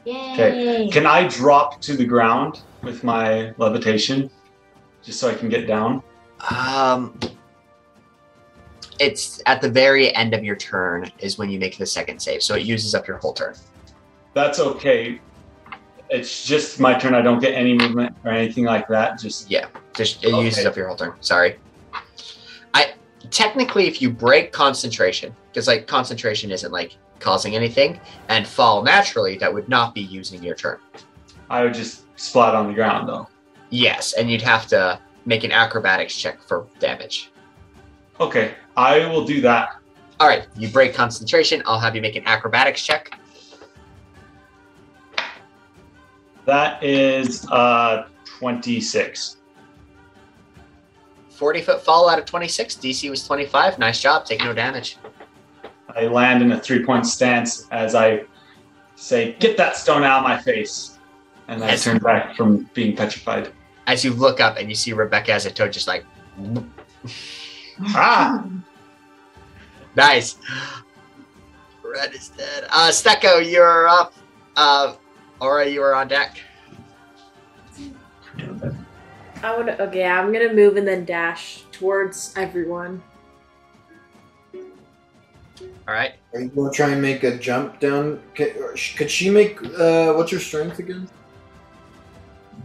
Okay. Can I drop to the ground with my levitation, just so I can get down?
Um, it's at the very end of your turn is when you make the second save, so it uses up your whole turn.
That's okay. It's just my turn. I don't get any movement or anything like that. Just
yeah, just it uses up your whole turn. Sorry. I technically, if you break concentration, because like concentration isn't like causing anything, and fall naturally, that would not be using your turn.
I would just splat on the ground though.
Yes, and you'd have to make an acrobatics check for damage.
Okay, I will do that.
All right, you break concentration. I'll have you make an acrobatics check.
That is uh twenty-six.
40 foot fall out of 26. DC was 25. Nice job. Take no damage.
I land in a three-point stance as I say, "Get that stone out of my face," and I
Yes.
turn back from being petrified.
As you look up and you see Rebecca as a toad, just like,
ah,
nice. Red is dead. Uh, Stecco, you're up. Uh, Aura, you are on deck.
I want to. Okay, I'm gonna move and then dash towards everyone.
All right.
Are you gonna try and make a jump down? Could, or sh- could she make? Uh, what's your strength again?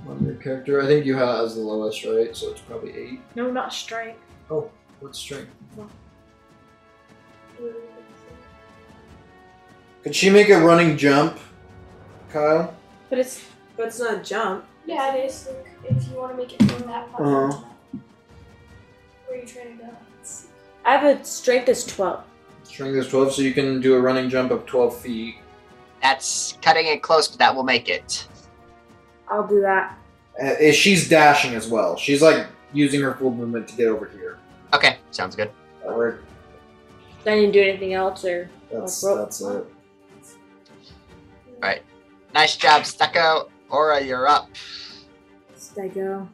On your character, I think you have as the lowest, right? So it's probably eight.
No, not strength.
Oh, what's strength? Could she make a running jump, Kyle?
But it's but it's not a jump.
Yeah, it is. Luke, if you want to make it from that part,
Uh-huh.
where are you trying to go?
I have a strength is twelve.
Strength is twelve, so you can do a running jump of twelve feet.
That's cutting it close, but that will make it.
I'll do that.
Uh, eh, she's dashing as well. She's like using her full movement to get over here.
Okay, sounds good.
That work?
I didn't do anything else or.
That's
Oh,
that's it.
All right. Nice job, Stecco. Aura, you're up.
Stego.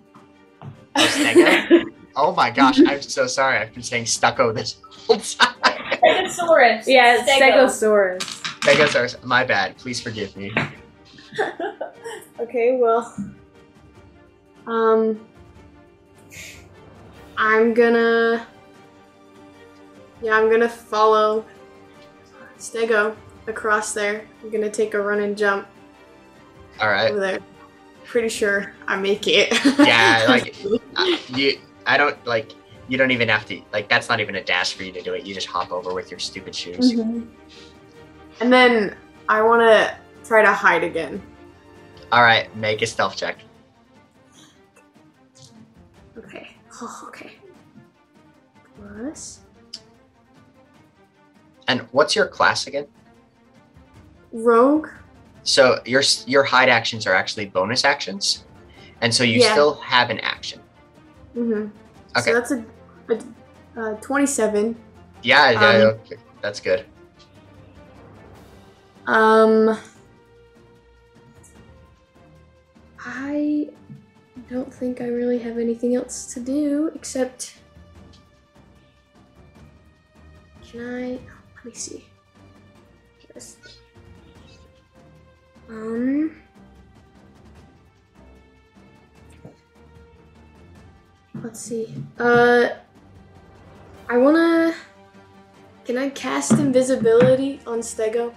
oh my gosh, I'm so sorry. I've been saying stucco this whole time.
Stegosaurus. Yeah, it's
Stego.
Stegosaurus.
Stegosaurus, my bad. Please forgive me.
Okay, well. Um. I'm gonna.
Yeah, I'm gonna follow Stego across there. I'm gonna take a run and jump
All right.
over there. Pretty sure I make it.
Yeah, like uh, you. I don't like. You don't even have to. Like that's not even a dash for you to do it. You just hop over with your stupid shoes.
Mhm. And then I wanna try to hide again.
Mm-hmm.
All right, make a stealth check.
Okay. Oh, okay. Plus.
And what's your class again?
Rogue?
So your s- your hide actions are actually bonus actions, and so you
Yeah.
still have an action.
Mm-hmm.
Okay.
So that's a, a uh, 27.
Yeah, yeah,
Um,
okay. that's good.
Um, I don't think I really have anything else to do except. Can I? oh, Let me see. Just- Um. Let's see. Uh, I wanna. Can I cast invisibility on Stego?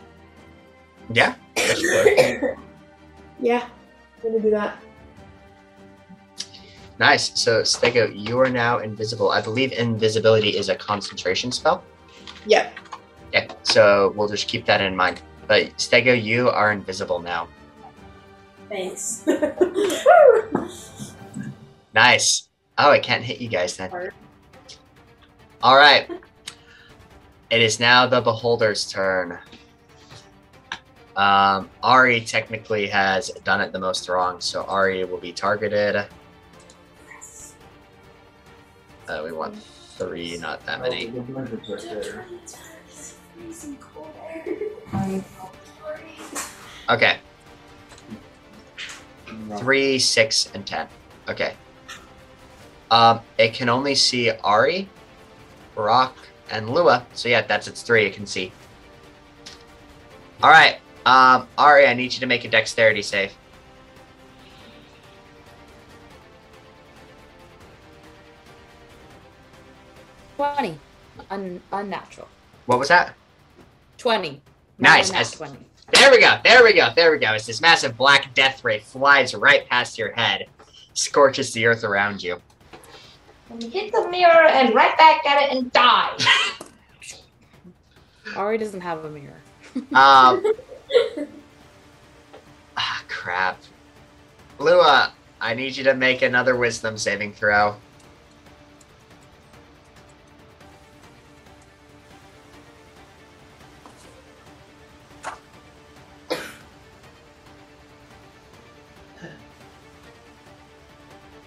Yeah. that's good.
Yeah, I'm gonna do that.
nice. So Stego, you are now invisible. I believe invisibility is a concentration spell.
Yep.
Yeah. So we'll just keep that in mind. But Stego, you are invisible now.
Thanks.
Nice. Oh, I can't hit you guys then. All right. It is now the beholder's turn. Um, Ari technically has done it the most wrong, so Ari will be targeted. Uh, we want three, not that
Oh,
many. Okay. Three, six, and ten. Okay. Um, it can only see Ari, Rock, and Lua. So yeah, that's its three. It can see. All right, um, Ari, I need you to make a dexterity save.
Twenty. Un- unnatural.
What was that?
Twenty.
Nice.
Not
As-
Twenty.
There we go. There we go. There we go. As this massive black death ray flies right past your head, scorches the earth around you.
Hit the mirror and right back at it and die.
Ari doesn't have a mirror.
Um, ah, crap. Lua, I need you to make another wisdom saving throw.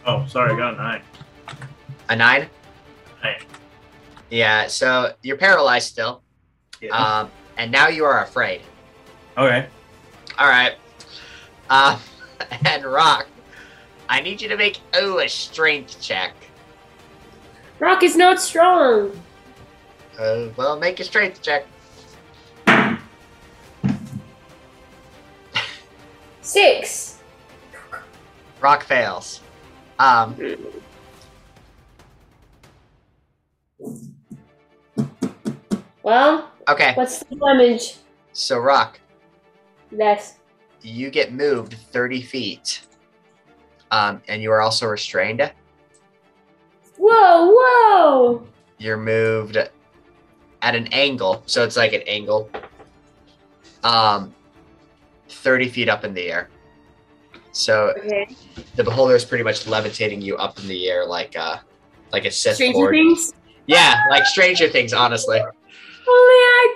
Oh, sorry, I got a nine.
A nine?
Nine.
Yeah, so you're paralyzed still. Um, and now you are afraid.
Okay.
All right. Uh, and Rock, I need you to make oh a strength check.
Rock is not strong.
Uh, well, make a strength check.
Six.
Rock fails. Um,
Well,
okay.
what's the damage?
So Rock,
Less.
you get moved 30 feet. Um, and you are also restrained.
Whoa, whoa!
You're moved at an angle, so it's like an angle. Um, 30 feet up in the air. So
Okay.
the beholder is pretty much levitating you up in the air like uh like a Sith
Stranger
Lord.
Things.
Yeah, like Stranger Things, honestly.
Only I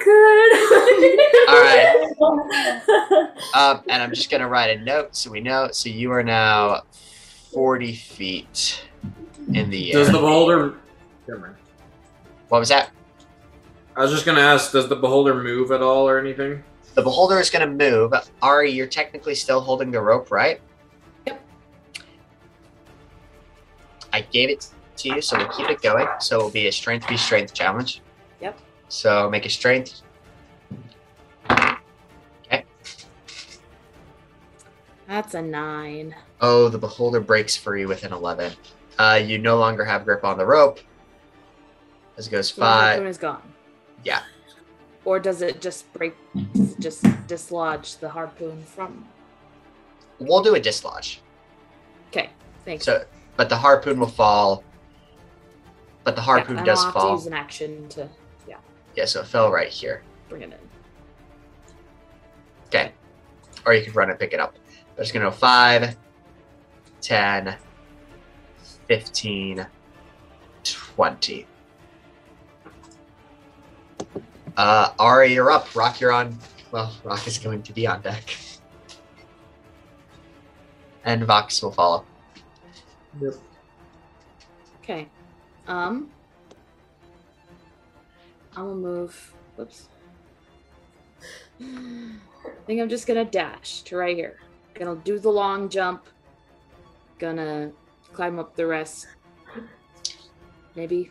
could.
All right. Um, and I'm just gonna write a note so we know. So you are now 40 feet in the air.
Does the beholder? Never mind.
what was that?
I was just gonna ask, does the beholder move at all or anything?
The beholder is gonna move. Ari, you're technically still holding the rope, right? Yep. gave it to you, so we'll keep it going. So it'll be a strength v strength challenge.
Yep.
So make a strength.
That's a nine.
Oh, the beholder breaks free with an 11. Uh, you no longer have grip on the rope. As it goes
So my
five.
harpoon is gone.
Yeah.
Or does it just break, just dislodge the harpoon from?
We'll do a dislodge.
Okay, thanks.
So, but the harpoon will fall. But the harpoon
and I'll
does
have to
fall.
use an action to, yeah,
Yeah, so it fell right here.
bring it in.
Okay. Or you can run and pick it up. But it's going to go 5, 10, 15, 20. Uh, Ari, you're up. Rock, you're on. Well, Rock is going to be on deck. And Vox will follow.
Okay. Um. I will move. Whoops. I think I'm just gonna dash to right here. Gonna do the long jump. Gonna climb up the rest. Maybe.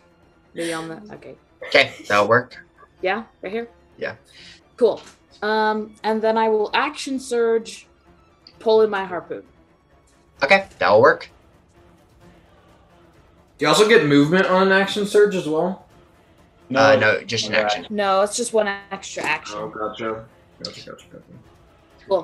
Maybe on the. Okay.
Okay, that'll work.
Yeah, right here.
Yeah.
Cool. Um, and then I will action surge, pull in my harpoon.
Okay, that'll work.
Do you also get movement on an action surge as well?
No, uh, no, just an action.
No, it's just one extra action.
Oh, gotcha. Gotcha, gotcha, gotcha.
Cool.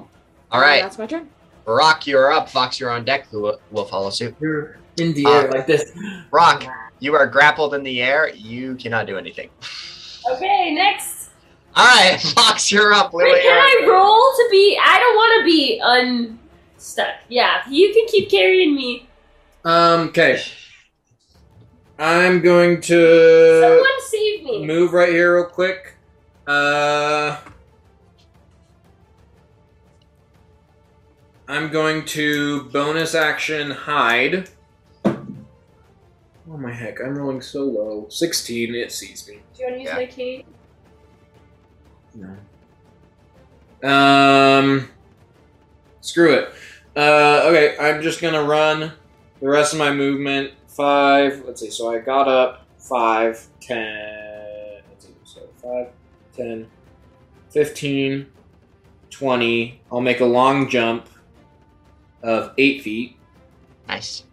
All
And
right.
That's my turn.
Rock, you're up. Vox, you're on deck. Who will follow suit?
You're in the
air
like this.
Rock, you are grappled in the air. You cannot do anything.
Okay, next.
All right, Fox, you're up. Lily,
Wait, can
you're up.
I roll to be? I don't want to be unstuck. Yeah, you can keep carrying me.
Um, okay. I'm going
Someone
to
save me.
move right here real quick. Uh, I'm going to bonus action hide. Oh my heck, I'm rolling so low. 16, it sees me.
Do you want to use
Yeah.
my key?
Um, screw it. Uh, okay, I'm just gonna run the rest of my movement. Five. Let's see. So I got up. Five, ten. Let's see. So five, ten, fifteen, twenty. I'll make a long jump of eight feet,
Nice.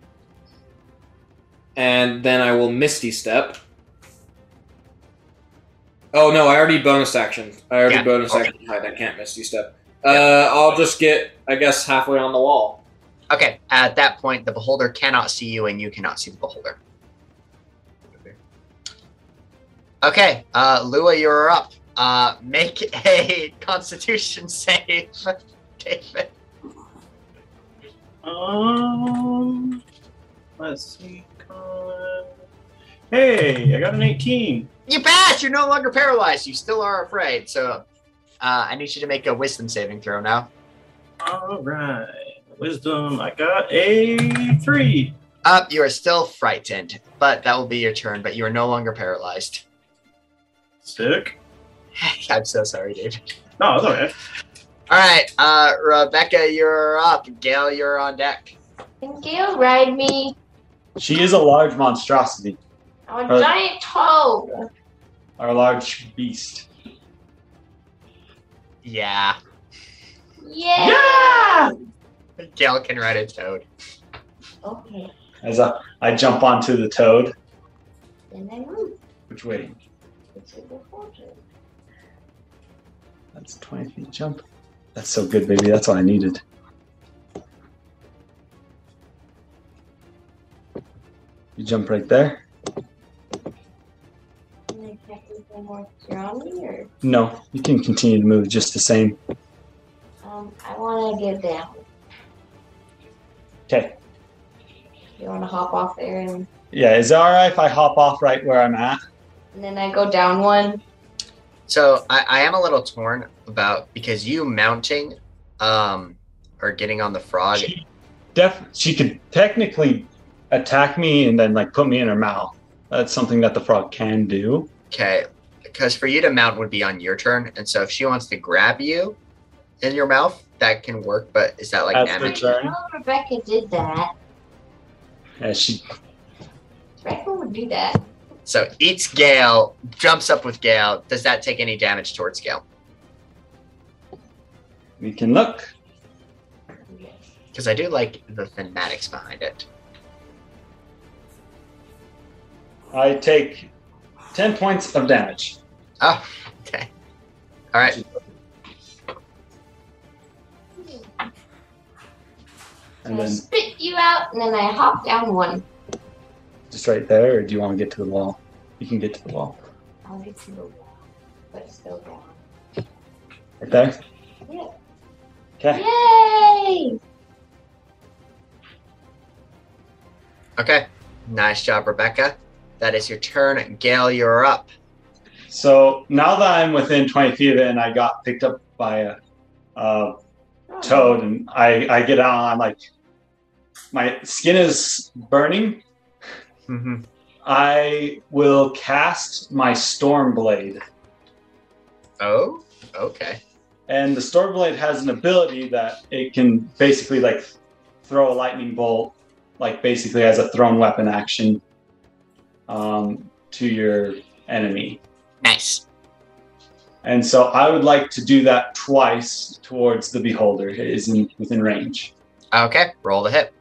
and then I will misty step. Oh no! I already bonus action. I already
Yeah.
bonus
Okay.
action. hide. I can't misty step. Uh, I'll just get, I guess, halfway on the wall.
Okay, at that point, the beholder cannot see you, and you cannot see the beholder. Okay, uh, Lua, you're up. Uh, make a Constitution save, David.
Um, let's see. con- Hey, I got an 18.
You pass. You're no longer paralyzed. You still are afraid. So, uh, I need you to make a Wisdom saving throw now.
All right, wisdom. I got a three.
Up. You are still frightened, but that will be your turn. But you are no longer paralyzed.
Sick.
I'm so sorry, David.
No, it's alright.
All right, uh, Rebecca, you're up. Gail, you're on deck.
Can Gail ride me?
She is a large monstrosity,
I'm a
Uh,
giant toe.
or a large beast.
Yeah.
Yeah.
Gail can ride a toad.
Okay.
As I, I jump onto the toad.
Then I move.
Which way?
It's a good fortune.
That's a 20 feet jump. That's so good, baby. That's what I needed. You jump right there?
Can I check if they want to on me or
No, you can continue to move just the same.
um I wanna get down.
Okay.
You wanna hop off there and,
Yeah, is it alright if I hop off right where I'm at?
and then I go down one?
So I, I am a little torn about because you mounting um or getting on the frog.
Def she could technically attack me and then like put me in her mouth. That's something that the frog can do.
Okay. Because for you to mount would be on your turn. And so if she wants to grab you in your mouth, that can work, but is that like
That's her
damage?
turn.
Oh Rebecca did that.
Yeah, she
Redfall would do that.
So eats Gale, jumps up with Gale. Does that take any damage towards Gale?
We can look.
Because I do like the thematics behind it.
I take 10 points of damage.
Oh, okay. All right.
And then
Spit you out, and then I hop down one.
just right there, or do you want to get to the wall? You can get to the wall.
I'll get to the wall, but it's still down.
Right there?
Yeah.
Okay.
Yay!
Okay. Nice job, Rebecca. That is your turn. Gale, you're up.
So now that I'm within 20 feet of it and I got picked up by a, a toad and I, I get out and I'm like, my skin is burning. I will cast my Storm Blade.
Oh, okay.
And the Storm Blade has an ability that it can basically like throw a lightning bolt, like basically as a thrown weapon action um, to your enemy.
Nice.
And so I would like to do that twice towards the beholder. It is in, within range.
Okay, roll the hit.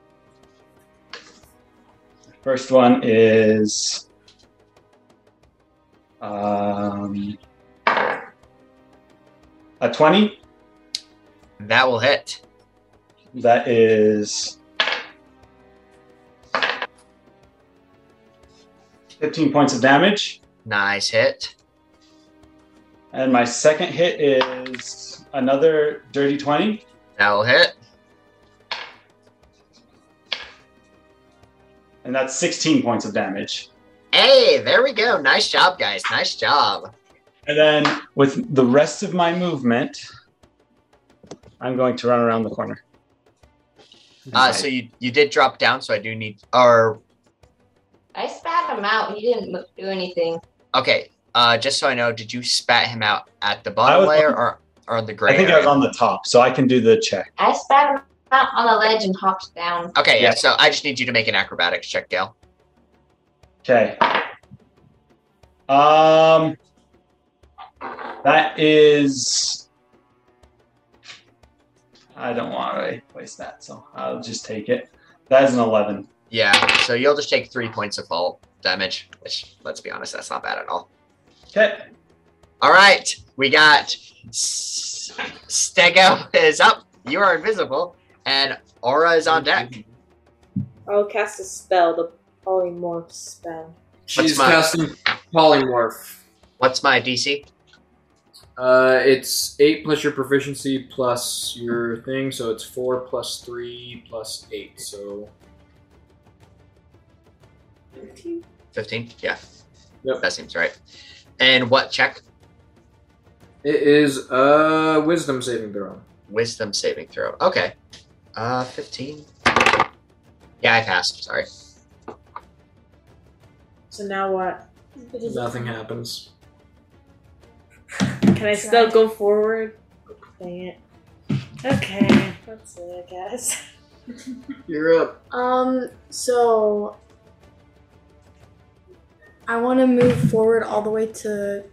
First one is um, a 20.
That will hit.
That is 15 points of damage.
Nice hit.
And my second hit is another dirty 20.
That will hit.
And that's 16 points of damage.
Hey, there we go. Nice job, guys. Nice job.
And then with the rest of my movement, I'm going to run around the corner.
Uh, so you you did drop down, so I do need. Or
I spat him out. He didn't mo- do anything.
okay, uh, just so I know, did you spat him out at the
I
bottom
was
layer
on-
or or on the gray?
I think I was
area?
on the top, so I can do the check.
I spat him out on the ledge and hopped down.
Okay, yeah.
Yeah.
So I just need you to make an acrobatics check, Gail.
Okay. Um, that is. I don't want to waste that, so I'll just take it. That is an eleven.
Yeah. So you'll just take three points of fall damage, which let's be honest, that's not bad at all.
Okay.
All right, we got S- Stego is up. You are invisible, and Aura is on deck.
I'll cast a spell, the polymorph spell.
She's
mine?
casting polymorph.
What's my DC?
Uh, it's eight plus your proficiency plus your thing, so it's four plus three plus eight. So
Fifteen. Yeah.
Yep.
That seems right. And what check?
it is a wisdom saving throw.
Wisdom saving throw. Okay. Uh, fifteen. Yeah, I passed. Sorry.
So now what?
Nothing happens.
Can I still go forward? Dang it. Okay, that's it, I guess.
You're up.
Um, so I want to move forward all the way to.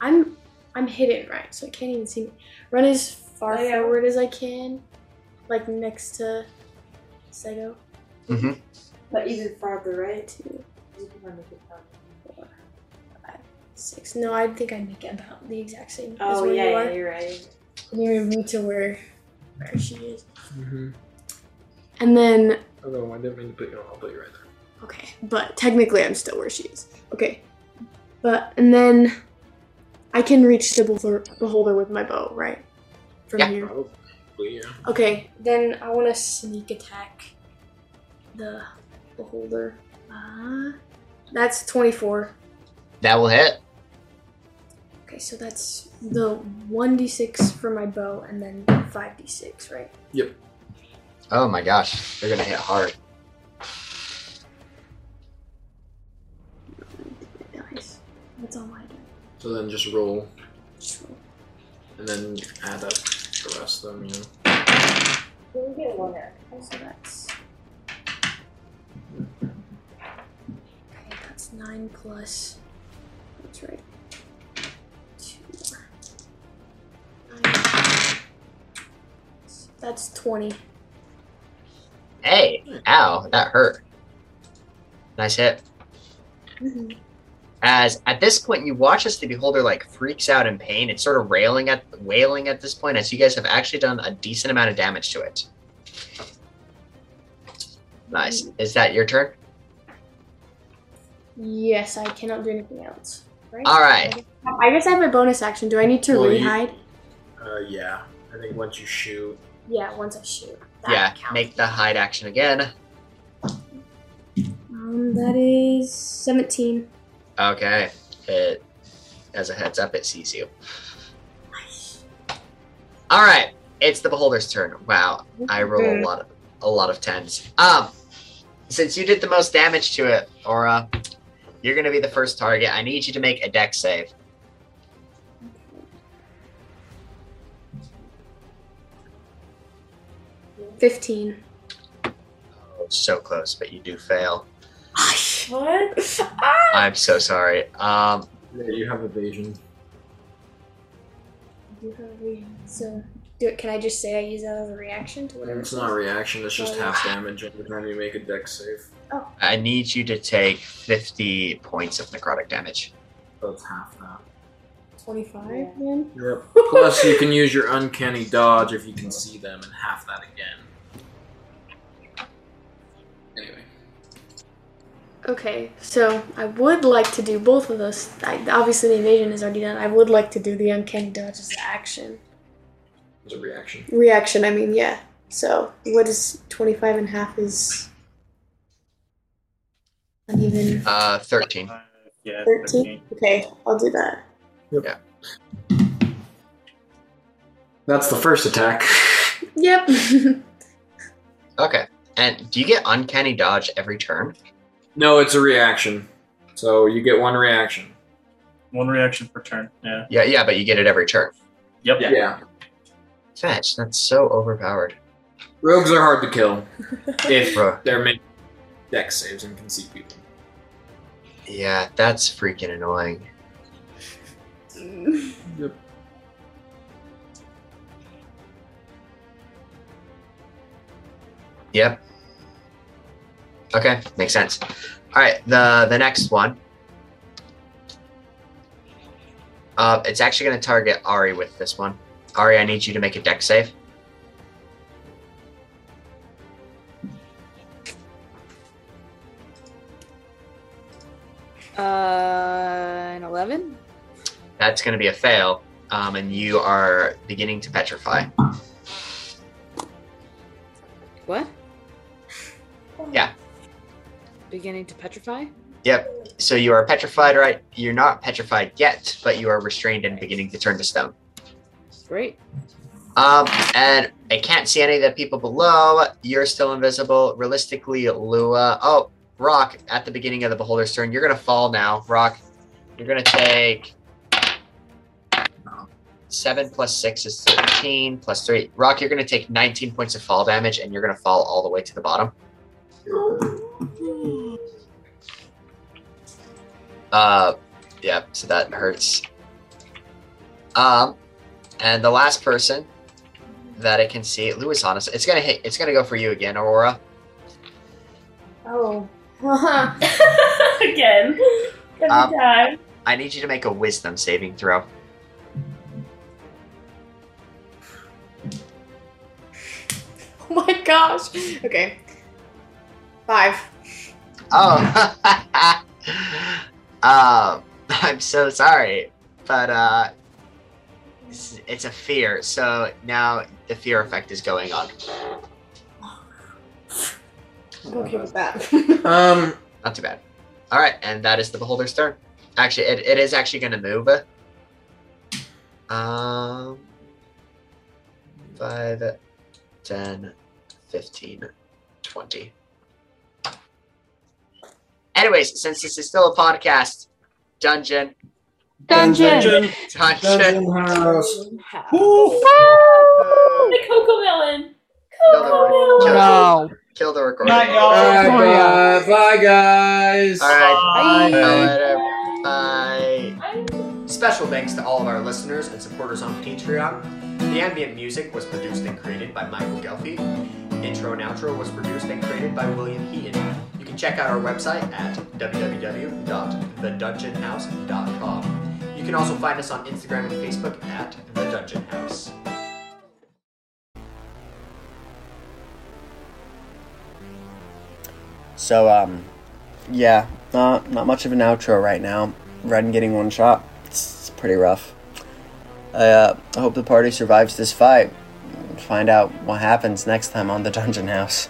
I'm I'm hidden, right? So I can't even see me. Run as
Oh,
far forward as I can, like next to Sego.
Mm-hmm.
But even farther, right? Too.
Six. No, I think I'd make it about the exact same. as
Oh,
where
yeah,
you
yeah,
are.
you're right.
Near me to where where she is,
Mm-hmm.
and then
Oh no, I didn't mean to put you on. I'll put you right there.
Okay, but technically I'm still where she is. Okay, but and then I can reach the behol- beholder with my bow, right? From here.
Probably, yeah.
Okay, then I want to sneak attack the beholder. Uh, that's 24.
That will hit.
Okay, so that's the 1d6 for my bow and then 5d6, right?
Yep.
Oh my gosh, they're gonna hit hard.
Nice. That's all I do.
So then just roll. And then add up the rest of them, yeah.
So that's nine plus. That's right. Two more. Nine. That's twenty.
Hey, ow, that hurt. Nice hit. As at this point, you watch as the beholder like freaks out in pain. It's sort of railing at wailing at this point, as you guys have actually done a decent amount of damage to it. Nice. Is that your turn?
Yes, I cannot do anything else. Right?
All right.
I guess I have my bonus action. Do I need to
Well, you-
rehide?
Uh, yeah. I think once you shoot.
Yeah, once I shoot.
yeah. Make the hide action again.
Um, that is 17.
Okay. It as a heads up, it sees you. All right. It's the beholder's turn. Wow. I roll a
Okay.
lot of a lot of tens. Um, since you did the most damage to it, Aura, you're gonna be the first target. I need you to make a deck save.
Fifteen.
Oh, so close, but you do fail.
What?
I'm so sorry. Um,
Yeah, you have evasion.
Do you have re- So, do it, can I just say I use that as a reaction to whatever?
It's not a reaction, it's just
Oh.
half damage every time you make a deck save.
I need you to take 50 points of necrotic damage.
So it's half that.
25 then?
Yep. Plus, you can use your uncanny dodge if you can see them and half that again. Anyway.
Okay, so I would like to do both of those. I, obviously, the invasion is already done. I would like to do the uncanny dodge as an action.
It's a reaction.
Reaction, I mean, yeah. So, what is 25 and half is. Uneven.
Uh, 13.
Yeah.
13? Okay, I'll do that.
Yeah.
That's the first attack.
Yep.
Okay. And do you get uncanny dodge every turn?
No, it's a reaction. So you get one reaction.
One reaction per turn. Yeah.
Yeah, yeah, but you get it every turn.
Yep.
Yeah.
Fetch, that's so overpowered.
Rogues are hard to kill if
Bruh.
they're making deck saves and can see people.
Yeah, that's freaking annoying.
Yep.
Yep. Okay, makes sense. All right, the the next one. Uh, it's actually going to target Ari with this one. Ari, I need you to make a deck save.
Uh, an 11?
That's going to be a fail, um, and you are beginning to petrify.
What?
Yeah.
Beginning to petrify?
Yep. So you are petrified, right? You're not petrified yet, but you are restrained and beginning to turn to stone.
Great.
Um, and I can't see any of the people below. You're still invisible. Realistically, Lua. Oh, Rock, at the beginning of the Beholder's turn, you're going to fall now. Rock, you're going to take 7 plus 6 is 13, plus 3. Rock, you're going to take 19 points of fall damage, and you're going to fall all the way to the bottom. Uh, yeah, so that hurts. Um, and the last person that I can see, Louis Honest, it's gonna hit. It's gonna go for you again, Aurora.
Oh. Again. Every
Um,
time.
I need you to make a Wisdom saving throw.
Oh my gosh. Okay. Five.
Oh, um, I'm so sorry, but uh, it's, it's a fear. So now the fear effect is going on.
I'm okay with that.
Um,
Not too bad. All right, and that is the beholder's turn. Actually, it, it is actually going to move. Um, 5, 10, 15, 20. Anyways, since this is still a podcast, Dungeon.
Dungeon.
Dungeon.
Dungeon.
house.
The Cocoa Melon. Cocoa Melon.
No. Kill the recording.
Alright,
Oh,
bye. Bye, guys.
Alright.
Bye.
Bye. Special thanks to all of our listeners and supporters on Patreon. The ambient music was produced and created by Michael Gelfi. Intro and outro was produced and created by William Heaton. You can check out our website at www.thedungeonhouse.com. You can also find us on Instagram and Facebook at The Dungeon House.
So, um, yeah, not not much of an outro right now. Ren getting one shot. It's, it's pretty rough. I uh, I hope the party survives this fight. Find out what happens next time on the Dungeon House.